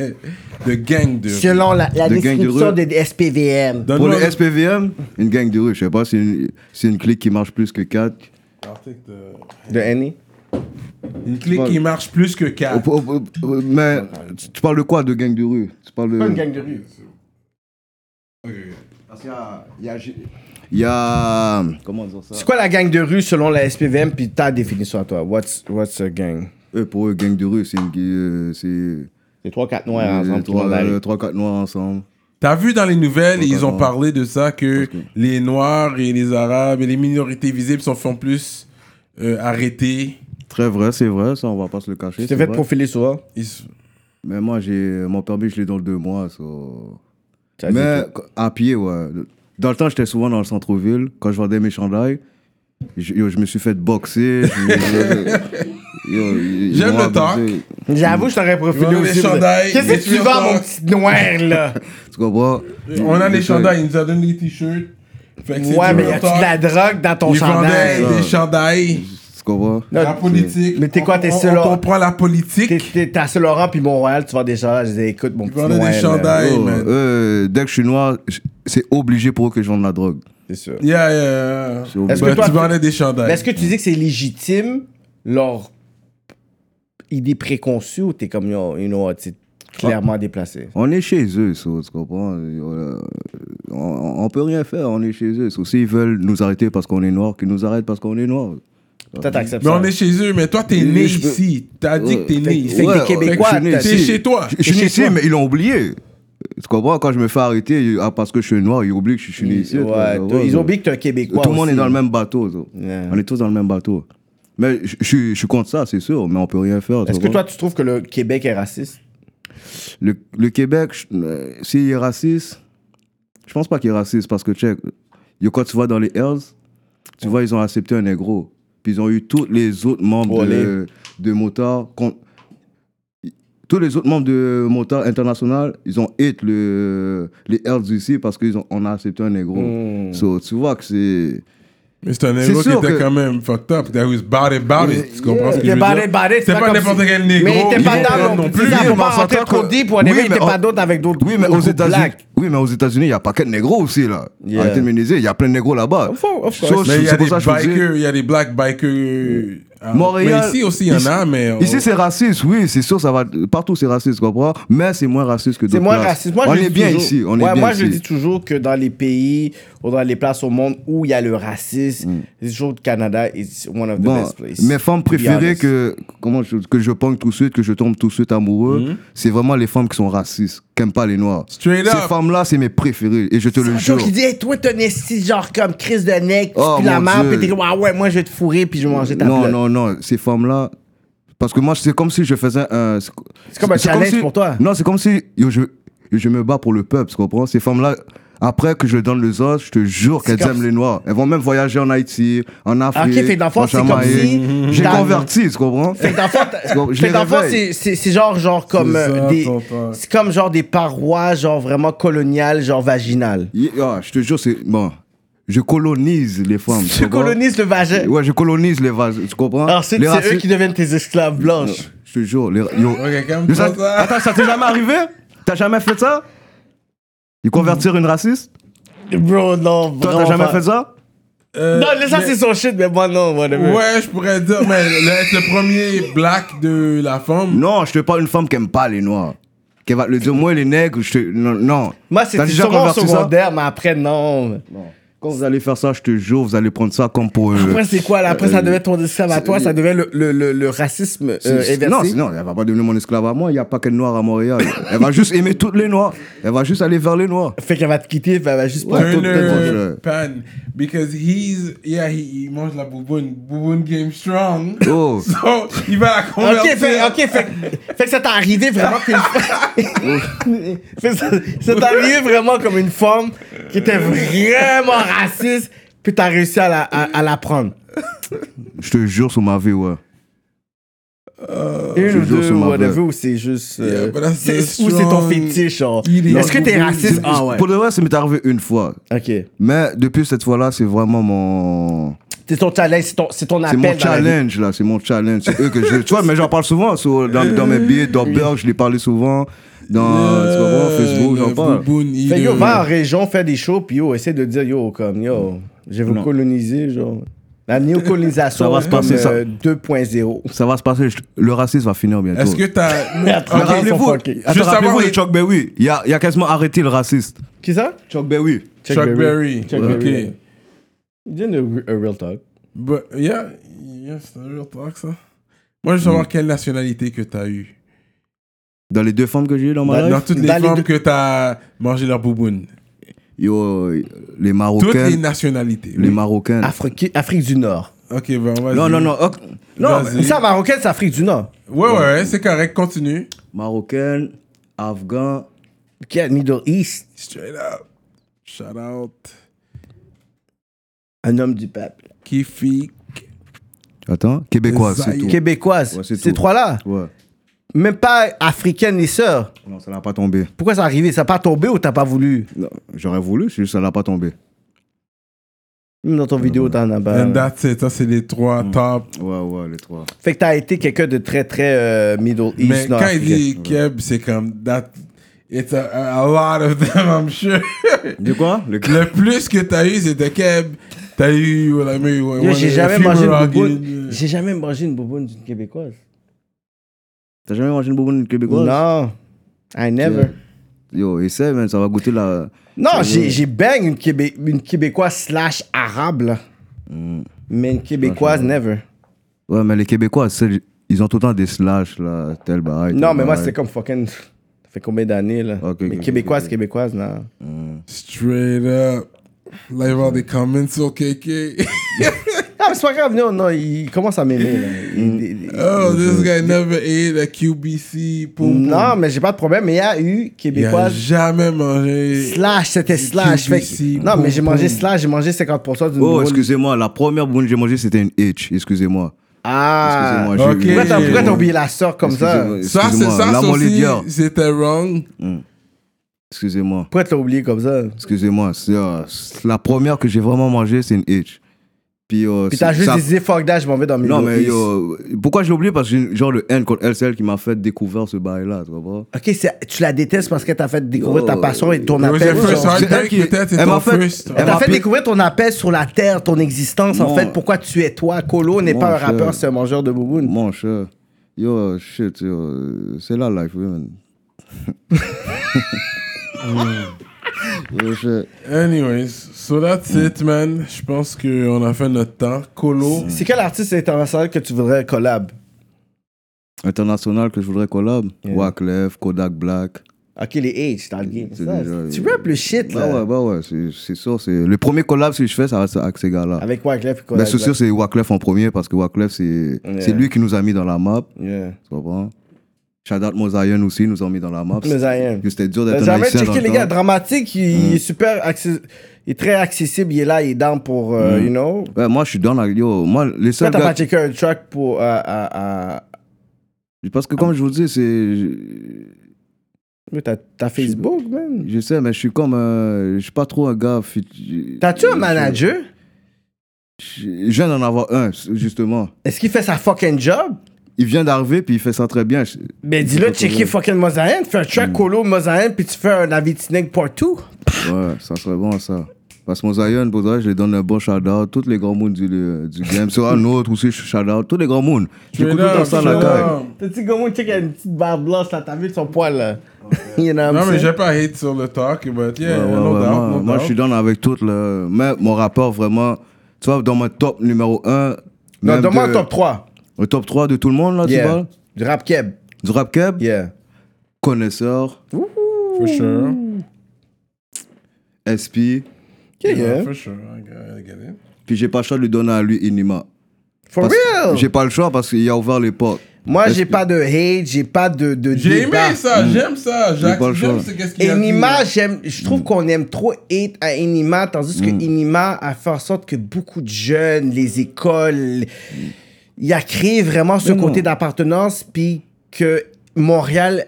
de gang de rue? Selon la, la De gang de description de, rue. SPVM. Pour Donne-moi le un- SPVM, une gang de rue, je sais pas, c'est une, c'est une clique qui marche plus que 4. De E? Any? Une clique qui marche plus que Ah. 4. Mais tu, tu parles de quoi de gang de rue? Tu parles de. de rue. Parce qu'il y a- il y a. Il y a. Comment dire ça? C'est quoi la gang de rue selon la SPVM puis ta définition à toi? What's, what's a gang? Eux, euh, pour eux, gang de rue, c'est une. euh, c'est- Les 3-4 noirs Euh, Euh, ensemble, tout le monde arrive. 3-4 noirs ensemble. T'as vu dans les nouvelles, ils ont Complètement. parlé de ça, que les Noirs et les Arabes et les minorités visibles sont font plus euh, arrêtés. Très vrai, c'est vrai, ça, on va pas se le cacher. Tu c'est t'es fait vrai. profiler souvent? Ils s- Mais moi, j'ai mon permis, je l'ai dans le deux mois. so- Ça dit Mais à pied, ouais. Dans le temps, j'étais souvent dans le centre-ville. Quand je vendais mes chandails, je, yo, je me suis fait boxer. je- yo, ils- ils J'aime m'ont le talk. abusé. tout. J'avoue, je t'aurais profilé Voilà les aussi. mais- chandails, Qu'est-ce les que tu vends, tuyaux. mon petit noir, là? Tu comprends On a Ils- les ils- chandails, ils nous ont donné des t-shirts. Fait que c'est ouais, du mais y real a-tu talk. de la drogue dans ton Ils vendaient chandail? des chandails. Tu comprends La politique. Mais t'es quoi, t'es On- on- seul- On comprend la T'es- politique. t'es- T'es à Saint-Laurent puis Montréal, tu vends des chandails. Je disais, écoute, mon Ils petit vendaient noir. des là. chandails, Oh, man. euh, dès que je suis noir, je- c'est obligé pour eux que je vende la drogue. C'est sûr. Yeah, yeah, yeah. C'est obligé. Est-ce que Bah, toi, tu tu- vendais des chandails. Mais est-ce que tu dis que c'est légitime leur idée préconçue ou t'es comme, yo, you know what, c'est clairement déplacé? On est chez eux, so, tu comprends Euh, on, on peut rien faire, on est chez eux. So, S'ils veulent nous arrêter parce qu'on est noir, qu'ils nous arrêtent parce qu'on est noir. Toi, t'acceptes Mais ça. on est chez eux, mais toi, t'es Mais né je peux- ici. T'as dit que t'es né ici. fait que t'es Québécois, je suis né t'as ici. T'es chez toi. Je je T'es suis né chez ici, toi. mais ils l'ont oublié. Tu comprends Quand je me fais arrêter ah, parce que je suis noir, ils oublient que je suis né ici. Ouais, tu vois, toi, ouais, ils ouais. ont oublié que t'es un Québécois. Tout le monde aussi. est dans le même bateau. tu vois. Yeah. On est tous dans le même bateau. Mais je- je suis- je suis contre ça, c'est sûr, mais on peut rien faire. tu Est-ce que comprends? toi, tu trouves que le Québec est raciste? le, le Québec, je- euh, s'il est raciste, je pense pas qu'il est raciste parce que, check, yo, quand tu vas dans les Hells, tu vois, ils ont accepté un négro. Puis ils ont eu tous les autres membres de, Olé. de Motard. con- tous les autres membres de Motard International, ils ont hit le, les Hells d'ici parce qu'on a accepté un négro. Hmm. So, tu vois que c'est. Mais c'est un négro qui sûr était que- quand même fucked up. That was bad about it. Tu comprends ce que je Il veux est barré, dire? barré. C'est pas comme n'importe si- quel négro. Mais il ils était vont pas prendre dans non non plus. plus. Il mais pas on rentrer s'entend trop que- deep ou whatever, Oui, il était mais pas on- d'autres avec d'autres. Oui, mais aux groupes États-Unis, black. oui, mais aux États-Unis, il y a pas que de négros aussi là. Yeah. Arrêtez de me niaiser, il y a plein de négros là-bas. Of course, of So, course. Mais il y a des c'est pour ça que je vous dis- bikers, il y a des black bikers. Ah, Montréal. Mais ici aussi, il y en a, ici- mais. oh, Ici, c'est raciste, oui, c'est sûr, ça va. Partout, c'est raciste, tu comprends? Mais c'est moins raciste que d'autres. C'est moins places. raciste. Moi, on je est dis bien toujours- ici. On Ouais, est bien moi, ici. je dis toujours que dans les pays ou dans les places au monde où il y a le racisme, les toujours le Canada is one of the Bon, best places. mes femmes to be préférées honest. que, comment je, que je pogne tout de suite, que je tombe tout de suite amoureux, c'est vraiment les femmes qui sont racistes, qui n'aiment pas les noirs. Mm-hmm. Straight Ces up. femmes-là, c'est mes préférées, et je te le Ah, jure. Donc, il dit, hey, toi, t'es un esti, genre comme Chris de Neck, tu Oh, puis la mon map, Dieu. puis t'es comme, ah ouais, moi, je vais te fourrer, puis je vais manger ta Non, plate. non, non, ces femmes-là. Parce que moi, c'est comme si je faisais un. C'est comme un c'est challenge si- pour toi. Non, c'est comme si yo, je, je me bats pour le peuple, tu comprends Ces femmes-là, après que je donne les os, je te jure C'est qu'elles aiment comme- les Noirs. Elles vont même voyager en Haïti, en Ah, ok, Afrique. fait d'enfant, en c'est comme Jamaïque. si. J'ai t'as- converti, tu comprends Fait que d'enfant, comprends? Je les réveille. c'est c'est- c'est genre, genre comme C'est euh, ça, des. ton père. C'est comme genre des parois, genre vraiment coloniales, genre vaginales. Y- ah, je te jure, c'est. Bon, je colonise les femmes. Tu comprends colonises le vagin. Ouais, je colonise les vases, tu comprends Alors, c'est Les c'est eux racistes- qui deviennent tes esclaves blanches. Je te jure, les. yo. Ok, calme Mais ça- ça. Attends, ça t'est jamais arrivé T'as jamais fait ça Il convertir une raciste Bro, non, Toi, t'as vraiment jamais pas. fait ça Euh, Non, mais ça, c'est son shit, mais moi, non, whatever. Ouais, je pourrais dire, mais le- être le premier black de la femme. Non, je te parle d'une femme qui aime pas les noirs. Qui va le dire, moi, les nègres, je te. Non. non. Moi, T'as c'était déjà sûrement au converti ça secondaire, mais après, non. Quand vous allez faire ça, je te jure, vous allez prendre ça comme pour. euh, Après, c'est quoi, là? Après, ça devait être ton esclave à toi, ça devait être le, le, le, le racisme euh, c'est- c'est- inversé. non, c'est- non, elle va pas devenir mon esclave à moi. Il n'y a pas qu'elle noire à Montréal. Elle va juste aimer toutes les noirs. Elle va juste aller vers les noirs. Fait qu'elle va te quitter, puis elle va juste prendre ton Ouais. tête. Turner Ouais. Pan, because he's, yeah, he, il mange la bouboune, bouboune game strong. Oh. So, il va la convertir. Ok, fait, ok, fait, fait que ça t'est arrivé vraiment qu'une fait que ça, ça t'est arrivé vraiment comme une femme qui était vraiment raciste, puis t'as réussi à la, à, à la prendre. Je te jure sur ma vie, ouais. Une Euh, je ou jure deux, sur ma whatever, ou c'est juste. euh, Yeah, but that's c'est- the ou c'est ton strong- fétiche, genre. Il est- Est-ce que t'es raciste? Ah ouais. Pour de vrai, ça m'est arrivé une fois. Ok. Mais depuis cette fois-là, c'est vraiment mon. C'est ton challenge, c'est ton, c'est ton C'est appel. mon dans la vie. challenge, là. C'est mon challenge. C'est eux que je. Tu vois, mais j'en parle souvent sur- dans, dans mes billets, dans Berg, je l'ai parlé souvent. Dans Ah, tu comprends, Facebook, Euh, j'en parle. Fait que, yo, va en parle. région, fais des shows, puis yo, essaie de dire yo, comme yo, je vais vous coloniser, genre. La néocolonisation, Ça va se passer, comme, ça. euh, 2.0. Ça va se passer. je- Le racisme va finir bientôt. Est-ce que t'as. Mais attends, Mais les gens sont Rappelez-vous, fuckés. attends, Juste rappelez-vous savoir de les- Chuck Berry. Il a, il a quasiment arrêté le raciste. Qui ça? Chuck Berry. Chuck Chuck Berry. Berry. Chuck ok. Berry, ouais. Il a real talk. But, yeah, yeah, c'est un real talk, ça. Moi, je veux Mm. savoir quelle nationalité que t'as eu. Dans les deux femmes que j'ai eues dans ma Dans- life, Dans toutes les Dans les formes deux- que t'as mangé leur bouboune. yo, les Toutes les Marocaines. nationalités. Les Marocaines. Afrique, Afrique du Nord. Ok, ben, vas-y. Non, non, non. ok. Non, Vas-y. mais- Ça, marocaine, c'est Afrique du Nord. Ouais, ouais, ouais, c'est correct, continue. Marocaines, Afghans. Qui est Middle East? Straight up. Shout out. Un homme du peuple. Kifi. Attends, Québécoises, c'est Zaïre. tout. Québécoise. Ouais, c'est Ces tout. trois-là. Ouais. Même pas africaine les sœurs. Non, ça n'a pas tombé. Pourquoi ça arrivé? Ça n'a pas tombé ou t'as pas voulu? Non, J'aurais voulu, c'est juste ça n'a pas tombé. Même dans ton vidéo, t'en as Euh, And pas. that's it. Ça, c'est les trois mm. top. Ouais, ouais, les trois. Fait que t'as été quelqu'un de très, très euh, Middle East. Mais Nord quand il africain. dit Keb, c'est comme that. It's a, a, a lot of them, I'm sure. De quoi Le Le plus que t'as eu, c'est de Keb. T'as eu, like, maybe one- Yo, j'ai a jamais few mangé une Moroccan- bouboune. J'ai jamais mangé une bouboune d'une Québécoise. T'as jamais mangé une bouboune québécoise Non. I never. Yo, essaie, man, ça va goûter la. Non, j'ai j'ai bang une, Québé- une Québécoise slash arabe, là. Mm. Mais une Québécoise, never. Ouais, mais les Québécois, c'est- ils ont tout le temps des slash, là, tel bail. Non, tel mais moi, bail. c'est comme fucking. Ça fait combien d'années, là? Ok, mais ok, Québécoise, ok, ok. Québécoise, non. Straight up. Là, il va y avoir des comments sur KK. Ah, mais c'est pas grave, non, non, il commence à m'aimer, là. Mm. Il- il- il- Oh, this guy never ate a QBC. Poum, Non, mais j'ai pas de problème, mais il y a eu Il a Québécoise. jamais mangé. Slash, c'était slash. Fait que- QVC, non, mais j'ai boum, mangé boum. slash, j'ai mangé 50% d'une Oh, bouboune. excusez-moi, la première bouboune que j'ai mangée, c'était une H. Excusez-moi. Ah, Excusez-moi, ok. j'ai- pourquoi t'as- pourquoi t'as oublié la sœur comme ça? Excusez-moi, Ça, c'est excusez-moi, ça, la ça mollée aussi, d'hier. c'était wrong. Excusez-moi. Pourquoi t'as oublié comme ça? Excusez-moi, c'est euh, c'est la première que j'ai vraiment mangée, c'est une H. Puis, euh, Puis t'as c'est- juste ça- dit fuck that, je m'en vais dans mes Non, mais nourrices. yo, pourquoi je l'ai oublié Parce que, j'ai- genre, le N contre elle, c'est elle qui m'a fait découvrir ce bail-là, tu vois. pas Ok, c'est- tu la détestes parce qu'elle t'a fait découvrir Yo. ta passion et ton It was appel. your first sur- heart- heartbreak, qui- peut-être, c'est Elle ton m'a fait- first. Elle Elle m'a t'a fait appelé- découvrir ton appel sur la terre, ton existence, en Non. fait. Pourquoi tu es toi. Colo n'est Non, pas un je- rappeur, c'est un mangeur de bouboune. Mon cher. Yo, shit, yo, c'est la life, man. Mm. Yo, shit. Anyways, so that's it, man. Je pense qu'on a fait notre temps. Colo. C'est quel artiste international que tu voudrais collab International que je voudrais collab. Yeah. Wyclef, Kodak Black. Ok, les H dans le game. C'est Ça, déjà- Tu rappes le shit, Bah là. ouais, bah ouais, c'est- c'est sûr. c'est- Le premier collab que je fais, ça reste avec ces gars-là. Avec Wyclef et Mais Kodak Ben, c'est sûr, Black. c'est Wyclef en premier parce que Wyclef, c'est c'est lui qui nous a mis dans la map. Yeah. Tu comprends? Shadat Mozaïen aussi nous a mis dans la map. Mais I am. Parce que C'était dur d'être T'as un jamais haïtien dans checké le les gars, temps. dramatique, il, il est super access- il est très accessible, il est là, il est down pour, Mm. euh, you know. Ouais, moi, je suis dans la. Yo, moi, les Pourquoi seuls t'as gars. pas checké un track pour, euh, à, à, Parce que, comme je vous dis, c'est. Mais t'as, t'as Facebook, man. Je sais, mais je suis comme. euh, je suis pas trop un gars. fit- je- T'as-tu un je- manager? Je, je viens d'en avoir un, justement. Est-ce qu'il fait sa fucking job? Il vient d'arriver, puis il fait ça très bien. Je- Ben dis-le, checker Hmm. fucking Mosaïen, fais un track colo Mosaïen, puis tu fais un Avitineg partout. Ouais, ça serait bon, ça. Parce que mon Zion, pour vrai, je lui donne un bon shout-out. Tous les grands mondes du, euh, du game. Sur un autre aussi, shout-out. Tous les grands mondes. J'écoute tout le temps ça à la taille. T'as-tu comment check, il a une petite barbe blanche là, t'as vu son poil là? you know what Non, mais I'm j'ai saying? pas hate sur le talk, but yeah, Ouais, ouais, no ouais, doubt, moi, no moi, je suis doubt. dans avec tout. Là. Mais mon rapport, vraiment, tu vois, dans mon top numéro 1. Non, donne-moi un top 3. Le top 3 de tout le monde, là, tu Yeah. vois. Du rap keb. Du rap keb, Yeah. connaisseur, For sure. SP. Yeah, Yeah, yeah. for sure. I get- I get it. Puis j'ai pas le choix de lui donner à lui Inima. For Parce- real! J'ai pas le choix parce qu'il a ouvert les portes. Moi, j'ai Est-ce- pas de hate, j'ai pas de, de J'ai débat. aimé ça, j'aime ça. Jacques, pas le j'aime choix. ce qu'est-ce qu'il a dit. Enima, j'aime, je Mm. trouve qu'on aime trop hate à Enima, tandis que Enima a fait en sorte que beaucoup de jeunes, les écoles, il a créé vraiment ce côté d'appartenance, puis que Montréal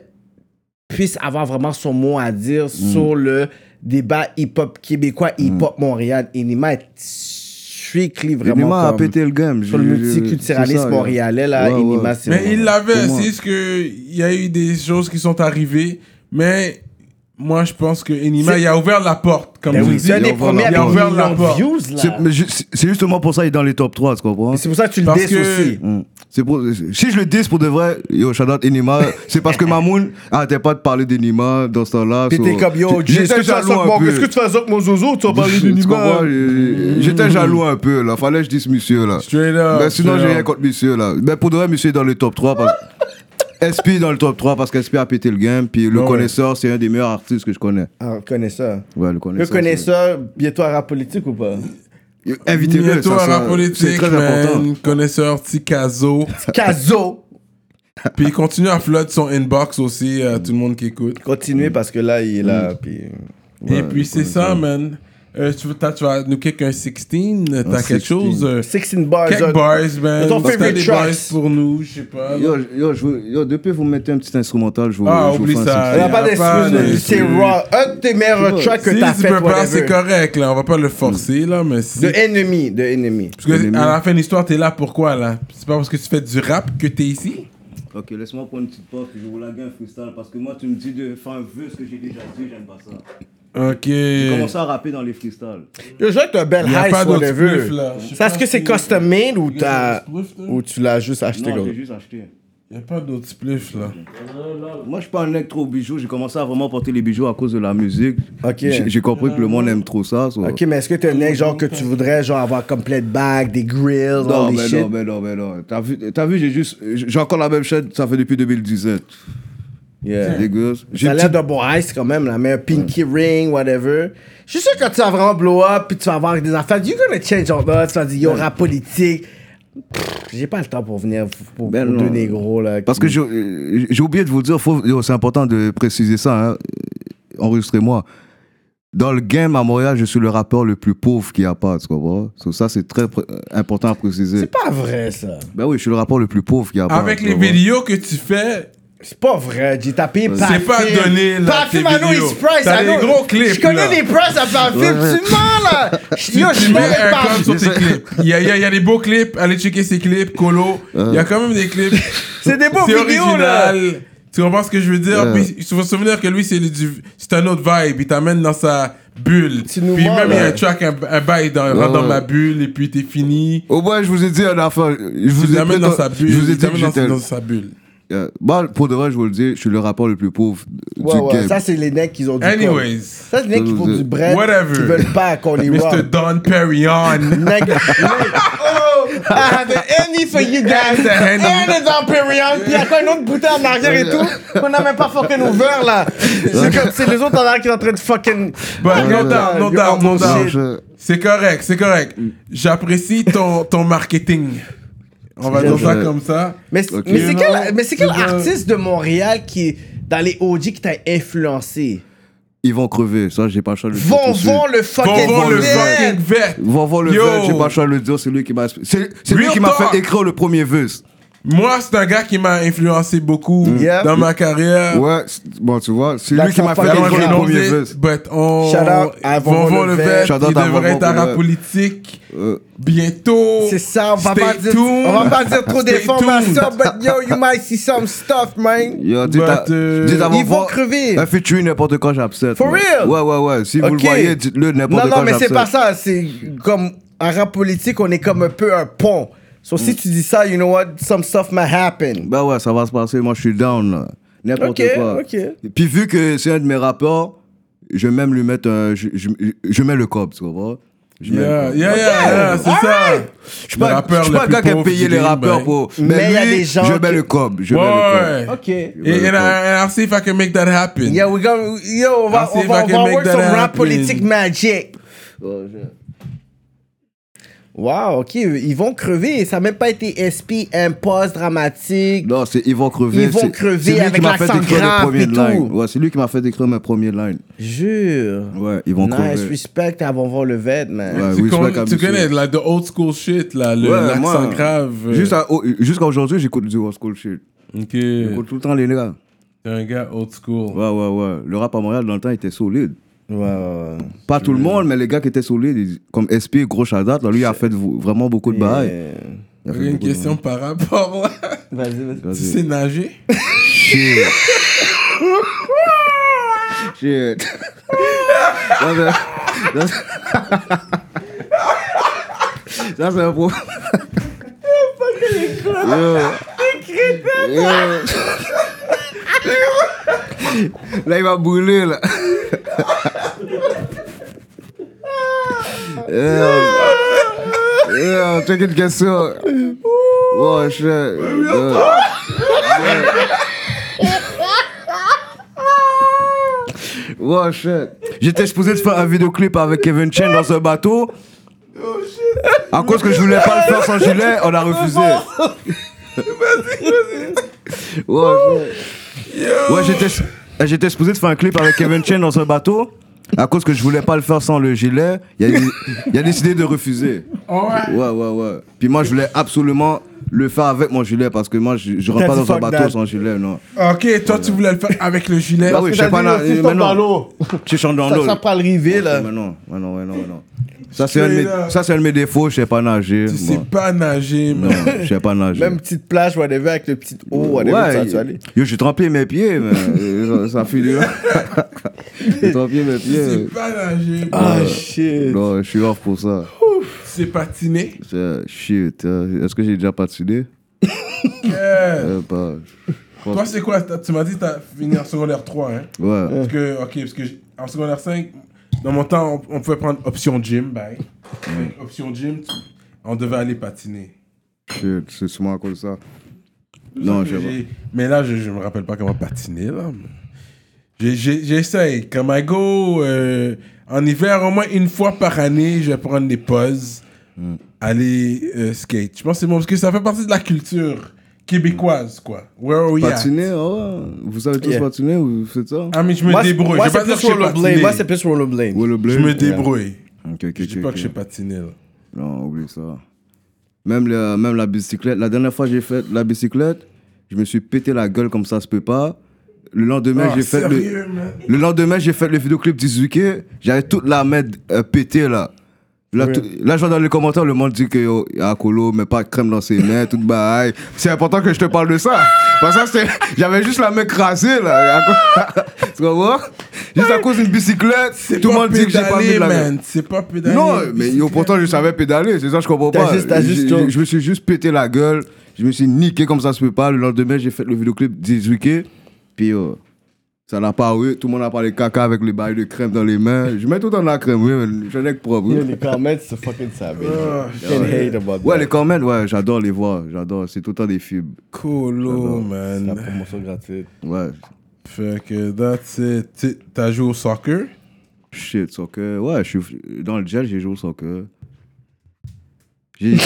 puisse avoir vraiment son mot à dire Mm. sur le débat hip-hop québécois, hip-hop Montréal. Enima est strictly vraiment Inima a comme pété le game. sur le Je- je- c'est multiculturalisme ça, montréalais, là, Ouais, Enima, ouais. c'est Mais vraiment- il l'avait, Pour moi. c'est juste que il y a eu des choses qui sont arrivées, mais moi je pense que Enima, C'est- il a ouvert la porte, comme Ben tu oui, dis. c'est un des Ils ont premiers à ouvert avoir la millions de porte. views, là. C'est mais ju- c'est justement pour ça il est dans les top 3, tu comprends Et C'est pour ça que tu le Parce dis que- aussi. Mm. C'est pour- si je le dis pour de vrai, yo, shout out Inima, c'est parce que Mamoun arrêtait pas de parler d'Enima dans ce temps-là. Puis so- t'es comme yo, Jay, j'étais est-ce que tu fais ça jaloux avec un mon- peu. est-ce que tu fais ça avec mon zozo tu vas parler Hmm. Tu comprends, d'Enima? j'ai- J'étais jaloux un peu, là. Fallait que je dise monsieur, là. Straight up. Mais Bah, sinon, straight j'ai rien up. contre monsieur, là. Mais pour de vrai, monsieur est dans le top 3. Parce... SP dans le top 3 parce qu'SP a pété le game. Puis le Ouais, ouais. connaisseur, c'est un des meilleurs artistes que je connais. Ah, on connaît ça. Ouais, le Le connaisseur. connaisseur, bientôt à rap politique ou pas? c'est- Invitez-le, Bientôt ça, un ça- rap c'est politique, très important. man, connaisseur Ticazo. Caso! Puis il continue à flood son inbox aussi à tout le monde qui écoute. Continuez parce que là, il est là. Puis... Et puis c'est ça, man. Euh, tu, veux- t'as- tu vas nous kick un 16, t'as quelque 16. chose. euh, 16 bars. Quelques euh, bars, man. Ton Parce que T'as favorite des tracks. bars pour nous, je sais pas. Yo, yo, je veux- yo, depuis que vous mettez un petit instrumental, je vous. Ah, je vous oublie fais un ça. Il n'y a y pas a pas de- d'excuse, c'est raw. Un de tes meilleurs pas. tracks que si t'as tu fait, peux pas, c'est whatever. correct, là. On va pas le forcer, là, mais si. De ennemi, de ennemi. Parce que Ennemi. à la fin de l'histoire, t'es là pourquoi, là C'est pas parce que tu fais du rap que t'es ici Ok, laisse-moi prendre une petite pause, je vais vous laguer un freestyle parce que moi, tu me dis de faire un vœu, ce que j'ai déjà dit, j'aime pas ça. Ok. J'ai commencé à rapper dans les freestyles. Le jeu un bel Il n'y a high pas sur d'autre le spliff vœu. là. Je sais Ça, est-ce pas que c'est si- custom made ou, Il y a t'as- d'autres spliffs, là? ou tu l'as juste acheté Non, comme j'ai juste acheté. Il n'y a pas d'autre spliff là. Moi, je suis pas un mec trop bijoux. J'ai commencé à vraiment porter les bijoux à cause de la musique. Ok. J'ai j'ai compris que le monde aime trop ça. so- Ok, mais est-ce que t'es un mec genre que tu voudrais genre avoir complète bag, des grills, Non, all this mais shit? non, ben mais non, mais non. T'as vu, t'as vu j'ai juste. J'ai encore la même chaîne, ça fait depuis 2017. Yeah. Dégueulasse. J'ai Ça a une l'air petite- d'un bon ice quand même, là, mais un pinky ring, whatever. Je suis sûr que quand tu vas vraiment blow up, puis tu vas avoir des affaires, you're gonna change your mind, tu vas dire, yo, rap politique. Pff, J'ai pas le temps pour venir pour, pour- Ben pour non. deux négros, là. Parce qui- que j'ai- euh, j'ai oublié de vous dire, faut- yo, c'est important de préciser ça. hein. Euh, Enregistrez-moi. Dans le game à Montréal, je suis le rappeur le plus pauvre qu'il n'y a pas, tu comprends? So, ça, c'est très pr- important à préciser. C'est pas vrai, ça. Ben oui, je suis le rappeur le plus pauvre qu'il n'y a pas. Avec tu les comprends? vidéos que tu fais, C'est pas vrai, j'ai tapé Parfait. pas donné, là, Parfait, tes Mano, vidéos. It's Price. T'as I des know. gros clips, Je connais là. les prices à Parfait, tu mens, là. tu, Yo, tu je mets connais un Parfait. code sur tes clips. Il y a, il y a- il y a des beaux clips, allez checker ces clips, Colo. Euh. Il y a quand même des clips. C'est des beaux C'est vidéos, là. original. Tu comprends ce que je veux dire? Ouais. Puis, il faut se souvenir que lui, c'est du- c'est un autre vibe. Il t'amène dans sa bulle. Tu nous puis mens, même, il y a là. un track, un, un bail dans, rentre dans ouais. ma bulle, et puis t'es fini. Au moins, je vous ai dit un affaire. Je Tu vous ai l'amènes dans prétent- sa bulle. Je vous ai il dit que t'amène dans, j'étais. dans sa bulle. Euh, moi, pour de vrai, je vous le dis, je suis le rappeur le plus pauvre du Ouais, ouais, game. ça, c'est les necks qui ont du code. Anyways, Ça, c'est les necks qui font du bread. Whatever. Qui veulent pas qu'on les Mr. rock. Don Perignon. Nigga, oh, I have an enemy for you guys. That's a hand And it's on period. Puis il y a encore une autre bouteille en arrière et tout. Qu'on n'a même pas fucking ouvert là. C'est comme c'est les autres en arrière qui sont en train de fucking. But no doubt, You're no doubt, no on doubt. bullshit. Je- C'est correct, c'est correct. Mm. J'apprécie ton, ton marketing. On va Je- dire ça je- comme ça. Mais c'est Ok. mais c'est Non, quel, mais c'est quel c'est pas- artiste de Montréal qui, dans les OG, qui t'a influencé? Ils vont crever, ça, j'ai pas le choix de le dire. tout Von de suite. Von le fucking. Vont le dead. fucking vert. Vont voir le Yo. verse, j'ai pas le choix de le dire, c'est lui qui m'a. C'est c'est lui Real qui m'a talk. fait écrire le premier verse. Moi, c'est un gars qui m'a influencé beaucoup Mm. Yeah. dans ma carrière. Ouais, c'est- bon, tu vois, c'est Là, lui qui ça m'a fait parle Avant Quel écrire de le grand premier Renaudé, verse. but oh, on... Shout out à Von Von Von le Levert. Vert, Shout out il à Von devrait être Von à la Levert. politique Euh, bientôt. C'est ça, on va Oh. Stay pas dire, tuned. on va pas dire trop Stay d'informations, but yo, you might see some stuff, man. Yo, dites à- But, euh, dites à ils Von vont Von- crever. Un featuring n'importe quand j'absède. For moi. real? Ouais, ouais, ouais. Si vous Ok. le voyez, dites-le n'importe Non, quand. non, mais c'est j'absède. pas ça. C'est comme un rap politique, on est comme un peu un pont. So, Mm. si tu dis ça, you know what, some stuff might happen. Bah ouais, ça va se passer. Moi, je suis down. là. N'importe Ok, quoi. ok. Puis vu que c'est un de mes rappeurs, je vais même lui mettre un. Je, je, je mets le cop, tu comprends? Je mets le Yeah, cob. yeah, yeah, yeah, c'est ça. Je suis pas, je suis pas un gars qui a payé les rappeurs pour. Mais, Mais il y a lui, des gens Je mets qui- le cob. Je Ouais, mets le cob. ouais. Ok. And, and, I- and I'll see if I can make that happen. Yeah, we gonna, yo, on va, I'll see on if va, I on can va make work that some rap happen. Oh, politique magic. Wow, ok, ils vont crever. Ça n'a même pas été SP, impost, dramatique. Non, c'est ils vont crever. Ils vont C'est- crever c'est lui qui avec m'a fait l'accent écrire le grave premier et line. tout. Ouais, c'est lui qui m'a fait écrire mes premiers lines. Jure. Ouais, ils vont nice, crever. respect avant voir le vet, man. Ouais, Tu, Ah, oui, je con- mets comme tu ça. connais, like, the old school shit, là, le- Ouais, l'accent moi, grave. euh, Juste à- au- Jusqu'à aujourd'hui, j'écoute du old school shit. Ok. J'écoute tout le temps les gars. T'es un gars old school. Ouais, ouais, ouais. Le rap à Montréal, dans le temps, était solide. Ouais, ouais, ouais. Pas tout le monde, mais les gars qui étaient solides, ils- comme SP, gros Shadat, là, lui, il a fait v- vraiment beaucoup de bail. Euh, Il a fait J'ai une beaucoup de question par rapport là. Vas-y, vas-y. bail. Tu Vas-y. sais nager Shit. Shit. Non, mais- non, c'est- Ça, c'est un pro. Yo. Yo. Là, il va brûler, là. Yo. Yo, check une question. Oh, shit. Yo. Wow, shit. J'étais supposé de faire un vidéoclip avec Kevin Chen dans un bateau. À cause que je voulais pas le faire sans gilet, on a refusé. Vas-y, vas-y. Ouais, shit. Ouais, j'étais- j'étais supposé de faire un clip avec Kevin Chen dans un bateau. À cause que je voulais pas le faire sans le gilet, il a, il a décidé de refuser. ouais. Ouais, ouais, ouais. Puis moi, je voulais absolument le faire avec mon gilet parce que moi, je, je rentre T'as pas dit dans un fuck bateau that. sans gilet, non. Ok, toi tu voulais le faire avec le gilet. Ah oui, je sais pas, là, Vas-y, euh, vas-y, tombe dans maintenant. l'eau. Tu chantes dans Ça, l'eau. ça peut arriver, là. Mais non, mais non, mais non, mais non. Ça, c'est un, de mes- Straight up. ça, c'est un de mes défauts, je sais pas nager. Tu sais moi. pas nager, Non, man. je sais pas nager. Même petite plage, whatever, avec le petit eau, whatever, ça, tu vas aller. Yo, j'ai trempé mes pieds, mais euh, ça finit. j'ai trempé mes Tu sais pieds. pas nager. Ah, shit. Non, je suis off pour ça. Tu sais patiner. C'est- Shit, euh, est-ce que j'ai déjà patiné Yeah. Euh, pas- je pense- Toi, c'est quoi t'as- Tu m'as dit que t'as fini en secondaire 3, hein Ouais. Parce que, ok, parce que j- en secondaire 5, dans mon temps, on, on pouvait prendre option gym, bye. Avec option gym, tu- on devait aller patiner. Shit, c'est sûrement à cause de ça. C'est Non, ça que je sais pas. j'ai- Mais là, je, je me rappelle pas comment patiner, là. J'ai- j'ai- J'essaye. Comme I go, euh, en hiver, au moins une fois par année, je vais prendre des pauses, Mm. aller euh, skate. Je pense que c'est bon, parce que ça fait partie de la culture québécoise, quoi. Where are we at? Patiner, oh, vous savez tous Yeah. patiner ou vous faites ça Ah, mais je me Moi, c'est- débrouille. Moi, je c'est vais pas dire que plus je sais rollerblade. patiner. Moi, c'est plus rollerblade. Ou le blé Je me débrouille. Ok, ok, Je dis ok, pas ok. que je sais patiner, là. Non, oublie ça. Même, le- même la bicyclette. La dernière fois j'ai fait la bicyclette, je me suis pété la gueule comme ça se peut pas. Le lendemain, Ah, j'ai fait sérieux, le... man? le lendemain, j'ai fait le vidéoclip 18K. J'avais toute la main euh, pétée là. Là, tout- là, je vois dans les commentaires, le monde dit que oh, yo, à Colo, mais pas de crème dans ses mains, toute baille. C'est important que je te parle de ça. Parce que ça, c'est- j'avais juste la main crasée, là. tu comprends? Juste à cause d'une bicyclette, C'est tout le pas monde dit que j'ai pas mis pédaler, de la main. man. C'est pas pédaler. Non, mais yo, pourtant je savais pédaler, c'est ça, je comprends T'as pas. juste- t'as J'ai- juste- j'ai- je me suis juste pété la gueule, je me suis niqué comme ça se peut pas. Le lendemain, j'ai fait le vidéoclip 18K, puis euh, ça n'a pas eu. Tout le monde a parlé caca avec les bails de crème dans les mains. Je mets tout dans la crème, oui, mais je n'ai que propre. oui. Yo, les comments, c'est fucking savage. Ah, You Can't hate about Ouais, that. les comments, ouais, j'adore les voir, j'adore, c'est tout le temps des fibres. Colo, La man. promotion gratuite. Ouais, Fait que that's it. Tu- T'as joué au soccer? shit, soccer. Ouais, je suis dans le gel, j'ai joué au soccer. J'ai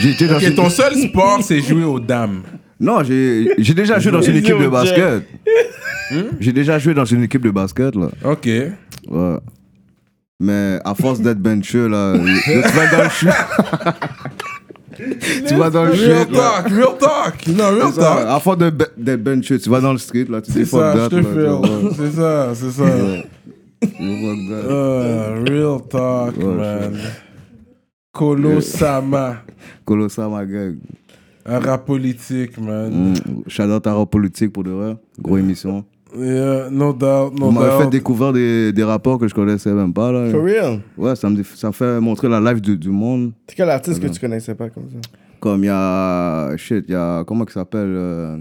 j'ai été dans Ok, une- ton seul sport, c'est jouer aux dames. Non, j'ai j'ai déjà joué dans une équipe de Yo, basket. Hmm? J'ai déjà joué dans une équipe de basket, là. Ok. Ouais. Mais à force d'être benché, là, là, tu vas dans le chute. tu vas dans le Real chute, là. talk, real talk. Non, real C'est ça, talk. à force de be- d'être benché, tu vas dans le street, là, tu dis C'est fuck ça, that, je te là, tu vois. fais. C'est ça, c'est ça. You fuck that. Ah, real talk, Ouais, man. Colo Sama. Colossal, ma gueule. Un rap politique, man. Mm. Shout out à Rap Politique, pour de vrai. Gros émission. Yeah, no doubt, no Vous m'avez fait doubt. découvrir des, des rapports que je connaissais même pas, là. For real. Ouais, ça me ça me fait montrer la live du- du monde. C'est quel artiste que tu connaissais pas comme ça? Comme il y a. Shit, il y a. Comment il s'appelle euh,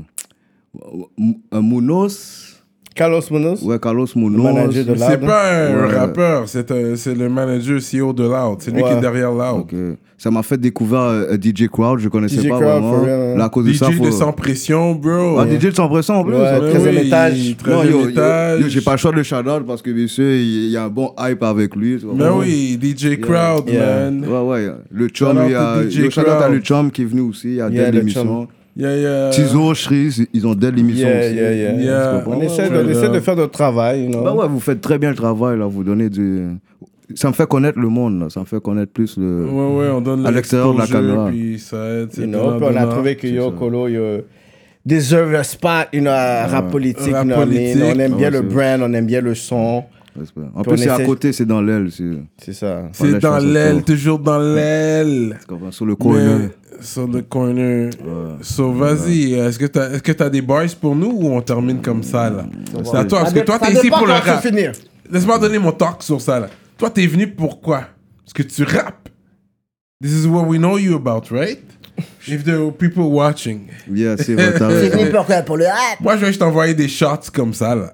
M- euh, Munoz. Carlos Munoz? Ouais, Carlos Munoz. manager de hein. C'est Loud, pas un Ouais. rappeur, c'est un- c'est le manager CEO de Loud. C'est lui Ouais. qui est derrière Loud. Ok. Ça m'a fait découvrir euh, DJ Crowd, je connaissais DJ pas Crowd, vraiment. for real, ouais. Là, à cause de ça, DJ faut... de Sans Pression, bro. Ah, DJ de sans pression en plus. Ouais, ok. Ben 13e oui, étage. 13e Non, yo, yo, étage. yo, j'ai pas le choix de le shout out parce que monsieur, il il y a un bon hype avec lui. tu vois. Mais Ben oui, DJ Crowd, Yeah. man. Ouais, ouais. Le chum, Shout out il y a. to DJ yo, Shout out à Crowd. le chum qui est venu aussi. Il y a Yeah, des le l'émission. Yeah, yeah. Tizo, Shreeze, ils ont dès l'émission Yeah, aussi. yeah, yeah. Yeah. Tu comprends? On Ouais, essaie, de, ouais, on essaie ouais. de faire notre travail, you know? Bah ouais, vous faites très bien le travail, là, vous donnez du... Ça me fait connaître le monde, là. ça me fait connaître plus le... Ouais, ouais, on donne À l'extérieur de la l'exposure, caméra. Puis ça aide. c'est You know, puis on a donnant-donnant. trouvé que yo, ça. Colo, yo, deserve a spot, you know, à rap politique, Rap you know what I mean? politique. On aime bien Ouais, le c'est- brand, on aime bien le son. En Puis on plus, c'est à essaie- côté, c'est dans l'aile, c'est... C'est ça. On C'est lèche dans un peu l'aile, autour. toujours dans l'aile. tu comprends, sur le Mais- coin. Sur le corner. So, vas-y, est-ce que t'as est-ce que t'as des bars pour nous ou on termine comme ça, là C'est à toi, parce que toi, t'es ici pour le rap. finir. Laisse-moi donner mon talk sur ça, là. Toi, t'es venu pourquoi Parce que tu rappes. This is what we know you about, right If there are people watching. Yeah, c'est vrai, t'as raison. pour le rap. Moi, je vais juste t'envoyer des shots comme ça, là.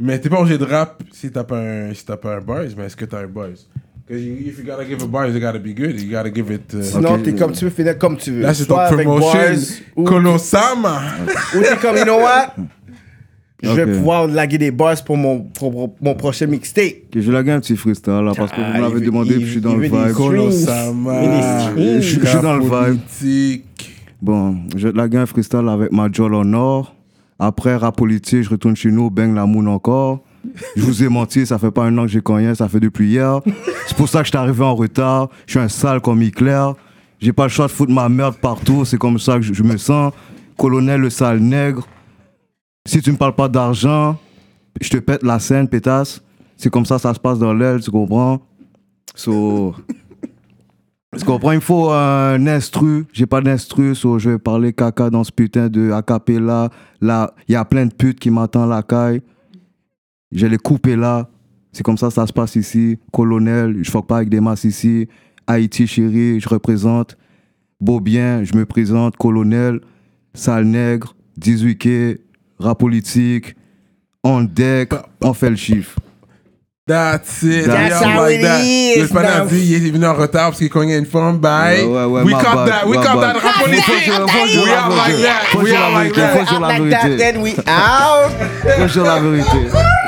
Mais t'es pas obligé de rap si t'as pas un, si t'as pas un buzz, mais est-ce que t'as un buzz? Because you, if you gotta give a buzz, it gotta be good. You gotta give it... uh, Sinon, Ok. t'es comme tu veux finir comme tu veux. Là, c'est ton Soit avec promotion. boys, ou, Colosama. ou t'es comme, you know what? Je vais Ok. pouvoir laguer des bars pour mon, pour- pour mon prochain mixtape. Que je lague un petit freestyle, là, parce que vous Ah, me l'avez il veut- demandé, il- puis je suis il dans veut le des vibe. sous. Colosama. Il est stream. Je- je suis dans le vibe. Politique. Bon, je lague un freestyle avec ma Jol en or. Après, rap politique, je retourne chez nous, bang la moon encore. Je vous ai menti, ça fait pas un an que j'ai cogné, ça fait depuis hier. C'est pour ça que je suis arrivé en retard. Je suis un sale comme Hitler. J'ai pas le choix de foutre ma merde partout, c'est comme ça que je, je me sens. Colonel le sale nègre. Si tu me parles pas d'argent, je te pète la scène, pétasse. C'est comme ça, ça se passe dans l'aile, tu comprends? So, Tu comprends? Il me faut euh, un instru. J'ai pas d'instru, so je vais parler caca dans ce putain de acapella. Là, il y a plein de putes qui m'attendent à la caille. Je les coupe là. C'est comme ça ça se passe ici. Colonel, je fuck pas avec des masses ici. Haïti, chérie, je représente. Beau bien, je me présente. Colonel, sale nègre, 18K, rap politique, on deck, on fait le chiffre. That's it. That's Yeah, how like it that. is, Le panadis, now. il est venu en retard parce qu'il cognait une femme. Bye. Ouais, ouais, ouais, we my caught bad, that. We my caught bad. that. Rappelez Faut que je- faut que je We la are like vérité. that. Faut que We je are la like vérité. that. Faut que je la Like that, vérité. then we out. Faut que je la vérité.